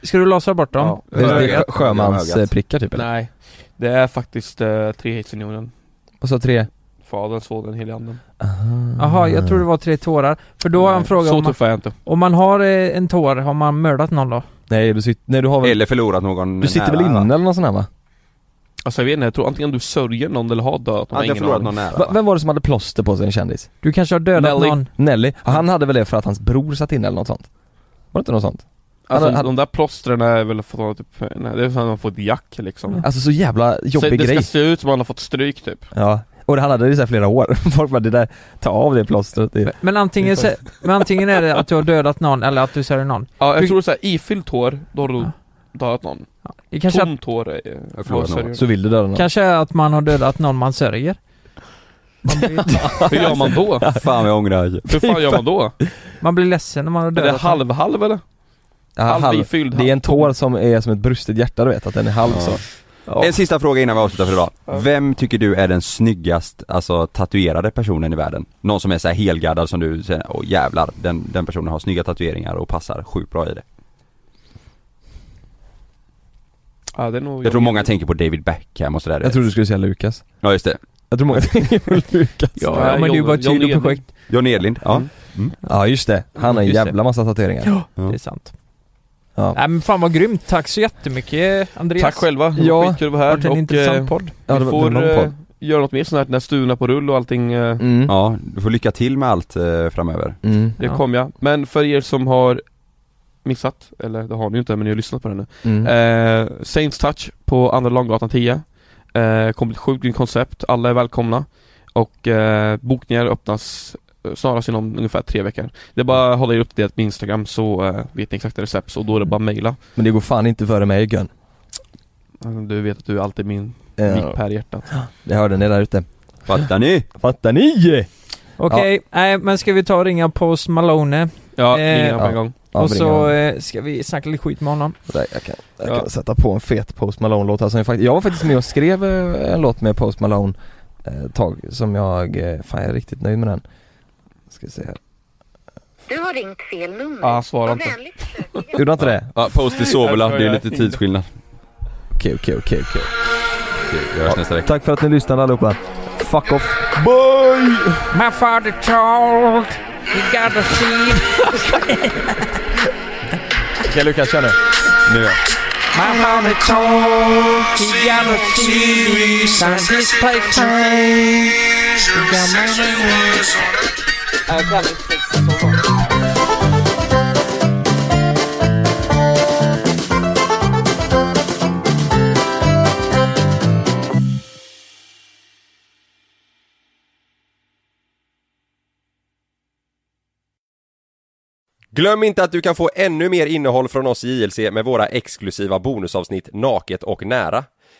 C: Ska du lasra bort dem?
B: Det är, det är sjö-
E: Ögat.
B: sjömansprickar typ eller?
D: Nej. Det är faktiskt eh, Trehetsunionen.
B: Och så tre
D: Fadern, Sonen, Heliganden.
C: Jaha, jag tror det var tre tårar. För då har han
D: Nej,
C: frågat
D: Så
C: om man,
D: tuff är jag inte.
C: om man har eh, en tår, har man mördat någon då?
B: Nej du, sit- nej, du har väl,
E: Eller förlorat någon
B: du sitter
E: nära,
B: väl
E: va?
B: inne eller någon sån här va?
D: Alltså jag vet inte, jag tror antingen du sörjer någon eller har dött någon.
E: Antingen
D: Ingen
E: förlorat
D: aning.
E: någon nära
B: va?
E: va?
B: Vem var det som hade plåster på sig, en kändis?
C: Du kanske har dödat
D: Nelly.
C: någon?
B: Nelly? Han hade väl det för att hans bror satt inne eller något sånt? Var det inte något sånt?
D: Alltså
B: Han- han-
D: de där plåstren är väl för att man typ, nej, det är för att man får ett jack liksom.
B: Alltså så jävla
D: Så
B: jobbig
D: det
B: grej
D: ska se ut som att man har fått stryk typ.
B: Ja, och han hade det i så här flera år. Folk bara det där, ta av det plåstret. Det...
C: Men antingen, så, men antingen är det att du har dödat någon eller att du sörjer någon.
D: Ja, jag
C: Du-
D: tror såhär ifyllt hår, då har du
C: Ja.
D: dödat någon.
C: Det kanske, att,
D: Tomt hår eh, är...
E: Jag förlorar
D: vad sörjer
E: någon.
B: Så vill du döda någon.
C: kanske är att man har dödat någon man sörjer. Man blir,
D: du? Hur gör man då?
E: Fan vad jag ångrar mig.
D: Hur fan gör man då?
C: man blir ledsen när man har
D: Är det
C: dödat någon.
D: halv-halv eller?
B: Ja,
D: Halv
B: halv.
D: ifylld?
B: Det är en tår som är som ett brustet hjärta du vet, att den är halv så.
D: Ja.
E: En sista fråga innan vi avslutar för idag. Vem tycker du är den snyggast, alltså tatuerade personen i världen? Någon som är så här helgaddad som du säger, åh jävlar, den, den personen har snygga tatueringar och passar sjukt bra i det.
D: Ja, det är nog
E: Jag tror många tänker på David Beckham och sådär.
B: Jag trodde du skulle säga Lukas.
E: Ja just det.
B: Jag tror många tänker på Lukas.
D: Ja,
C: Ja, men det är ju bara ett
D: Johnny- Johnny
C: sidoprojekt.
E: John Edlind, ja.
D: Mm.
B: Ja just det, han har en
C: Just det. Äh,
B: jävla massa tatueringar.
E: Ja.
C: Det är sant.
B: Ja.
C: Nej men fan vad grymt. Tack så jättemycket eh, Andreas.
D: Tack själva, det
B: Ja.
D: var skitkul att vara
C: Det har
D: här
C: varit en
D: och eh,
C: intressant podd.
B: Ja,
D: vi
B: det var en
D: får
B: lång
D: eh,
B: podd.
D: göra något mer sånt här när Stuna på rull och allting eh,
B: Mm.
E: Ja, du får lycka till med allt eh, framöver.
B: Mm.
D: Det
C: Ja.
D: kom jag. Men för er som har missat, eller det har ni ju inte men ni har lyssnat på det nu.
B: Mm.
D: Eh, Saints Touch på Andra Långgatan 10. Eh, kommer ett sjukt grymt koncept, alla är välkomna. Och eh, bokningar öppnas eh, snarast inom ungefär tre veckor. Det är bara att hålla er uppdaterat på Instagram så eh, vet ni exakta recept och då är det bara att mejla.
B: Men det går fan inte före mig Gun.
D: Du vet att du är alltid min
B: Mm. Ja,
D: mick per hjärtat.
B: det hörde ni där ute.
E: Fattar ni?
B: Fattar ni?
C: Okej, nej men ska vi ta och ringa Post Malone?
D: Ja,
C: Eh,
D: ringa på
B: ja.
D: en gång.
B: Ja,
C: och
B: bring
C: så
B: on.
C: eh, ska vi snacka lite skit med honom.
B: Där, jag kan, jag
D: Ja.
B: kan sätta på en fet Post Malone-låt här som jag, fakt- jag var faktiskt med och skrev eh, en låt med Post Malone eh, ett tag som jag, eh, fan jag är riktigt nöjd med den. Ska se här.
G: Du har ringt fel nummer.
D: Ja, svara
G: Var
D: inte.
G: vänligt försök igen.
B: Gjorde han inte det?
E: Ja, post i Sovola, det är lite tidsskillnad.
B: Okej, okej, okej, okej.
E: Okej, Vi hörs nästa vecka.
B: Tack för att ni lyssnade allihopa. Fuck off. Bye!
C: My father told you gotta see
B: Okej Lukas, kör nu.
E: Nu ja.
C: My father told you gotta see me Signs this place time You got
E: Glöm inte att du kan få ännu mer innehåll från oss i JLC med våra exklusiva bonusavsnitt Naket och nära.